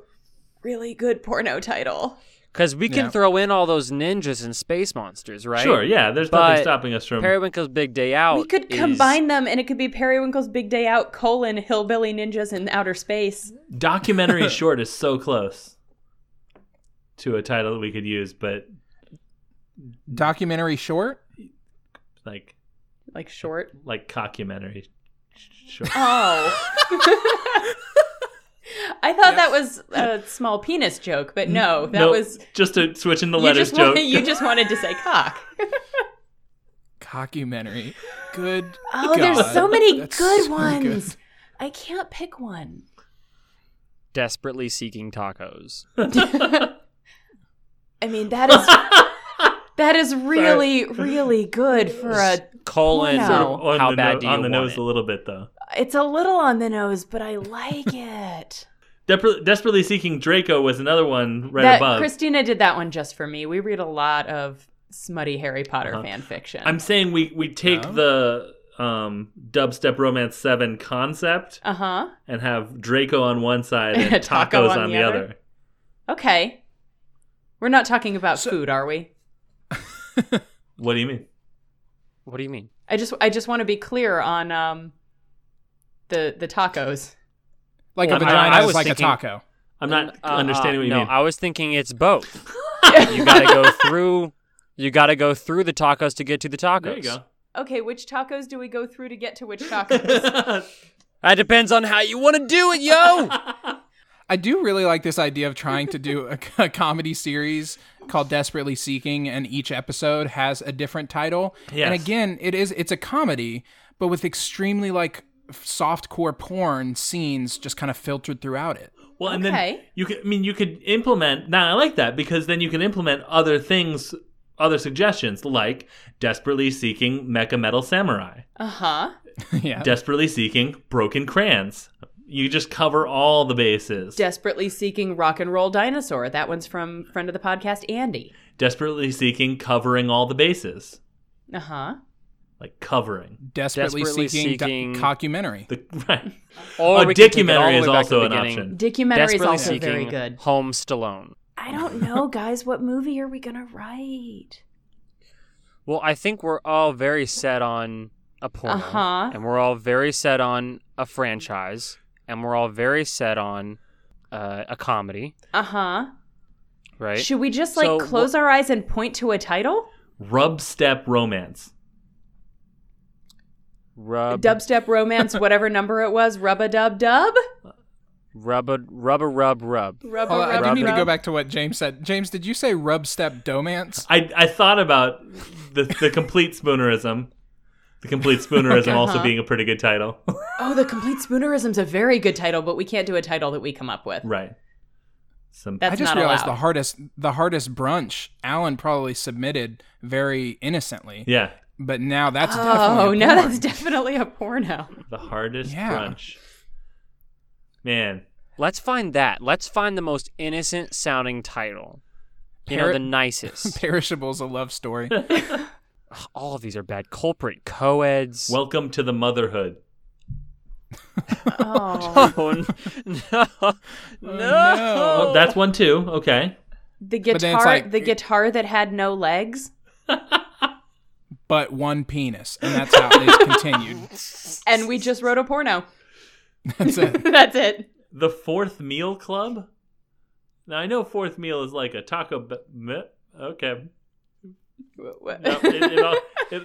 Speaker 3: really good porno title.
Speaker 5: Because we can
Speaker 4: Yeah.
Speaker 5: throw in all those ninjas and space monsters, right?
Speaker 2: Sure. Yeah. There's
Speaker 5: But
Speaker 2: nothing stopping us from.
Speaker 5: <laughs> Periwinkle's Big Day Out.
Speaker 3: We could
Speaker 5: is-
Speaker 3: combine them, and it could be Periwinkle's Big Day Out: colon Hillbilly Ninjas in Outer Space.
Speaker 2: documentary short is so close to a title that we could use, but
Speaker 4: documentary short.
Speaker 2: like
Speaker 3: Like short.
Speaker 2: like cockumentary sh- short.
Speaker 3: Oh. <laughs> I thought that was a small penis joke, but no, that
Speaker 2: No,
Speaker 3: was
Speaker 2: just to switch in the
Speaker 3: you
Speaker 2: letters
Speaker 3: just,
Speaker 2: joke. <laughs>
Speaker 3: wanted, you just wanted to say cock.
Speaker 4: Cockumentary. Good.
Speaker 3: Oh, there's
Speaker 4: God.
Speaker 3: so many
Speaker 4: That's
Speaker 3: good
Speaker 4: so
Speaker 3: ones. I can't pick one.
Speaker 5: Desperately Seeking Tacos.
Speaker 3: I mean, that is that is really, really good for
Speaker 5: <laughs>
Speaker 3: a
Speaker 5: Colon.
Speaker 3: Wow.
Speaker 2: Sort
Speaker 3: No.
Speaker 2: of on
Speaker 5: How
Speaker 2: the
Speaker 5: bad
Speaker 2: no-
Speaker 5: do you
Speaker 2: on the
Speaker 5: want
Speaker 2: nose
Speaker 5: it?
Speaker 2: a little bit though.
Speaker 3: It's a little on the nose, but I like it.
Speaker 2: Depre- Desperately seeking Draco was another one right
Speaker 3: that,
Speaker 2: above.
Speaker 3: Christina did that one just for me. We read a lot of smutty Harry Potter
Speaker 2: Uh-huh.
Speaker 3: fan fiction.
Speaker 2: I'm saying we we take
Speaker 4: Oh.
Speaker 2: the um, dubstep romance seven concept
Speaker 3: uh huh.
Speaker 2: and have Draco on one
Speaker 3: <laughs>
Speaker 2: side and
Speaker 3: Taco
Speaker 2: tacos
Speaker 3: on
Speaker 2: on,
Speaker 3: the
Speaker 2: the,
Speaker 3: other?
Speaker 2: other.
Speaker 3: Okay. We're not talking about
Speaker 4: So-
Speaker 3: food, are we?
Speaker 2: What do you mean?
Speaker 5: What do you mean?
Speaker 3: I just I just want to be clear on um the the tacos.
Speaker 4: Like
Speaker 5: Well, I-
Speaker 4: a vagina
Speaker 5: I
Speaker 4: is
Speaker 5: was
Speaker 4: like
Speaker 5: thinking-
Speaker 4: a taco.
Speaker 2: I'm not
Speaker 5: Uh,
Speaker 2: understanding what you
Speaker 5: no,
Speaker 2: mean.
Speaker 5: I was thinking it's both. you gotta go <laughs> through. You gotta go through the tacos to get to the tacos.
Speaker 2: there you go.
Speaker 3: <laughs> Okay, which tacos do we go through to get to which tacos?
Speaker 5: That depends on how you want to do
Speaker 2: <laughs>
Speaker 5: it, yo.
Speaker 4: I do really like this idea of trying to do a, <laughs> a comedy series called Desperately Seeking, and each episode has a different title.
Speaker 2: Yes.
Speaker 4: And again, it is it's a comedy, but with extremely like soft core porn scenes just kind of filtered throughout it.
Speaker 2: Well, and then
Speaker 3: Okay.
Speaker 2: you could. I mean, you could implement. Now, I like that because then you can implement other things, other suggestions like desperately seeking mecha metal samurai,
Speaker 3: uh huh.
Speaker 4: yeah.
Speaker 2: desperately seeking broken crayons. You just cover all the bases.
Speaker 3: Desperately seeking rock and roll dinosaur. That one's from friend of the podcast Andy.
Speaker 2: desperately seeking covering all the bases,
Speaker 3: Uh huh.
Speaker 2: like covering
Speaker 4: Desperately,
Speaker 5: Desperately
Speaker 4: seeking,
Speaker 5: Seeking-
Speaker 4: documentary.
Speaker 2: the <laughs> right.
Speaker 5: Or
Speaker 2: a
Speaker 5: we can take it all
Speaker 2: documentary
Speaker 5: the
Speaker 2: is
Speaker 5: way back to
Speaker 2: also
Speaker 5: the
Speaker 2: an
Speaker 5: beginning.
Speaker 2: option.
Speaker 3: Documentary is
Speaker 5: Desperately
Speaker 3: also
Speaker 5: seeking
Speaker 3: very
Speaker 5: <laughs>
Speaker 3: good.
Speaker 5: Home Stallone.
Speaker 3: I don't know, guys. What movie are we gonna write?
Speaker 5: Well, I think we're all very set on a porno,
Speaker 3: Uh-huh.
Speaker 5: and we're all very set on a franchise, and we're all very set on uh, a comedy,
Speaker 3: Uh huh.
Speaker 5: right?
Speaker 3: Should we just like
Speaker 5: So
Speaker 3: close our eyes and point to a title?
Speaker 2: Rub step romance.
Speaker 5: Rub,
Speaker 3: Dubstep romance, whatever number it was. Rub a dub dub.
Speaker 5: rub, a, rub, a, rub, rub.
Speaker 3: Rub
Speaker 4: Hold on, Oh, I do need to go
Speaker 3: rub.
Speaker 4: back to what James said. James, did you say rub step domance?
Speaker 2: I I thought about the the complete spoonerism. The complete spoonerism also
Speaker 3: Uh-huh.
Speaker 2: being a pretty good title. <laughs>
Speaker 3: Oh, the complete spoonerism's a very good title, but we can't do a title that we come up with.
Speaker 2: right. Some
Speaker 3: That's
Speaker 4: I just
Speaker 3: not
Speaker 4: realized
Speaker 3: allowed.
Speaker 4: the hardest the hardest brunch Alan probably submitted very innocently.
Speaker 2: yeah.
Speaker 4: But now that's
Speaker 3: oh
Speaker 4: definitely a
Speaker 3: no,
Speaker 4: porn.
Speaker 3: that's definitely a porno.
Speaker 2: The hardest
Speaker 4: Yeah.
Speaker 2: brunch. Man.
Speaker 5: Let's find that. Let's find the most innocent sounding title. You know,
Speaker 4: Parrot-
Speaker 5: the
Speaker 4: <laughs>
Speaker 5: nicest.
Speaker 4: <laughs> Perishable's a love story.
Speaker 5: Ugh, All of these are bad. Culprit,
Speaker 2: <laughs>
Speaker 5: co-eds.
Speaker 2: Welcome to the motherhood.
Speaker 3: Oh,
Speaker 5: no, <laughs> no,
Speaker 4: no.
Speaker 2: Oh, that's one too. Okay.
Speaker 3: <laughs> the
Speaker 4: But then it's
Speaker 3: guitar,
Speaker 4: like-
Speaker 3: the guitar that had no legs.
Speaker 4: but one penis, and that's how it's continued.
Speaker 3: <laughs> and we just wrote a
Speaker 4: <laughs>
Speaker 3: porno. <laughs>
Speaker 4: That's it.
Speaker 3: That's it.
Speaker 2: The fourth meal club. Now I know fourth meal is like a taco. Be- me- okay. No, it, it all it,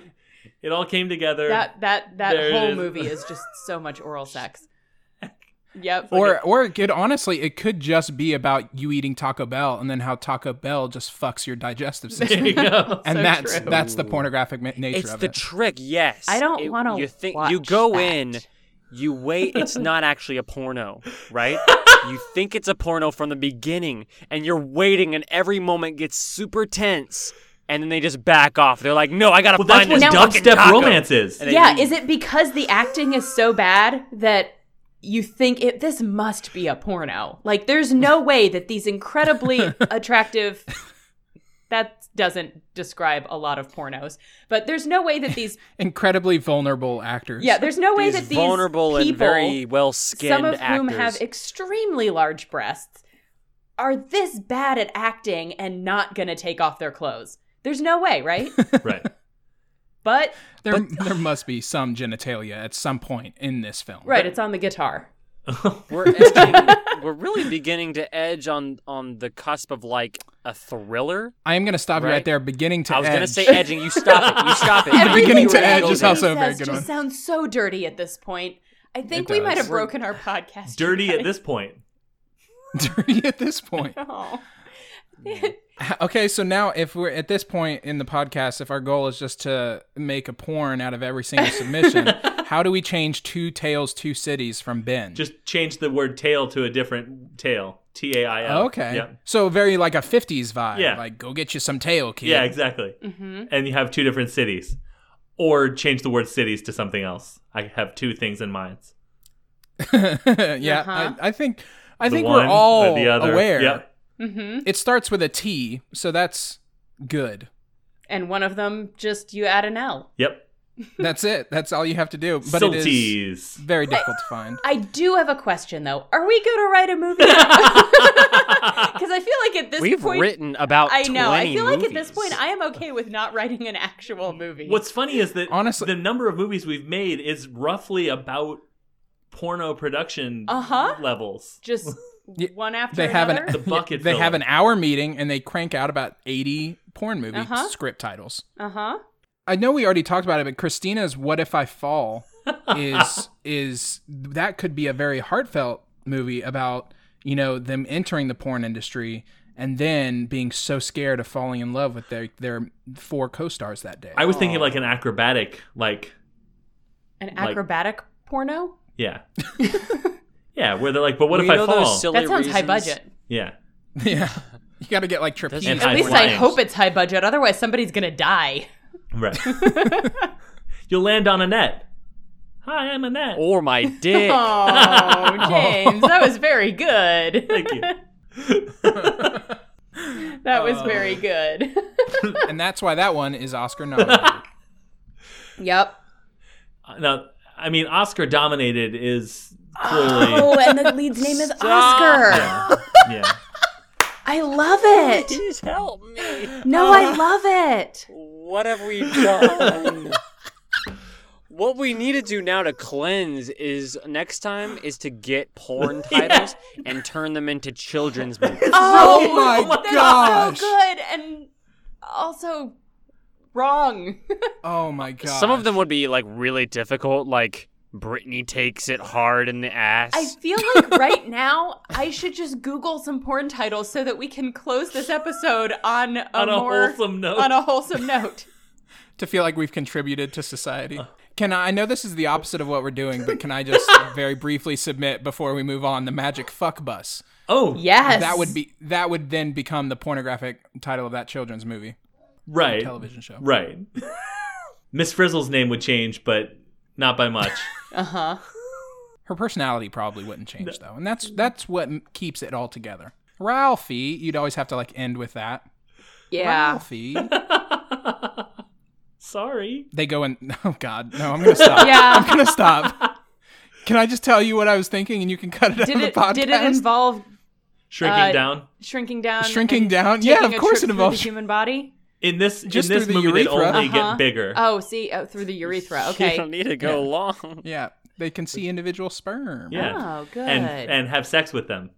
Speaker 2: it all came together.
Speaker 3: <laughs> that that that
Speaker 2: There it
Speaker 3: whole
Speaker 2: is.
Speaker 3: movie is just so much oral sex. Yep.
Speaker 4: Or, or it could honestly, it could just be about you eating Taco Bell and then how Taco Bell just fucks your
Speaker 3: <laughs>
Speaker 4: digestive
Speaker 2: <laughs> there you
Speaker 4: system,
Speaker 2: go.
Speaker 4: and
Speaker 3: So
Speaker 4: that's
Speaker 3: true.
Speaker 4: that's the pornographic ma- nature
Speaker 5: It's
Speaker 4: of
Speaker 5: the
Speaker 4: it.
Speaker 5: trick, yes.
Speaker 3: I don't
Speaker 5: It-
Speaker 3: wanna
Speaker 5: You think you
Speaker 3: watch
Speaker 5: go
Speaker 3: that.
Speaker 5: in, you
Speaker 3: <laughs>
Speaker 5: wait. It's not actually a porno, right? you think it's a porno from the beginning, and you're waiting, and every moment gets super tense, and then they just back off. They're like, "No, I gotta
Speaker 2: Well, that's
Speaker 5: find
Speaker 2: what
Speaker 5: this fucking
Speaker 2: dubstep
Speaker 5: taco."
Speaker 2: romance is.
Speaker 5: And they
Speaker 3: yeah,
Speaker 5: leave.
Speaker 3: is it because the acting is so bad that you think it this must be a porno? Like there's
Speaker 5: <laughs>
Speaker 3: no way that these incredibly attractive that doesn't describe a lot of pornos, but there's no way that these
Speaker 4: Incredibly vulnerable actors.
Speaker 3: yeah, there's no way
Speaker 5: These
Speaker 3: that these
Speaker 5: vulnerable
Speaker 3: people,
Speaker 5: and very well skinned
Speaker 3: some of
Speaker 5: actors.
Speaker 3: whom have extremely large breasts, are this bad at acting and not going to take off their clothes. There's no way,
Speaker 5: <laughs>
Speaker 3: right?
Speaker 2: Right.
Speaker 3: but
Speaker 4: there there must be some genitalia at some point in this film.
Speaker 3: right, it's on the guitar. <laughs>
Speaker 5: we're edging, we're really beginning to edge on on the cusp of like a thriller.
Speaker 4: I am going to stop you right
Speaker 5: Right.
Speaker 4: there. Beginning to
Speaker 5: I was
Speaker 4: edge.
Speaker 5: gonna
Speaker 4: <laughs>
Speaker 5: say edging. You stop it. You
Speaker 3: <laughs>
Speaker 5: stop it.
Speaker 4: Everything beginning to
Speaker 5: You
Speaker 4: edge
Speaker 5: go
Speaker 4: is
Speaker 5: there.
Speaker 4: also a
Speaker 3: Everything
Speaker 4: very
Speaker 3: says
Speaker 4: good
Speaker 3: just
Speaker 4: one.
Speaker 3: sounds so dirty at this point. I think
Speaker 4: It
Speaker 3: we might
Speaker 4: does.
Speaker 3: have broken our podcast. you
Speaker 2: Dirty at
Speaker 3: guys.
Speaker 2: this point.
Speaker 4: dirty at
Speaker 3: <laughs>
Speaker 4: this point.
Speaker 3: Oh.
Speaker 4: Okay, so now if we're at this point in the podcast, if our goal is just to make a porn out of every single submission,
Speaker 3: <laughs>
Speaker 4: how do we change two tales, two cities from Ben?
Speaker 2: Just change the word tail to a different tail. T A I L.
Speaker 4: Oh, okay.
Speaker 2: uh, Yeah.
Speaker 4: So very like a '50s vibe.
Speaker 2: Yeah.
Speaker 4: Like go get you some tail, kid.
Speaker 2: Yeah, exactly.
Speaker 3: Mhm.
Speaker 2: And you have two different cities. Or change the word cities to something else. I have two things in mind.
Speaker 4: <laughs> yeah.
Speaker 3: Uh-huh.
Speaker 4: I, I think I
Speaker 2: The
Speaker 4: think
Speaker 2: one
Speaker 4: we're all
Speaker 2: or the other.
Speaker 4: aware.
Speaker 2: Yep.
Speaker 3: Mhm.
Speaker 4: It starts with a T, so that's good.
Speaker 3: And one of them just you add an L.
Speaker 2: Yep.
Speaker 4: That's it. That's all you have to do. But it is
Speaker 2: Silties.
Speaker 4: very difficult to
Speaker 2: <laughs>
Speaker 4: find.
Speaker 3: I do have a question though. Are we going to write a movie? Because I feel like at this
Speaker 5: We've
Speaker 3: point,
Speaker 5: written about.
Speaker 3: I know. I
Speaker 5: 20
Speaker 3: feel like at this point,
Speaker 5: movies.
Speaker 3: I am okay with not writing an actual movie.
Speaker 2: What's funny is that
Speaker 4: Honestly-
Speaker 2: the number of movies we've made is roughly about porno production
Speaker 3: Uh-huh.
Speaker 2: <laughs> levels.
Speaker 3: Just
Speaker 4: Yeah,
Speaker 3: one after
Speaker 4: They have
Speaker 3: another.
Speaker 4: an
Speaker 2: The bucket
Speaker 4: they have
Speaker 2: filler.
Speaker 4: an hour meeting and they crank out about 80 porn movie
Speaker 3: Uh-huh.
Speaker 4: script titles.
Speaker 3: uh huh.
Speaker 4: I know we already talked about it, but Christina's "What If I Fall"
Speaker 2: <laughs>
Speaker 4: is is that could be a very heartfelt movie about you know them entering the porn industry and then being so scared of falling in love with their their four co-stars that day.
Speaker 2: I was thinking like an acrobatic, like
Speaker 3: An
Speaker 2: Like-
Speaker 3: acrobatic porno?
Speaker 2: yeah, <laughs> yeah, where they're like, but what
Speaker 5: We
Speaker 2: if I
Speaker 5: know
Speaker 2: fall?
Speaker 5: those silly
Speaker 3: That sounds high
Speaker 5: reasons-
Speaker 3: budget.
Speaker 2: yeah,
Speaker 4: <laughs> yeah, you got to get like trapeze.
Speaker 5: And
Speaker 3: At
Speaker 2: high
Speaker 3: least I
Speaker 2: flying.
Speaker 3: hope it's high budget. Otherwise, somebody's gonna die.
Speaker 2: right. <laughs> You'll land on a net. Hi, I'm a net.
Speaker 5: Or
Speaker 3: <laughs>
Speaker 5: my dick.
Speaker 3: Oh, James, that was very
Speaker 2: <laughs>
Speaker 3: good.
Speaker 2: Thank you. Uh,
Speaker 3: That was very good. <laughs>
Speaker 4: and that's why that one is
Speaker 5: <laughs>
Speaker 4: Oscar nominated.
Speaker 3: yep.
Speaker 2: Now, I mean, Oscar dominated is clearly
Speaker 3: Oh, and the lead's name is Oscar.
Speaker 2: yeah, yeah.
Speaker 3: I love it.
Speaker 5: Please help me.
Speaker 3: No, I love it.
Speaker 5: What have <laughs> we done? what we need to do now to cleanse is next time is to get <laughs> porn titles and turn them into <laughs> children's movies.
Speaker 3: Oh,
Speaker 4: my
Speaker 3: that's
Speaker 4: gosh.
Speaker 3: so good and also wrong. <laughs>
Speaker 4: oh my god!
Speaker 5: Some of them would be like really difficult, like Britney takes it hard in the ass. <laughs>
Speaker 3: I feel like right now I should just Google some porn titles so that we can close this episode on a,
Speaker 2: On a
Speaker 3: more,
Speaker 2: wholesome note.
Speaker 3: On a wholesome note.
Speaker 4: to feel like we've contributed to society.
Speaker 2: Uh.
Speaker 4: Can I, I know this is the opposite of what we're doing, but can I
Speaker 2: <laughs>
Speaker 4: just very briefly submit before we move on the magic fuck bus?
Speaker 2: Oh,
Speaker 3: Yes.
Speaker 4: That would be that would then become the pornographic title of that children's movie
Speaker 2: right,
Speaker 4: television show.
Speaker 2: right. <laughs> Miss Frizzle's name would change, but not by much. <laughs>
Speaker 3: Uh huh.
Speaker 4: Her personality probably wouldn't change though, and that's that's what m- keeps it all together. Ralphie, you'd always have to like end with that.
Speaker 3: Yeah.
Speaker 4: Ralphie,
Speaker 2: Sorry.
Speaker 4: they go in. <laughs> Oh God, no! I'm gonna stop.
Speaker 3: Yeah.
Speaker 4: I'm gonna stop. Can I just tell you what I was thinking, and you can <laughs> cut it out
Speaker 3: Did
Speaker 4: of the
Speaker 3: it
Speaker 4: podcast?
Speaker 3: did it involve
Speaker 2: Shrinking
Speaker 3: Uh,
Speaker 2: down.
Speaker 3: shrinking down?
Speaker 4: Shrinking
Speaker 3: and
Speaker 4: down? Yeah,
Speaker 3: taking
Speaker 4: of
Speaker 3: a
Speaker 4: course
Speaker 3: trip
Speaker 4: it
Speaker 3: through the
Speaker 4: involves-
Speaker 3: human body.
Speaker 2: In this
Speaker 4: Just
Speaker 2: in this
Speaker 4: through the
Speaker 2: movie, they
Speaker 4: urethra?
Speaker 2: only
Speaker 3: Uh-huh.
Speaker 2: get bigger.
Speaker 3: Oh, see, oh, through the
Speaker 4: <laughs>
Speaker 3: urethra.
Speaker 5: You
Speaker 3: Okay.
Speaker 5: don't need to go long.
Speaker 4: Yeah, they can see individual sperm.
Speaker 2: Yeah.
Speaker 3: Oh, good.
Speaker 2: and and have sex with them.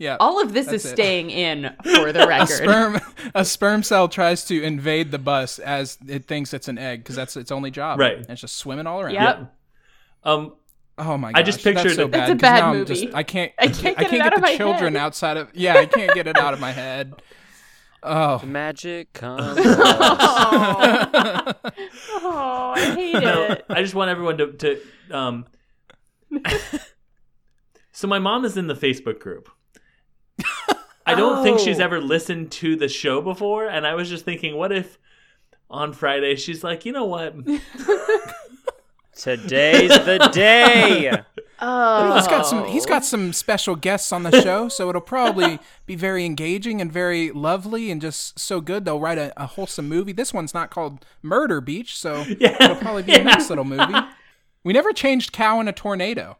Speaker 4: yeah.
Speaker 3: All of this
Speaker 4: That's
Speaker 3: is
Speaker 4: it.
Speaker 3: staying
Speaker 4: <laughs>
Speaker 3: in for the
Speaker 4: a
Speaker 3: record.
Speaker 4: sperm <laughs> a sperm cell tries to invade the bus as it thinks it's an egg because that's its only job.
Speaker 2: Right.
Speaker 4: And it's just swimming all around.
Speaker 3: <laughs> Yep.
Speaker 2: Um.
Speaker 4: Oh my gosh.
Speaker 2: I just
Speaker 4: that's
Speaker 2: pictured-
Speaker 4: so
Speaker 2: It's
Speaker 4: bad,
Speaker 3: a
Speaker 4: 'cause
Speaker 3: bad
Speaker 4: now I'm
Speaker 3: movie.
Speaker 4: just- I can't.
Speaker 3: I can't get
Speaker 4: I
Speaker 3: it
Speaker 4: can't
Speaker 3: out
Speaker 4: get
Speaker 3: of
Speaker 4: the
Speaker 3: my
Speaker 4: children
Speaker 3: head.
Speaker 4: outside of. Yeah, I can't get it out of my head.
Speaker 3: <laughs>
Speaker 4: Oh.
Speaker 5: <laughs> Magic comes.
Speaker 3: oh. oh, I hate
Speaker 2: No,
Speaker 3: it.
Speaker 2: I just want everyone to to
Speaker 4: <laughs>
Speaker 2: um. so my mom is in the Facebook group. I don't think she's
Speaker 3: Oh.
Speaker 2: ever listened to the show before, and I was just thinking, what if on Friday she's like, you know
Speaker 4: <laughs>
Speaker 2: what?
Speaker 5: Today's the <laughs> day.
Speaker 3: Oh,
Speaker 4: <laughs> He's got some. He's got some special guests on the show, so
Speaker 3: <laughs>
Speaker 4: it'll probably be very engaging and very lovely and just so good. They'll write a, a wholesome movie. This one's not called Murder Beach,
Speaker 2: <laughs>
Speaker 4: so it'll probably be a nice little movie. We never changed cow in a tornado.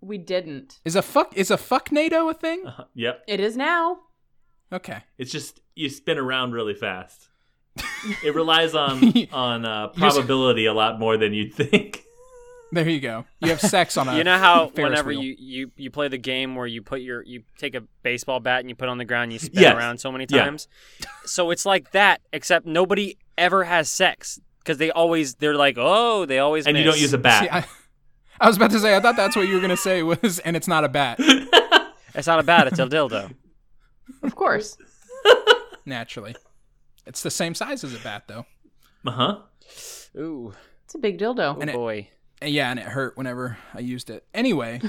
Speaker 3: We didn't.
Speaker 4: Is a fuck is a fuck NATO a thing?
Speaker 2: Yep.
Speaker 3: It is now.
Speaker 4: Okay.
Speaker 2: It's just you spin around really fast. It
Speaker 4: <laughs>
Speaker 2: relies on on uh, probability a lot more than you'd think.
Speaker 4: There you go. You have
Speaker 2: <laughs>
Speaker 4: sex
Speaker 2: Uh,
Speaker 4: on a
Speaker 5: You know how
Speaker 4: Ferris
Speaker 5: whenever
Speaker 4: wheel.
Speaker 5: you, you you play the game where you put your you take a baseball bat and you put it on the ground and you spin
Speaker 2: Yes.
Speaker 5: around so many
Speaker 2: Yeah.
Speaker 5: times. So it's like that, except nobody ever has sex because they always they're like oh they always
Speaker 2: and you don't
Speaker 5: miss."
Speaker 2: use a bat.
Speaker 4: See, I, I was about to say I thought that's what you were gonna say was and it's not a bat.
Speaker 5: it's not a
Speaker 2: <laughs>
Speaker 5: bat it's a dildo.
Speaker 3: Of course.
Speaker 4: Naturally. It's the same size as a bat though.
Speaker 2: uh huh.
Speaker 5: Ooh,
Speaker 3: It's a big dildo.
Speaker 4: And it-
Speaker 2: <laughs>
Speaker 5: boy.
Speaker 4: And yeah, and it hurt whenever I used it. Anyway,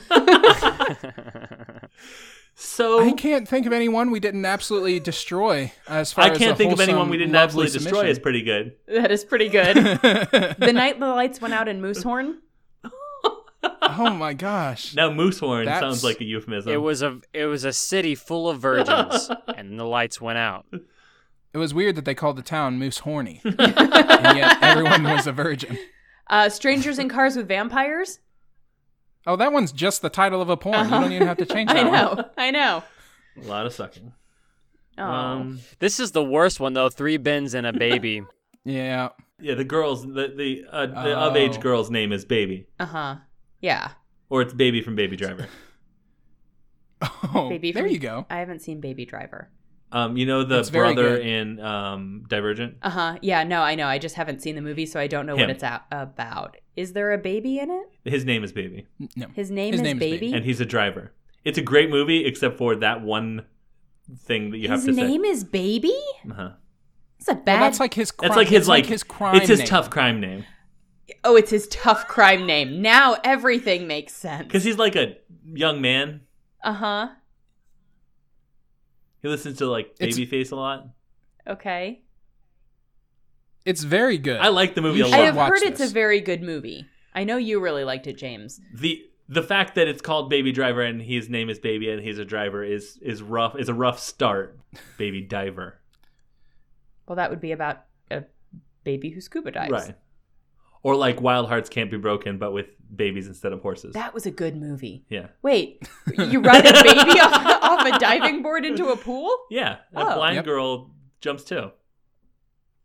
Speaker 2: So
Speaker 4: I can't think of anyone we didn't absolutely destroy as far
Speaker 2: I
Speaker 4: as
Speaker 2: can't
Speaker 4: a
Speaker 2: think of anyone
Speaker 4: wholesome,
Speaker 2: we didn't
Speaker 4: lovely
Speaker 2: absolutely destroy is pretty good.
Speaker 3: <laughs> That is pretty
Speaker 4: <laughs>
Speaker 3: good.
Speaker 4: submission.
Speaker 3: the night the lights went out in Moosehorn.
Speaker 4: oh my gosh.
Speaker 2: Now moose horn
Speaker 4: That's-
Speaker 2: sounds like a euphemism.
Speaker 5: It was a it was a city full of
Speaker 2: <laughs>
Speaker 5: virgins and the lights went out.
Speaker 4: It was weird that they called the town
Speaker 3: <laughs>
Speaker 4: Moose Horny. and yet everyone was a virgin.
Speaker 3: Uh, Strangers in Cars with Vampires.
Speaker 4: Oh, that one's just the title of a porn. Oh, You don't even have to change that
Speaker 3: Uh-huh. <laughs> I
Speaker 4: one.
Speaker 3: know. I know.
Speaker 2: a lot of sucking.
Speaker 3: Oh.
Speaker 2: Um,
Speaker 5: This is the worst one though. Three bins and a baby.
Speaker 4: Yeah.
Speaker 2: Yeah, the girl's the the, uh, the
Speaker 4: Oh.
Speaker 2: of age girl's name is Baby,
Speaker 3: Uh huh. Yeah.
Speaker 2: or it's Baby from Baby Driver.
Speaker 4: Oh,
Speaker 3: Baby
Speaker 4: there
Speaker 3: from-
Speaker 4: you go.
Speaker 3: I haven't seen Baby Driver.
Speaker 2: Um, you know the
Speaker 4: That's very
Speaker 2: brother
Speaker 4: good.
Speaker 2: in um Divergent.
Speaker 3: Uh huh. Yeah. No, I know. I just haven't seen the movie, so I don't know
Speaker 2: Him.
Speaker 3: what it's out about. Is there a baby in it?
Speaker 2: His name is Baby,
Speaker 4: No.
Speaker 3: uh, His name,
Speaker 4: His
Speaker 3: is,
Speaker 4: name is
Speaker 3: baby?
Speaker 4: Baby.
Speaker 2: and he's a driver. It's a great movie, except for that one thing that you have
Speaker 3: His
Speaker 2: to
Speaker 3: name is Baby.
Speaker 2: say. Uh-huh.
Speaker 3: It's a
Speaker 4: Well,
Speaker 3: bad.
Speaker 4: Oh, that's like his. Crime.
Speaker 2: It's like his
Speaker 4: that's
Speaker 2: like,
Speaker 4: his crime.
Speaker 2: It's his
Speaker 4: name.
Speaker 2: tough crime name
Speaker 3: oh, it's his tough crime name. Now everything makes sense.
Speaker 2: because he's like a young man.
Speaker 3: Uh huh.
Speaker 2: He listens to like
Speaker 4: It's-
Speaker 2: Babyface a lot.
Speaker 3: Okay.
Speaker 4: It's very good.
Speaker 2: I like the movie a
Speaker 4: You
Speaker 2: lot.
Speaker 3: I have
Speaker 4: Watch
Speaker 3: heard it's a
Speaker 4: this.
Speaker 3: very good movie. I know you really liked it, James.
Speaker 2: the the fact that it's called Baby Driver and his name is Baby and he's a driver is is rough is a rough start. Baby Diver,
Speaker 3: Well, that would be about a baby who scuba dives.
Speaker 2: right? Or like Wild Hearts Can't Be Broken, but with babies instead of horses.
Speaker 3: That was a good movie.
Speaker 2: yeah,
Speaker 3: Wait, you ride a baby off, <laughs> off a diving board into a pool?
Speaker 2: yeah. a
Speaker 3: Oh.
Speaker 2: blind
Speaker 4: Yep.
Speaker 2: girl jumps too.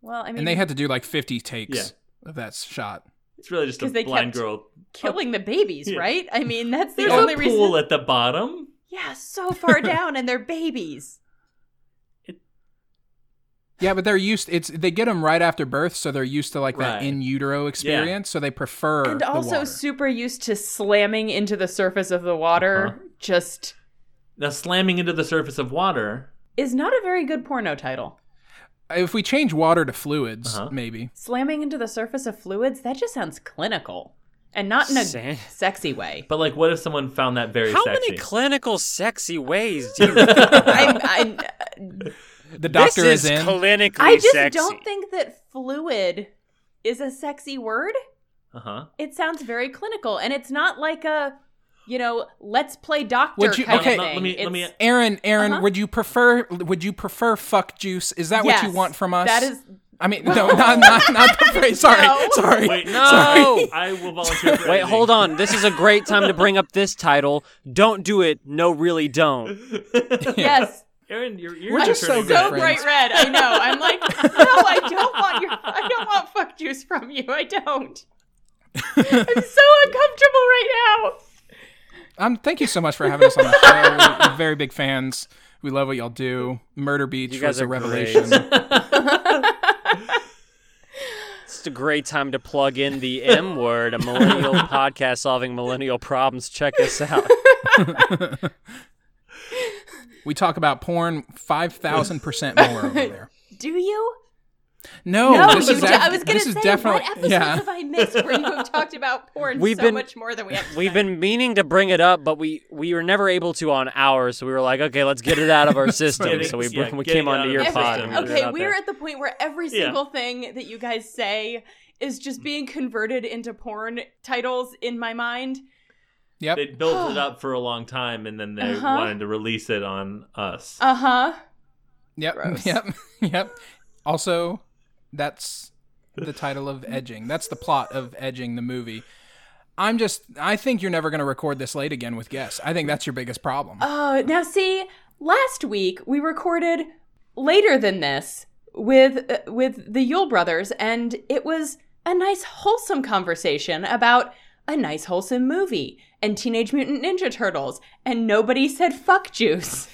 Speaker 3: Well, I mean,
Speaker 4: and they had to do like 50 takes
Speaker 2: Yeah.
Speaker 4: of that shot.
Speaker 2: It's really just a
Speaker 3: 'Cause they
Speaker 2: blind
Speaker 3: kept-
Speaker 2: girl.
Speaker 3: killing the babies,
Speaker 2: Yeah.
Speaker 3: right? I mean, that's the
Speaker 2: There's
Speaker 3: only
Speaker 2: a pool
Speaker 3: reason.
Speaker 2: at the bottom.
Speaker 3: Yeah, so
Speaker 4: <laughs>
Speaker 3: far down, and they're babies.
Speaker 4: Yeah, but they're used. It's they get them right after birth, so they're used to like that
Speaker 2: Right.
Speaker 4: in utero experience. So they prefer
Speaker 3: and
Speaker 4: the
Speaker 3: also
Speaker 4: water.
Speaker 3: super used to slamming into the surface of the water
Speaker 2: Uh-huh.
Speaker 3: just
Speaker 2: Now slamming into the surface of water.
Speaker 3: is not a very good porno title.
Speaker 4: if we change water to fluids,
Speaker 2: Uh-huh.
Speaker 4: maybe
Speaker 3: Slamming into the surface of fluids, that just sounds clinical. And not in a
Speaker 5: Sa-
Speaker 3: sexy
Speaker 4: <laughs>
Speaker 3: way.
Speaker 2: But like, what if someone found that <laughs> very
Speaker 5: How
Speaker 2: sexy?
Speaker 5: many clinical sexy ways
Speaker 2: <laughs>
Speaker 5: do you
Speaker 3: I, I,
Speaker 4: the doctor
Speaker 5: this is,
Speaker 4: in.
Speaker 5: clinically
Speaker 3: I just
Speaker 5: sexy.
Speaker 3: don't think that fluid is a sexy word.
Speaker 2: uh
Speaker 3: <laughs>
Speaker 2: huh.
Speaker 3: It sounds very clinical, and it's not like a, you know, let's play doctor
Speaker 4: Would you-
Speaker 3: kind
Speaker 4: okay.
Speaker 3: of thing.
Speaker 2: Let me- let me-
Speaker 3: It's-
Speaker 4: Aaron, Aaron,
Speaker 3: Uh-huh.
Speaker 4: would you prefer? Would you prefer fuck juice? Is that what
Speaker 3: Yes,
Speaker 4: you want from us?
Speaker 3: That
Speaker 4: <laughs>
Speaker 3: is
Speaker 4: I
Speaker 3: <laughs>
Speaker 4: mean, no, not not, not the phrase. Sorry,
Speaker 3: No.
Speaker 4: sorry.
Speaker 2: Wait,
Speaker 5: No.
Speaker 2: I will volunteer. For
Speaker 5: Wait,
Speaker 2: editing.
Speaker 5: hold on. This is a great time to bring up this title. Don't do it. No, really don't.
Speaker 3: yes.
Speaker 2: Aaron, your ears
Speaker 4: We're
Speaker 2: are
Speaker 4: just so
Speaker 2: turning
Speaker 4: good
Speaker 2: red.
Speaker 3: So
Speaker 4: friends.
Speaker 3: bright red. I know. I'm like, <laughs> no, I don't want your, I don't want fuck juice from you. I don't.
Speaker 4: <laughs>
Speaker 3: I'm so uncomfortable right now.
Speaker 4: Um, thank you so much for having us on the show. We're very big fans. We love what y'all do. Murder Beach
Speaker 5: You guys
Speaker 4: was a
Speaker 5: are great.
Speaker 4: revelation.
Speaker 5: It's a great time to plug in the M word,
Speaker 2: <laughs>
Speaker 5: a millennial podcast solving millennial problems. Check us out.
Speaker 4: we talk about porn five thousand percent more over
Speaker 3: <laughs>
Speaker 4: there.
Speaker 3: Do you?
Speaker 4: No,
Speaker 3: no,
Speaker 4: Oh, this
Speaker 3: you.
Speaker 4: is
Speaker 3: do-
Speaker 4: def-
Speaker 3: I was gonna
Speaker 4: this is
Speaker 3: say,
Speaker 4: definitely
Speaker 3: what episodes
Speaker 4: yeah.
Speaker 3: have I missed where you have talked
Speaker 4: <laughs>
Speaker 3: about porn
Speaker 5: We've
Speaker 3: so
Speaker 5: been-
Speaker 3: much more than we have?
Speaker 5: We've been meaning to bring it up, but we we were never able to on ours, so we were like, okay, let's get it out
Speaker 2: <laughs>
Speaker 5: of our system.
Speaker 2: Getting-
Speaker 5: so we br-
Speaker 2: yeah,
Speaker 5: we
Speaker 2: getting
Speaker 5: came
Speaker 2: it out
Speaker 5: onto
Speaker 2: of
Speaker 5: your
Speaker 2: the
Speaker 5: pod.
Speaker 2: system.
Speaker 5: and
Speaker 3: Every,
Speaker 5: we threw it
Speaker 3: okay,
Speaker 5: out
Speaker 3: we're
Speaker 5: there.
Speaker 3: at the point where every
Speaker 2: Yeah.
Speaker 3: single thing that you guys say is just being converted into porn titles in my mind.
Speaker 4: Yep.
Speaker 2: They built it
Speaker 5: <gasps>
Speaker 2: up for a long time, and then they
Speaker 3: Uh-huh.
Speaker 2: wanted to release it on
Speaker 5: Uh-huh.
Speaker 2: us.
Speaker 3: Uh huh.
Speaker 4: Yep. <laughs>
Speaker 3: Gross.
Speaker 4: Yep. Yep. Also, that's the title of Edging. That's the plot of Edging the movie. I'm just I think you're never going to record this late again with guests. I think that's your biggest problem.
Speaker 3: Oh, now see, last week we recorded later than this with uh, with the Yule brothers, and it was a nice wholesome conversation about a nice wholesome movie and Teenage Mutant Ninja Turtles, and nobody said fuck juice.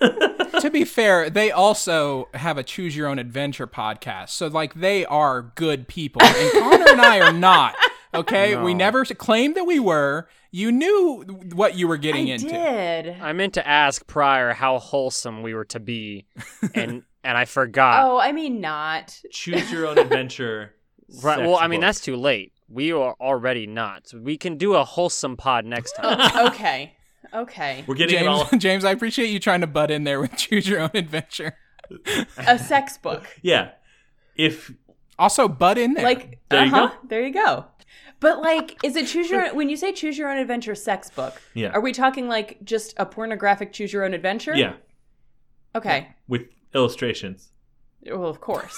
Speaker 4: to be fair, they also have a choose your own adventure podcast. So like they are good people.
Speaker 3: <laughs>
Speaker 4: And Connor and I are not. Okay? We never claimed that we were. You knew what you were getting
Speaker 3: I
Speaker 4: into.
Speaker 3: did.
Speaker 5: I meant to ask prior how wholesome we were
Speaker 2: <laughs>
Speaker 5: to be, and and I forgot.
Speaker 3: Oh, I mean not.
Speaker 2: Choose your own adventure.
Speaker 5: <laughs>
Speaker 3: Oh.
Speaker 5: right.
Speaker 2: sex
Speaker 5: Well, I mean
Speaker 2: book.
Speaker 5: that's too late. We are already not. We can do a wholesome pod
Speaker 3: <laughs>
Speaker 5: next time.
Speaker 3: okay. Okay.
Speaker 2: we're getting
Speaker 4: James,
Speaker 2: it all.
Speaker 4: <laughs>
Speaker 5: <laughs>
Speaker 4: James, I appreciate you trying to butt in there with <laughs> choose your own adventure.
Speaker 3: A sex book.
Speaker 2: Yeah, if
Speaker 4: Also butt in there.
Speaker 3: Like
Speaker 2: <laughs> There you
Speaker 3: uh-huh,
Speaker 2: go.
Speaker 3: There you go. But like is it choose your when you say choose your own adventure sex book?
Speaker 2: Yeah.
Speaker 3: Are we talking like just a pornographic choose your own adventure?
Speaker 2: yeah,
Speaker 3: Okay.
Speaker 2: with illustrations.
Speaker 3: Well, of course.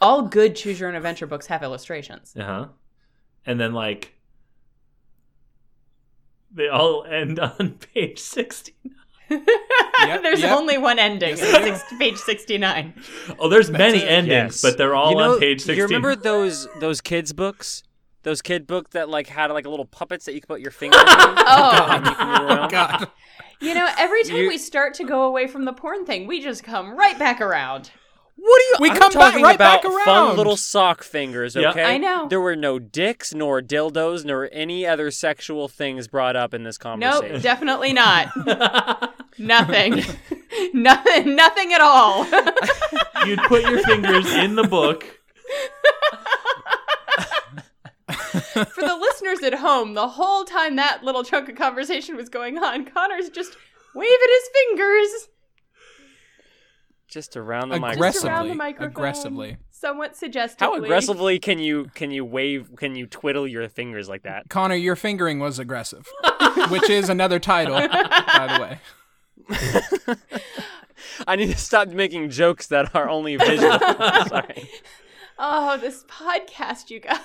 Speaker 3: All good choose your own adventure books have illustrations.
Speaker 2: Uh huh. And then like <laughs> they all end on page sixty.
Speaker 3: <laughs>
Speaker 4: Yep,
Speaker 3: There's
Speaker 4: yep.
Speaker 3: only one ending. It's six, page 69.
Speaker 2: Oh, there's many endings,
Speaker 5: Yes.
Speaker 2: but they're all
Speaker 5: you know,
Speaker 2: on page sixteen.
Speaker 5: You remember those those kids books? Those kid book that like had like little puppets that you could put
Speaker 2: <laughs>
Speaker 5: your finger in
Speaker 3: Oh.
Speaker 5: and you can move around.
Speaker 4: God.
Speaker 3: You know, every time
Speaker 5: You-
Speaker 3: we start to go away from the porn thing, we just come right back around.
Speaker 5: What are you?
Speaker 4: We
Speaker 5: I'm
Speaker 4: come back-
Speaker 5: talking
Speaker 4: right
Speaker 5: about
Speaker 4: back around.
Speaker 5: Fun little sock fingers.
Speaker 2: Yeah.
Speaker 5: Okay,
Speaker 3: I know.
Speaker 5: There were no dicks, nor dildos, nor any other sexual things brought up in this
Speaker 3: <laughs>
Speaker 5: conversation.
Speaker 3: Nope, definitely not. Nothing. <laughs> nothing nothing at all.
Speaker 2: <laughs>
Speaker 3: <laughs>
Speaker 2: You'd put your fingers in the
Speaker 5: <laughs>
Speaker 2: book.
Speaker 3: For the listeners at home, the whole time that little chunk of conversation was going on, Connor's just waving his fingers
Speaker 5: Just around the
Speaker 3: Just
Speaker 5: microphone.
Speaker 3: around
Speaker 4: Aggressively,
Speaker 3: the microphone.
Speaker 4: aggressively.
Speaker 3: Somewhat suggestively.
Speaker 5: How aggressively can you can you wave? Can you twiddle your fingers like that?
Speaker 4: Connor, your fingering was aggressive, which is another title, by the way.
Speaker 5: I need to stop making jokes that are
Speaker 2: <laughs>
Speaker 5: only visual. Sorry.
Speaker 3: Oh, this podcast, you guys. <laughs>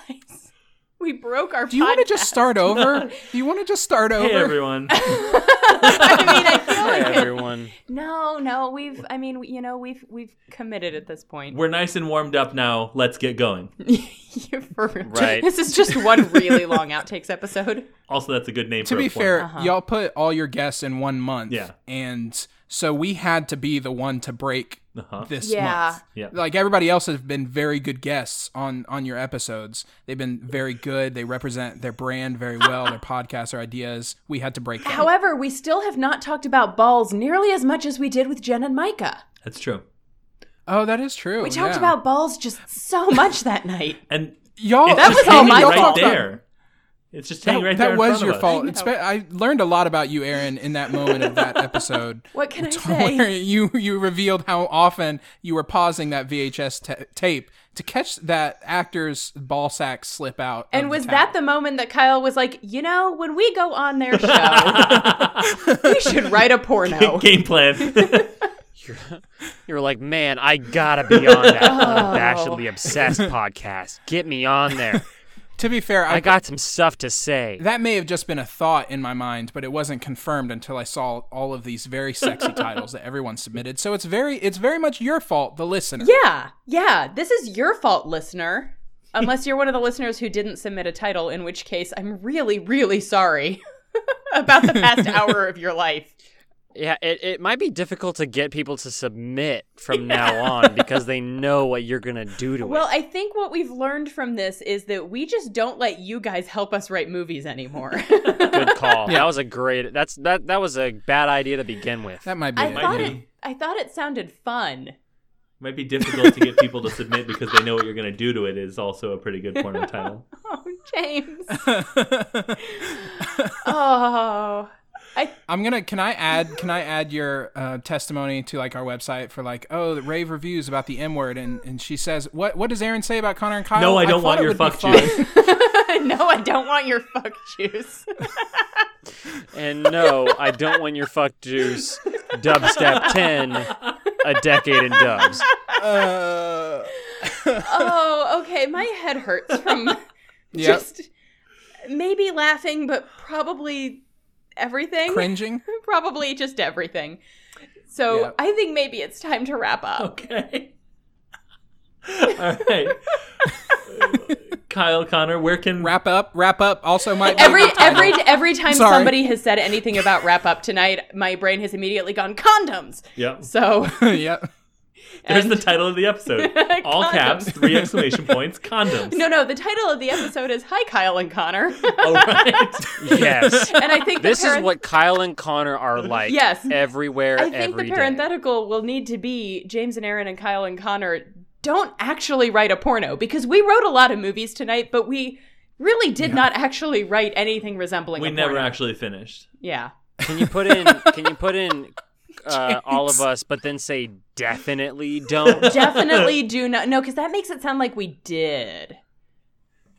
Speaker 3: We broke our
Speaker 4: Do you want to
Speaker 3: podcast.
Speaker 4: just start over? Do you want to just start over?
Speaker 2: Hey, everyone.
Speaker 3: I mean, I feel
Speaker 5: Hi,
Speaker 3: like it-
Speaker 5: everyone.
Speaker 3: No, no, we've I mean, you know, we've we've committed at this point.
Speaker 2: We're nice and warmed up now. Let's get going.
Speaker 3: <laughs> You're for real.
Speaker 5: Right.
Speaker 3: This is just one really long outtakes
Speaker 4: <laughs>
Speaker 3: episode.
Speaker 2: Also, that's a good name
Speaker 4: to
Speaker 2: for
Speaker 4: be
Speaker 2: a plug.
Speaker 5: Uh-huh.
Speaker 4: fair, y'all put all your guests in one month.
Speaker 2: Yeah.
Speaker 4: And so we had to be the one to break
Speaker 2: Uh-huh.
Speaker 4: this
Speaker 3: Yeah.
Speaker 4: month.
Speaker 2: Yeah.
Speaker 4: Like everybody else has been very good guests on on your episodes. They've been very good. They represent their brand very well, their <laughs> podcast, their ideas. We had to break them.
Speaker 3: However, we still have not talked about balls nearly as much as we did with Jen and Micah.
Speaker 2: That's true.
Speaker 4: Oh, that is true.
Speaker 3: We talked
Speaker 4: yeah.
Speaker 3: about balls just
Speaker 4: <laughs>
Speaker 3: so much that night.
Speaker 2: And
Speaker 4: y'all.
Speaker 2: it's
Speaker 3: Oh, That
Speaker 2: just
Speaker 3: was all
Speaker 2: hanging
Speaker 3: my
Speaker 4: y'all
Speaker 2: right
Speaker 3: fault.
Speaker 4: talked about-
Speaker 2: there. It's just
Speaker 4: That,
Speaker 2: hanging right
Speaker 4: that
Speaker 2: there. in
Speaker 4: was
Speaker 2: front
Speaker 4: your
Speaker 2: of us.
Speaker 4: fault. It's been- I learned a lot about you, Aaron, in that moment of
Speaker 3: <laughs>
Speaker 4: that episode.
Speaker 3: What can I
Speaker 4: <laughs>
Speaker 3: say?
Speaker 4: where you you revealed how often you were pausing that VHS ta tape to catch that actor's ball sack slip out.
Speaker 3: And was that the moment that Kyle was like, you know, when we go on
Speaker 4: <laughs>
Speaker 3: their show, we should write a
Speaker 2: <laughs>
Speaker 3: porno?
Speaker 2: Game
Speaker 4: <laughs>
Speaker 2: plan.
Speaker 5: You're like, man, I gotta be on <laughs> that unabashedly obsessed podcast. Get me on there.
Speaker 4: To be fair, I,
Speaker 5: I got some stuff to say.
Speaker 4: that may have just been a thought in my mind, but it wasn't confirmed until I saw all of these very
Speaker 3: <laughs>
Speaker 4: sexy titles that everyone submitted. So it's very it's very much your fault, the listener.
Speaker 3: yeah, yeah. This is your fault, listener. Unless you're one of the listeners who didn't submit a title, in which case I'm really, really sorry <laughs> about the past hour of your life.
Speaker 5: Yeah, it, it might be difficult to get people to submit <laughs> from now on because they know what you're gonna do
Speaker 3: <laughs>
Speaker 5: to
Speaker 3: Well,
Speaker 5: it.
Speaker 3: I think what we've learned from this is that we just don't let you guys help us write movies <laughs> anymore.
Speaker 5: Good call. That was a great. That's that. That was a bad idea to begin with.
Speaker 4: That might be
Speaker 3: I
Speaker 4: it.
Speaker 3: thought
Speaker 4: yeah.
Speaker 3: it I thought it sounded fun.
Speaker 2: Might be difficult to get people to submit because they know what you're going to do to it is also a pretty good porno title.
Speaker 3: <laughs> Oh, James. <laughs> oh. <laughs>
Speaker 4: I'm gonna. Can I add? Can I add your uh, testimony to like our website for like oh the rave reviews about the M word and and she says what what does Aaron say about Connor and Kyle?
Speaker 2: No, I don't want
Speaker 4: thought it
Speaker 2: your
Speaker 4: would be
Speaker 2: fuck
Speaker 4: fun.
Speaker 2: juice. <laughs>
Speaker 3: no, I don't want your fuck juice.
Speaker 5: And no, I don't want your fuck juice.
Speaker 3: <laughs>
Speaker 5: Dubstep ten, a decade in dubs.
Speaker 4: Uh,
Speaker 3: oh, okay. My head hurts from
Speaker 4: Yep.
Speaker 3: just maybe laughing, but probably everything.
Speaker 4: cringing.
Speaker 3: <laughs> Probably just everything. So
Speaker 4: Yep.
Speaker 3: I think maybe it's time to wrap up.
Speaker 2: Okay. All right.
Speaker 4: <laughs>
Speaker 2: Kyle Connor, where can
Speaker 4: Wrap up. Wrap up. Also might be
Speaker 3: Every
Speaker 4: <laughs> a good title.
Speaker 3: every every time
Speaker 4: Sorry.
Speaker 3: somebody has said anything about wrap up tonight, my brain has immediately gone condoms.
Speaker 2: Yeah.
Speaker 3: So
Speaker 4: <laughs> yep.
Speaker 2: There's
Speaker 3: and-
Speaker 2: the title of the
Speaker 4: <laughs>
Speaker 2: episode. All
Speaker 3: Condoms.
Speaker 2: caps, three exclamation points, condoms.
Speaker 3: no, no. The title of the episode is "Hi, Kyle and Connor," <laughs> and
Speaker 2: All
Speaker 4: <laughs>
Speaker 2: right.
Speaker 5: Yes.
Speaker 3: I think the
Speaker 5: This is
Speaker 3: parent-
Speaker 5: what Kyle and Connor are like.
Speaker 3: Yes.
Speaker 5: Everywhere.
Speaker 3: I think
Speaker 5: every
Speaker 3: the
Speaker 5: day.
Speaker 3: parenthetical will need to be James and Aaron and Kyle and Connor don't actually write a porno because we wrote a lot of movies tonight, but we really did not actually write anything resembling.
Speaker 2: We
Speaker 3: a
Speaker 2: never
Speaker 3: porno.
Speaker 2: actually finished.
Speaker 3: Yeah.
Speaker 5: Can you put in? Can you put in?
Speaker 3: <laughs>
Speaker 5: Uh, all of us, but then say definitely don't.
Speaker 2: <laughs>
Speaker 3: Definitely do not. No, because that makes it sound like we did.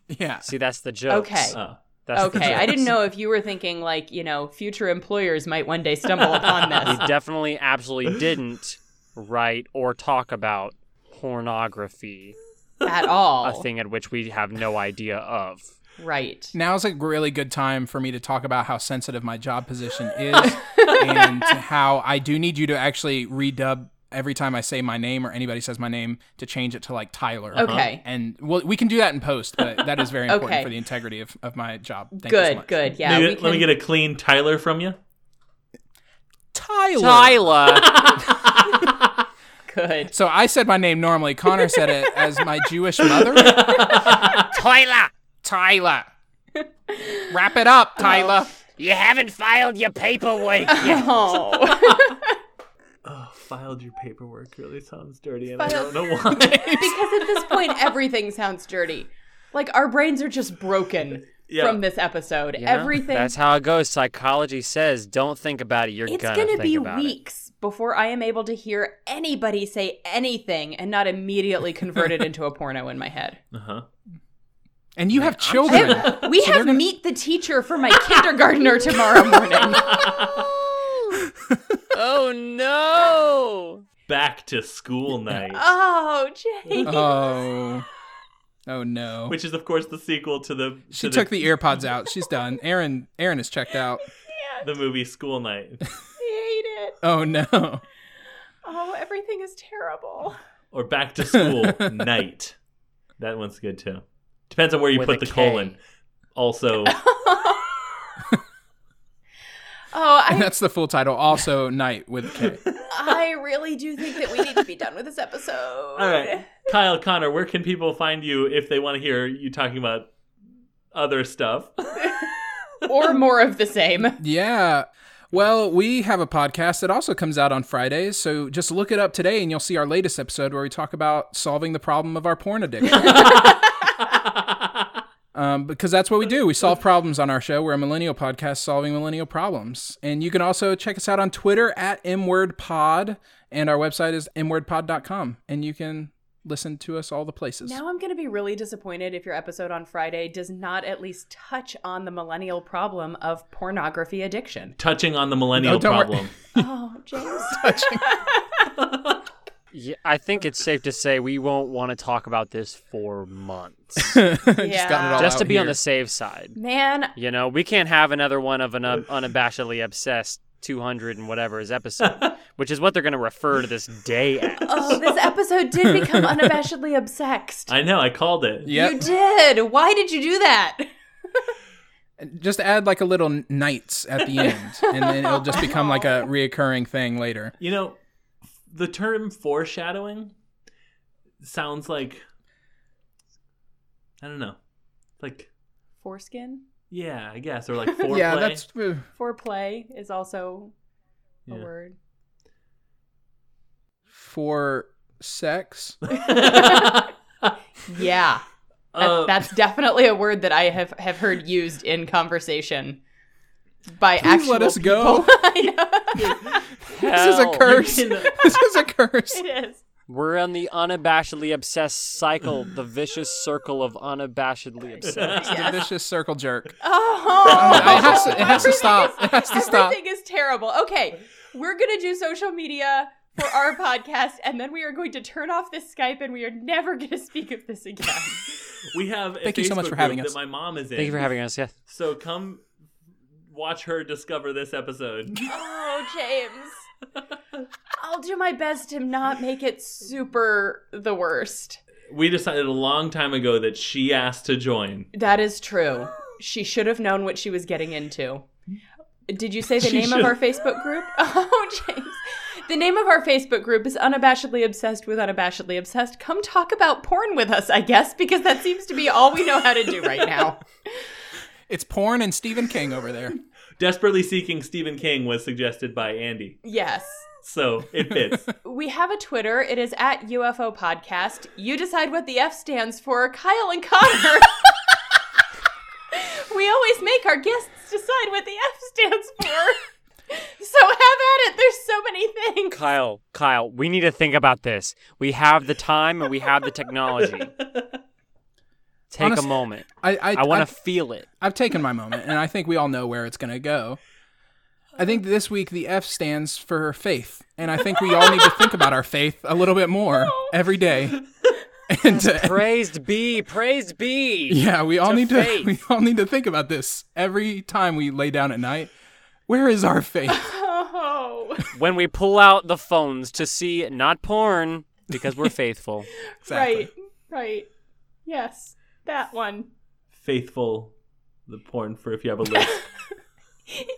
Speaker 4: Yeah.
Speaker 5: See, that's the joke. Uh,
Speaker 3: Okay.
Speaker 2: Oh.
Speaker 5: That's the
Speaker 3: okay, I
Speaker 5: jokes.
Speaker 3: didn't know if you were thinking like you know future employers might one day stumble
Speaker 2: <laughs>
Speaker 3: upon
Speaker 5: We
Speaker 3: this.
Speaker 5: definitely, absolutely didn't write or talk about pornography,
Speaker 3: at
Speaker 5: a
Speaker 3: all.
Speaker 5: thing at which we have no idea of.
Speaker 3: Right. <laughs>
Speaker 4: Now's a really good time for me to talk about how sensitive my job position is and how I do need you to actually redub every time I say my name or anybody says my name to change it to like Tyler.
Speaker 3: Okay.
Speaker 4: And well, we can do that in post, but that is very important
Speaker 3: Okay.
Speaker 4: for the integrity of, of my job. Thank you so
Speaker 3: good,
Speaker 4: much.
Speaker 3: good. Yeah.
Speaker 2: Maybe-
Speaker 3: we
Speaker 2: Let me get
Speaker 3: can-
Speaker 2: a clean Tyler from you.
Speaker 4: Tyler.
Speaker 3: <laughs>
Speaker 5: Tyler.
Speaker 2: <laughs>
Speaker 3: good.
Speaker 4: So I said my name normally. Connor said it as my
Speaker 3: <laughs>
Speaker 4: Jewish mother.
Speaker 5: <laughs> Tyler,
Speaker 4: Tyler. Wrap it up, Tyler.
Speaker 5: you haven't filed your
Speaker 3: <laughs>
Speaker 5: paperwork yet.
Speaker 3: Oh.
Speaker 2: oh, filed your paperwork really sounds dirty, and
Speaker 3: Filed-
Speaker 2: I don't
Speaker 4: <laughs>
Speaker 2: know why.
Speaker 3: because at this <laughs> point everything sounds dirty like our brains are just broken
Speaker 2: Yeah.
Speaker 3: from this episode
Speaker 5: You know,
Speaker 3: everything
Speaker 5: That's how it goes. Psychology says, don't think about it. You're
Speaker 3: it's
Speaker 5: gonna,
Speaker 3: gonna,
Speaker 5: think
Speaker 3: be
Speaker 5: about it.
Speaker 3: weeks before i am able to hear anybody say anything and not immediately convert it into a porno in my
Speaker 5: <laughs>
Speaker 3: head
Speaker 2: uh-huh.
Speaker 4: And you have
Speaker 3: I
Speaker 4: children.
Speaker 3: have, we have meet the teacher for my kindergartner tomorrow morning
Speaker 5: Oh no!
Speaker 2: Back to
Speaker 4: <laughs>
Speaker 2: school night,
Speaker 3: <laughs> oh
Speaker 5: <laughs>
Speaker 3: jake
Speaker 4: <laughs>
Speaker 5: Uh-huh.
Speaker 4: Oh. Oh no.
Speaker 2: which is of course the sequel to the to
Speaker 4: She
Speaker 2: the,
Speaker 4: took the earpods out. She's done. Aaron Aaron is checked out.
Speaker 2: the movie School
Speaker 4: <laughs>
Speaker 2: Night,
Speaker 3: i hate it
Speaker 4: Oh no.
Speaker 3: oh everything is terrible
Speaker 2: or Back to
Speaker 4: <laughs>
Speaker 2: School Night. That onene's good too. Depends on where you
Speaker 5: With
Speaker 2: put
Speaker 5: a
Speaker 2: the
Speaker 5: K.
Speaker 2: colon.
Speaker 4: <laughs>
Speaker 2: Also,
Speaker 3: oh i Oh,
Speaker 4: And
Speaker 5: <laughs>
Speaker 4: that's the full title. Also night with
Speaker 3: <laughs>
Speaker 4: K.
Speaker 3: I really do think that we need to be done with this episode.
Speaker 2: all right, Kyle Connor, where can people find you if they want to hear you talking about other
Speaker 4: <laughs>
Speaker 2: stuff?
Speaker 3: Or more of the same.
Speaker 4: Yeah. Well, we have a podcast that also comes out on Fridays, so just look it up today and you'll see our latest episode where we talk about solving the problem of our
Speaker 3: <laughs>
Speaker 4: porn addiction. um, because that's what we do. We solve problems on our show. We're a millennial podcast solving millennial problems. And you can also check us out on Twitter at MWordPod, and our website is MWordPod.com. And you can listen to us all the places.
Speaker 3: Now I'm going to be really disappointed if your episode on Friday does not at least touch on the millennial problem of pornography addiction.
Speaker 2: Touching on the millennial
Speaker 4: No, don't worry.
Speaker 2: problem.
Speaker 3: Oh, James.
Speaker 5: Yeah, I think it's safe to say we won't want to talk about this for <laughs> months.
Speaker 3: yeah.
Speaker 4: got it all
Speaker 5: Just
Speaker 4: out
Speaker 5: to be on
Speaker 4: here.
Speaker 5: the safe side.
Speaker 3: Man,
Speaker 5: You know, we can't have another one of an un- unabashedly obsessed 200 and whatever is <laughs> episode, which is what they're going to refer to this day <laughs> as.
Speaker 3: oh, this episode did become unabashedly obsexed.
Speaker 2: I know, I called it.
Speaker 4: Yep.
Speaker 3: You did. Why did you do that?
Speaker 4: Just add like a little n- nights at <laughs> the end, and then it'll just become like a reoccurring thing later.
Speaker 2: You know, the term foreshadowing sounds like I don't know, like
Speaker 3: Foreskin?
Speaker 2: yeah, I guess,
Speaker 4: <laughs>
Speaker 2: or like foreplay.
Speaker 4: Yeah, that's uh,
Speaker 3: Foreplay is also a
Speaker 2: Yeah.
Speaker 3: word.
Speaker 4: for sex.
Speaker 3: <laughs> Yeah. That-
Speaker 2: Uh,
Speaker 3: that's definitely a word that I have, have heard used in conversation by
Speaker 4: Please
Speaker 3: actual
Speaker 4: let us
Speaker 3: people. <laughs>
Speaker 4: go.
Speaker 3: I know.
Speaker 4: This is a
Speaker 5: Hell,
Speaker 4: curse.
Speaker 2: you
Speaker 4: <laughs>
Speaker 2: can-
Speaker 4: this is a <laughs> curse.
Speaker 3: it <laughs> is.
Speaker 5: We're on the unabashedly obsessed cycle, the vicious circle of unabashedly <laughs> obsessed.
Speaker 4: The vicious circle jerk.
Speaker 3: Oh,
Speaker 4: it has to, it has to stop. It has to stop.
Speaker 3: everything is terrible. Okay, we're gonna do social media for
Speaker 4: <laughs>
Speaker 3: our podcast, and then we are going to turn off this Skype, and we are never gonna speak of this again.
Speaker 2: <laughs> we have. A
Speaker 4: Thank you so much
Speaker 2: Facebook
Speaker 4: for having
Speaker 2: group
Speaker 4: us.
Speaker 2: That my mom is in.
Speaker 5: Thank you for having us. Yes.
Speaker 2: So come watch her discover this episode.
Speaker 3: oh, James.
Speaker 4: <laughs>
Speaker 3: I'll do my best to not make it super the worst.
Speaker 2: we decided a long time ago that she asked to join.
Speaker 3: That
Speaker 2: <gasps>
Speaker 3: is true. She should have known what she was getting into. Did you say the
Speaker 2: <laughs> She
Speaker 3: name of
Speaker 2: should-
Speaker 3: our Facebook group? <laughs> Oh, James. The name of our Facebook group is Unabashedly Obsessed with Unabashedly Obsessed. Come talk about porn with us, I guess, because that seems to be all we know how to do
Speaker 2: <laughs>
Speaker 3: right now.
Speaker 4: It's porn and Stephen King over there.
Speaker 2: Desperately seeking Stephen King was suggested by Andy,
Speaker 3: Yes.
Speaker 2: so it
Speaker 4: <laughs>
Speaker 2: fits.
Speaker 3: We have a Twitter. It is at UFO Podcast. You decide what the F stands for, Kyle and Connor. we always make our guests decide what the F stands for. So have at it. There's so many
Speaker 5: <laughs>
Speaker 3: things.
Speaker 5: Kyle, Kyle, we need to think about this. We have the time and we have the <laughs> technology. Take
Speaker 4: Honest-
Speaker 5: a moment.
Speaker 4: I I,
Speaker 5: I want to
Speaker 4: I've,
Speaker 5: feel it.
Speaker 4: I've taken my moment, and I think we all know where it's gonna go. I think this week the F stands for faith, and I think we all need to think about our faith a little bit <laughs> more every day. And uh, to,
Speaker 5: Praised be, praised
Speaker 2: <laughs>
Speaker 5: be.
Speaker 4: Yeah, we all
Speaker 5: to
Speaker 4: need
Speaker 5: faith.
Speaker 4: to <laughs> we all need to think about this every time we lay down at night. Where is our faith?
Speaker 3: no.
Speaker 5: when we pull out the phones to see not porn because we're
Speaker 2: <laughs>
Speaker 5: faithful.
Speaker 4: Exactly.
Speaker 3: <laughs> Right. Right. Yes. That one.
Speaker 2: Faithful, the porn for if you have a
Speaker 4: <laughs>
Speaker 2: list.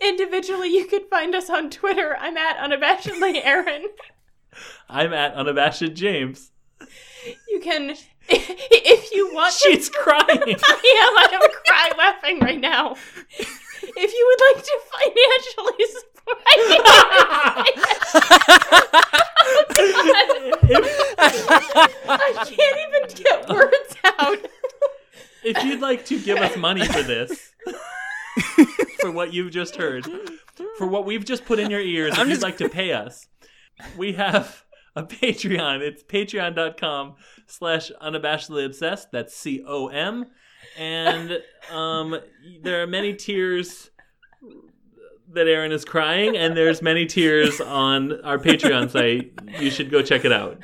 Speaker 3: Individually, you can find us on Twitter. I'm at unabashedly Aaron.
Speaker 2: I'm at unabashed James.
Speaker 3: You can, <laughs> if you want to
Speaker 2: She's crying.
Speaker 3: <laughs> I am. I am cry laughing right now. If you would like to financially support, I can't, I can't even get words out.
Speaker 2: if you'd like to give us money for this, for what you've just heard, for what we've just put in your ears, if you'd like to pay us, we have a Patreon. It's patreon.com slash unabashedly obsessed. That's C O M. And um, there are many tears that Aaron is crying, and there's many tears on our Patreon site. You should go check it out.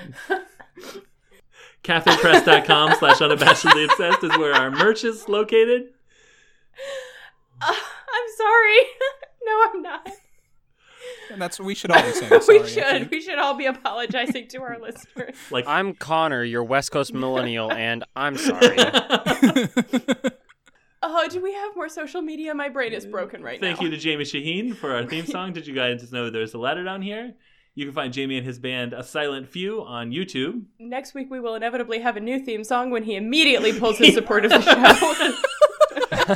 Speaker 2: CatherinePress.com slash unabashedly obsessed is where our merch is located.
Speaker 3: Uh, I'm sorry. No, I'm not.
Speaker 4: And that's what we should always
Speaker 3: <laughs>
Speaker 4: say. Sorry, I
Speaker 3: we
Speaker 4: think.
Speaker 3: should. We should all be apologizing to our listeners.
Speaker 2: Like <laughs>
Speaker 5: I'm Connor, your West Coast millennial, and I'm sorry.
Speaker 3: Oh, do we have more social media? My brain is broken right
Speaker 2: Thank
Speaker 3: now.
Speaker 2: you to Jamie Shaheen for our theme song. Did you guys know there's a ladder down here? You can find Jamie and his band A Silent Few on YouTube.
Speaker 3: Next week, we will inevitably have a new theme song when he immediately pulls his support of the show.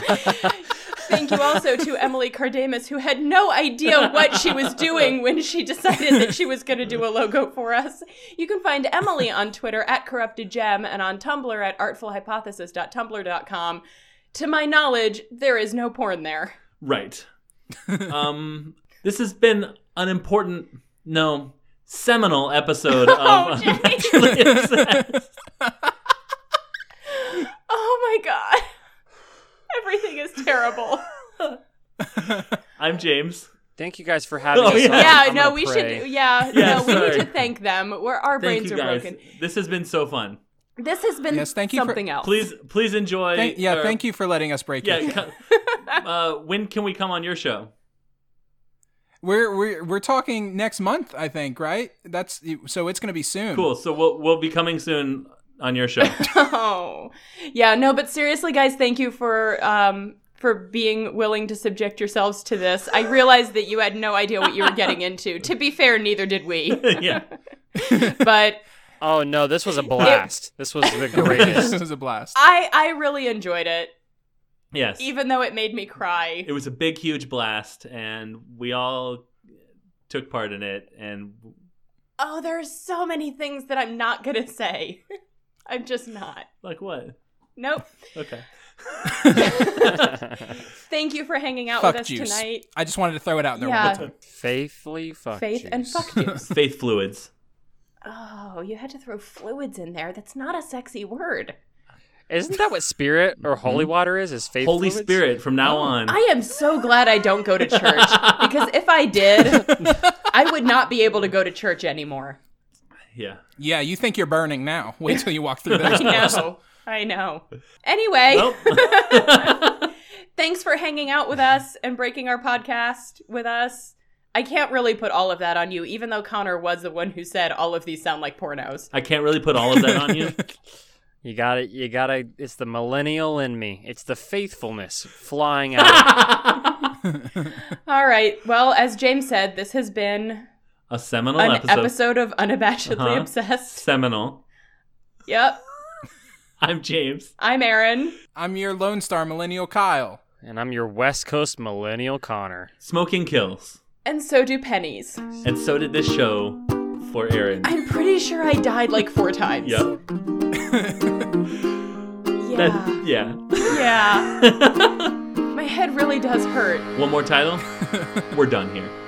Speaker 3: Thank you also to Emily Cardamus, who had no idea what she was doing when she decided that she was going to do a logo for us. You can find Emily on Twitter at corruptedgem and on Tumblr at artfulhypothesis.tumblr.com. To my knowledge, there is no porn there.
Speaker 2: Right.
Speaker 3: <laughs>
Speaker 2: Um, this has been an important, no, seminal episode of
Speaker 3: <laughs> Oh, Jamie.
Speaker 2: Unnaturally Obsessed.
Speaker 3: Oh my god. <laughs> Everything is terrible.
Speaker 2: I'm James.
Speaker 5: Thank you guys for having
Speaker 2: Oh,
Speaker 5: us.
Speaker 2: yeah.
Speaker 5: on.
Speaker 3: <laughs> yeah,
Speaker 5: I'm
Speaker 3: no,
Speaker 5: gonna
Speaker 3: we
Speaker 5: pray.
Speaker 3: should. Yeah,
Speaker 2: Yeah,
Speaker 3: no, we
Speaker 2: sorry.
Speaker 3: need to thank them. Where our
Speaker 2: Thank
Speaker 3: brains
Speaker 2: you
Speaker 3: are
Speaker 2: guys.
Speaker 3: broken.
Speaker 2: This has been so fun.
Speaker 3: This has been
Speaker 4: Yes, thank you for-
Speaker 3: something else.
Speaker 2: Please, please enjoy.
Speaker 4: <laughs> Thank- yeah,
Speaker 2: or-
Speaker 4: thank you for letting us break
Speaker 2: Yeah.
Speaker 4: it.
Speaker 2: co- uh, when can we come on your show?
Speaker 4: We're we're we're talking next month, I think, right? That's so it's going to be soon.
Speaker 2: Cool. So we'll we'll be coming soon on your
Speaker 3: <laughs>
Speaker 2: show.
Speaker 3: <laughs>
Speaker 2: <laughs>
Speaker 3: Oh, yeah, no, but seriously, guys, thank you for um for being willing to subject yourselves to this. I realized that you had no idea what you were getting into. to be fair, neither did we.
Speaker 2: yeah.
Speaker 3: But
Speaker 5: Oh no, this was
Speaker 3: <laughs>
Speaker 5: a blast. this was the
Speaker 2: <laughs>
Speaker 5: greatest.
Speaker 4: this was a blast.
Speaker 3: I I really enjoyed it,
Speaker 2: Yes.
Speaker 3: even though it made me cry.
Speaker 2: it was a big huge blast and we all took part in it and
Speaker 3: Oh, there are so many things that I'm not gonna say. <laughs> I'm just not.
Speaker 2: like what
Speaker 3: Nope.
Speaker 2: okay
Speaker 3: Thank you for hanging out
Speaker 4: Fuck
Speaker 3: with us
Speaker 4: juice.
Speaker 3: tonight.
Speaker 4: I just wanted to throw it out there.
Speaker 3: Yeah.
Speaker 4: One more time.
Speaker 5: Faithfully fuck
Speaker 3: Faith and
Speaker 5: juice.
Speaker 3: fuck
Speaker 5: <laughs>
Speaker 3: juice.
Speaker 2: faith fluids
Speaker 3: oh, you had to throw fluids in there. That's not a sexy
Speaker 2: <laughs>
Speaker 3: word.
Speaker 5: Isn't that what spirit or holy water is? Is faith
Speaker 2: Mm-hmm. holy
Speaker 5: fluids?
Speaker 2: spirit from now on
Speaker 3: Oh, I am so glad I don't go to church because if
Speaker 2: <laughs>
Speaker 3: I did, I would not be able to go to church anymore.
Speaker 2: yeah
Speaker 4: Yeah, you think you're burning now. Wait till you walk
Speaker 3: <laughs>
Speaker 4: through
Speaker 3: I
Speaker 4: those.
Speaker 2: <laughs>
Speaker 3: know. I know. Anyway,
Speaker 2: nope
Speaker 3: thanks for hanging out with us and breaking our podcast with us. I can't really put all of that on you, even though Connor was the one who said all of these sound like pornos.
Speaker 2: <laughs> i can't really put all of that on
Speaker 3: <laughs>
Speaker 2: you
Speaker 5: You got it. You got to It's the millennial in me. It's the faithfulness flying
Speaker 2: <laughs>
Speaker 5: out.
Speaker 3: All right. Well, as James said, this has been
Speaker 2: a seminal
Speaker 3: an
Speaker 2: episode.
Speaker 3: episode, of Unabashedly
Speaker 2: Uh-huh.
Speaker 3: Obsessed.
Speaker 2: seminal
Speaker 3: Yep.
Speaker 2: i'm james
Speaker 3: I'm Aaron.
Speaker 4: I'm your Lone Star Millennial Kyle.
Speaker 5: and I'm your West Coast millennial Connor.
Speaker 2: smoking kills
Speaker 3: And so do pennies.
Speaker 2: and so did this show for aaron
Speaker 3: I'm pretty sure I died like four times.
Speaker 2: yep
Speaker 3: Yeah.
Speaker 2: that <laughs> yeah <laughs>
Speaker 3: yeah. My head really does hurt. <laughs>
Speaker 2: one more title we're done here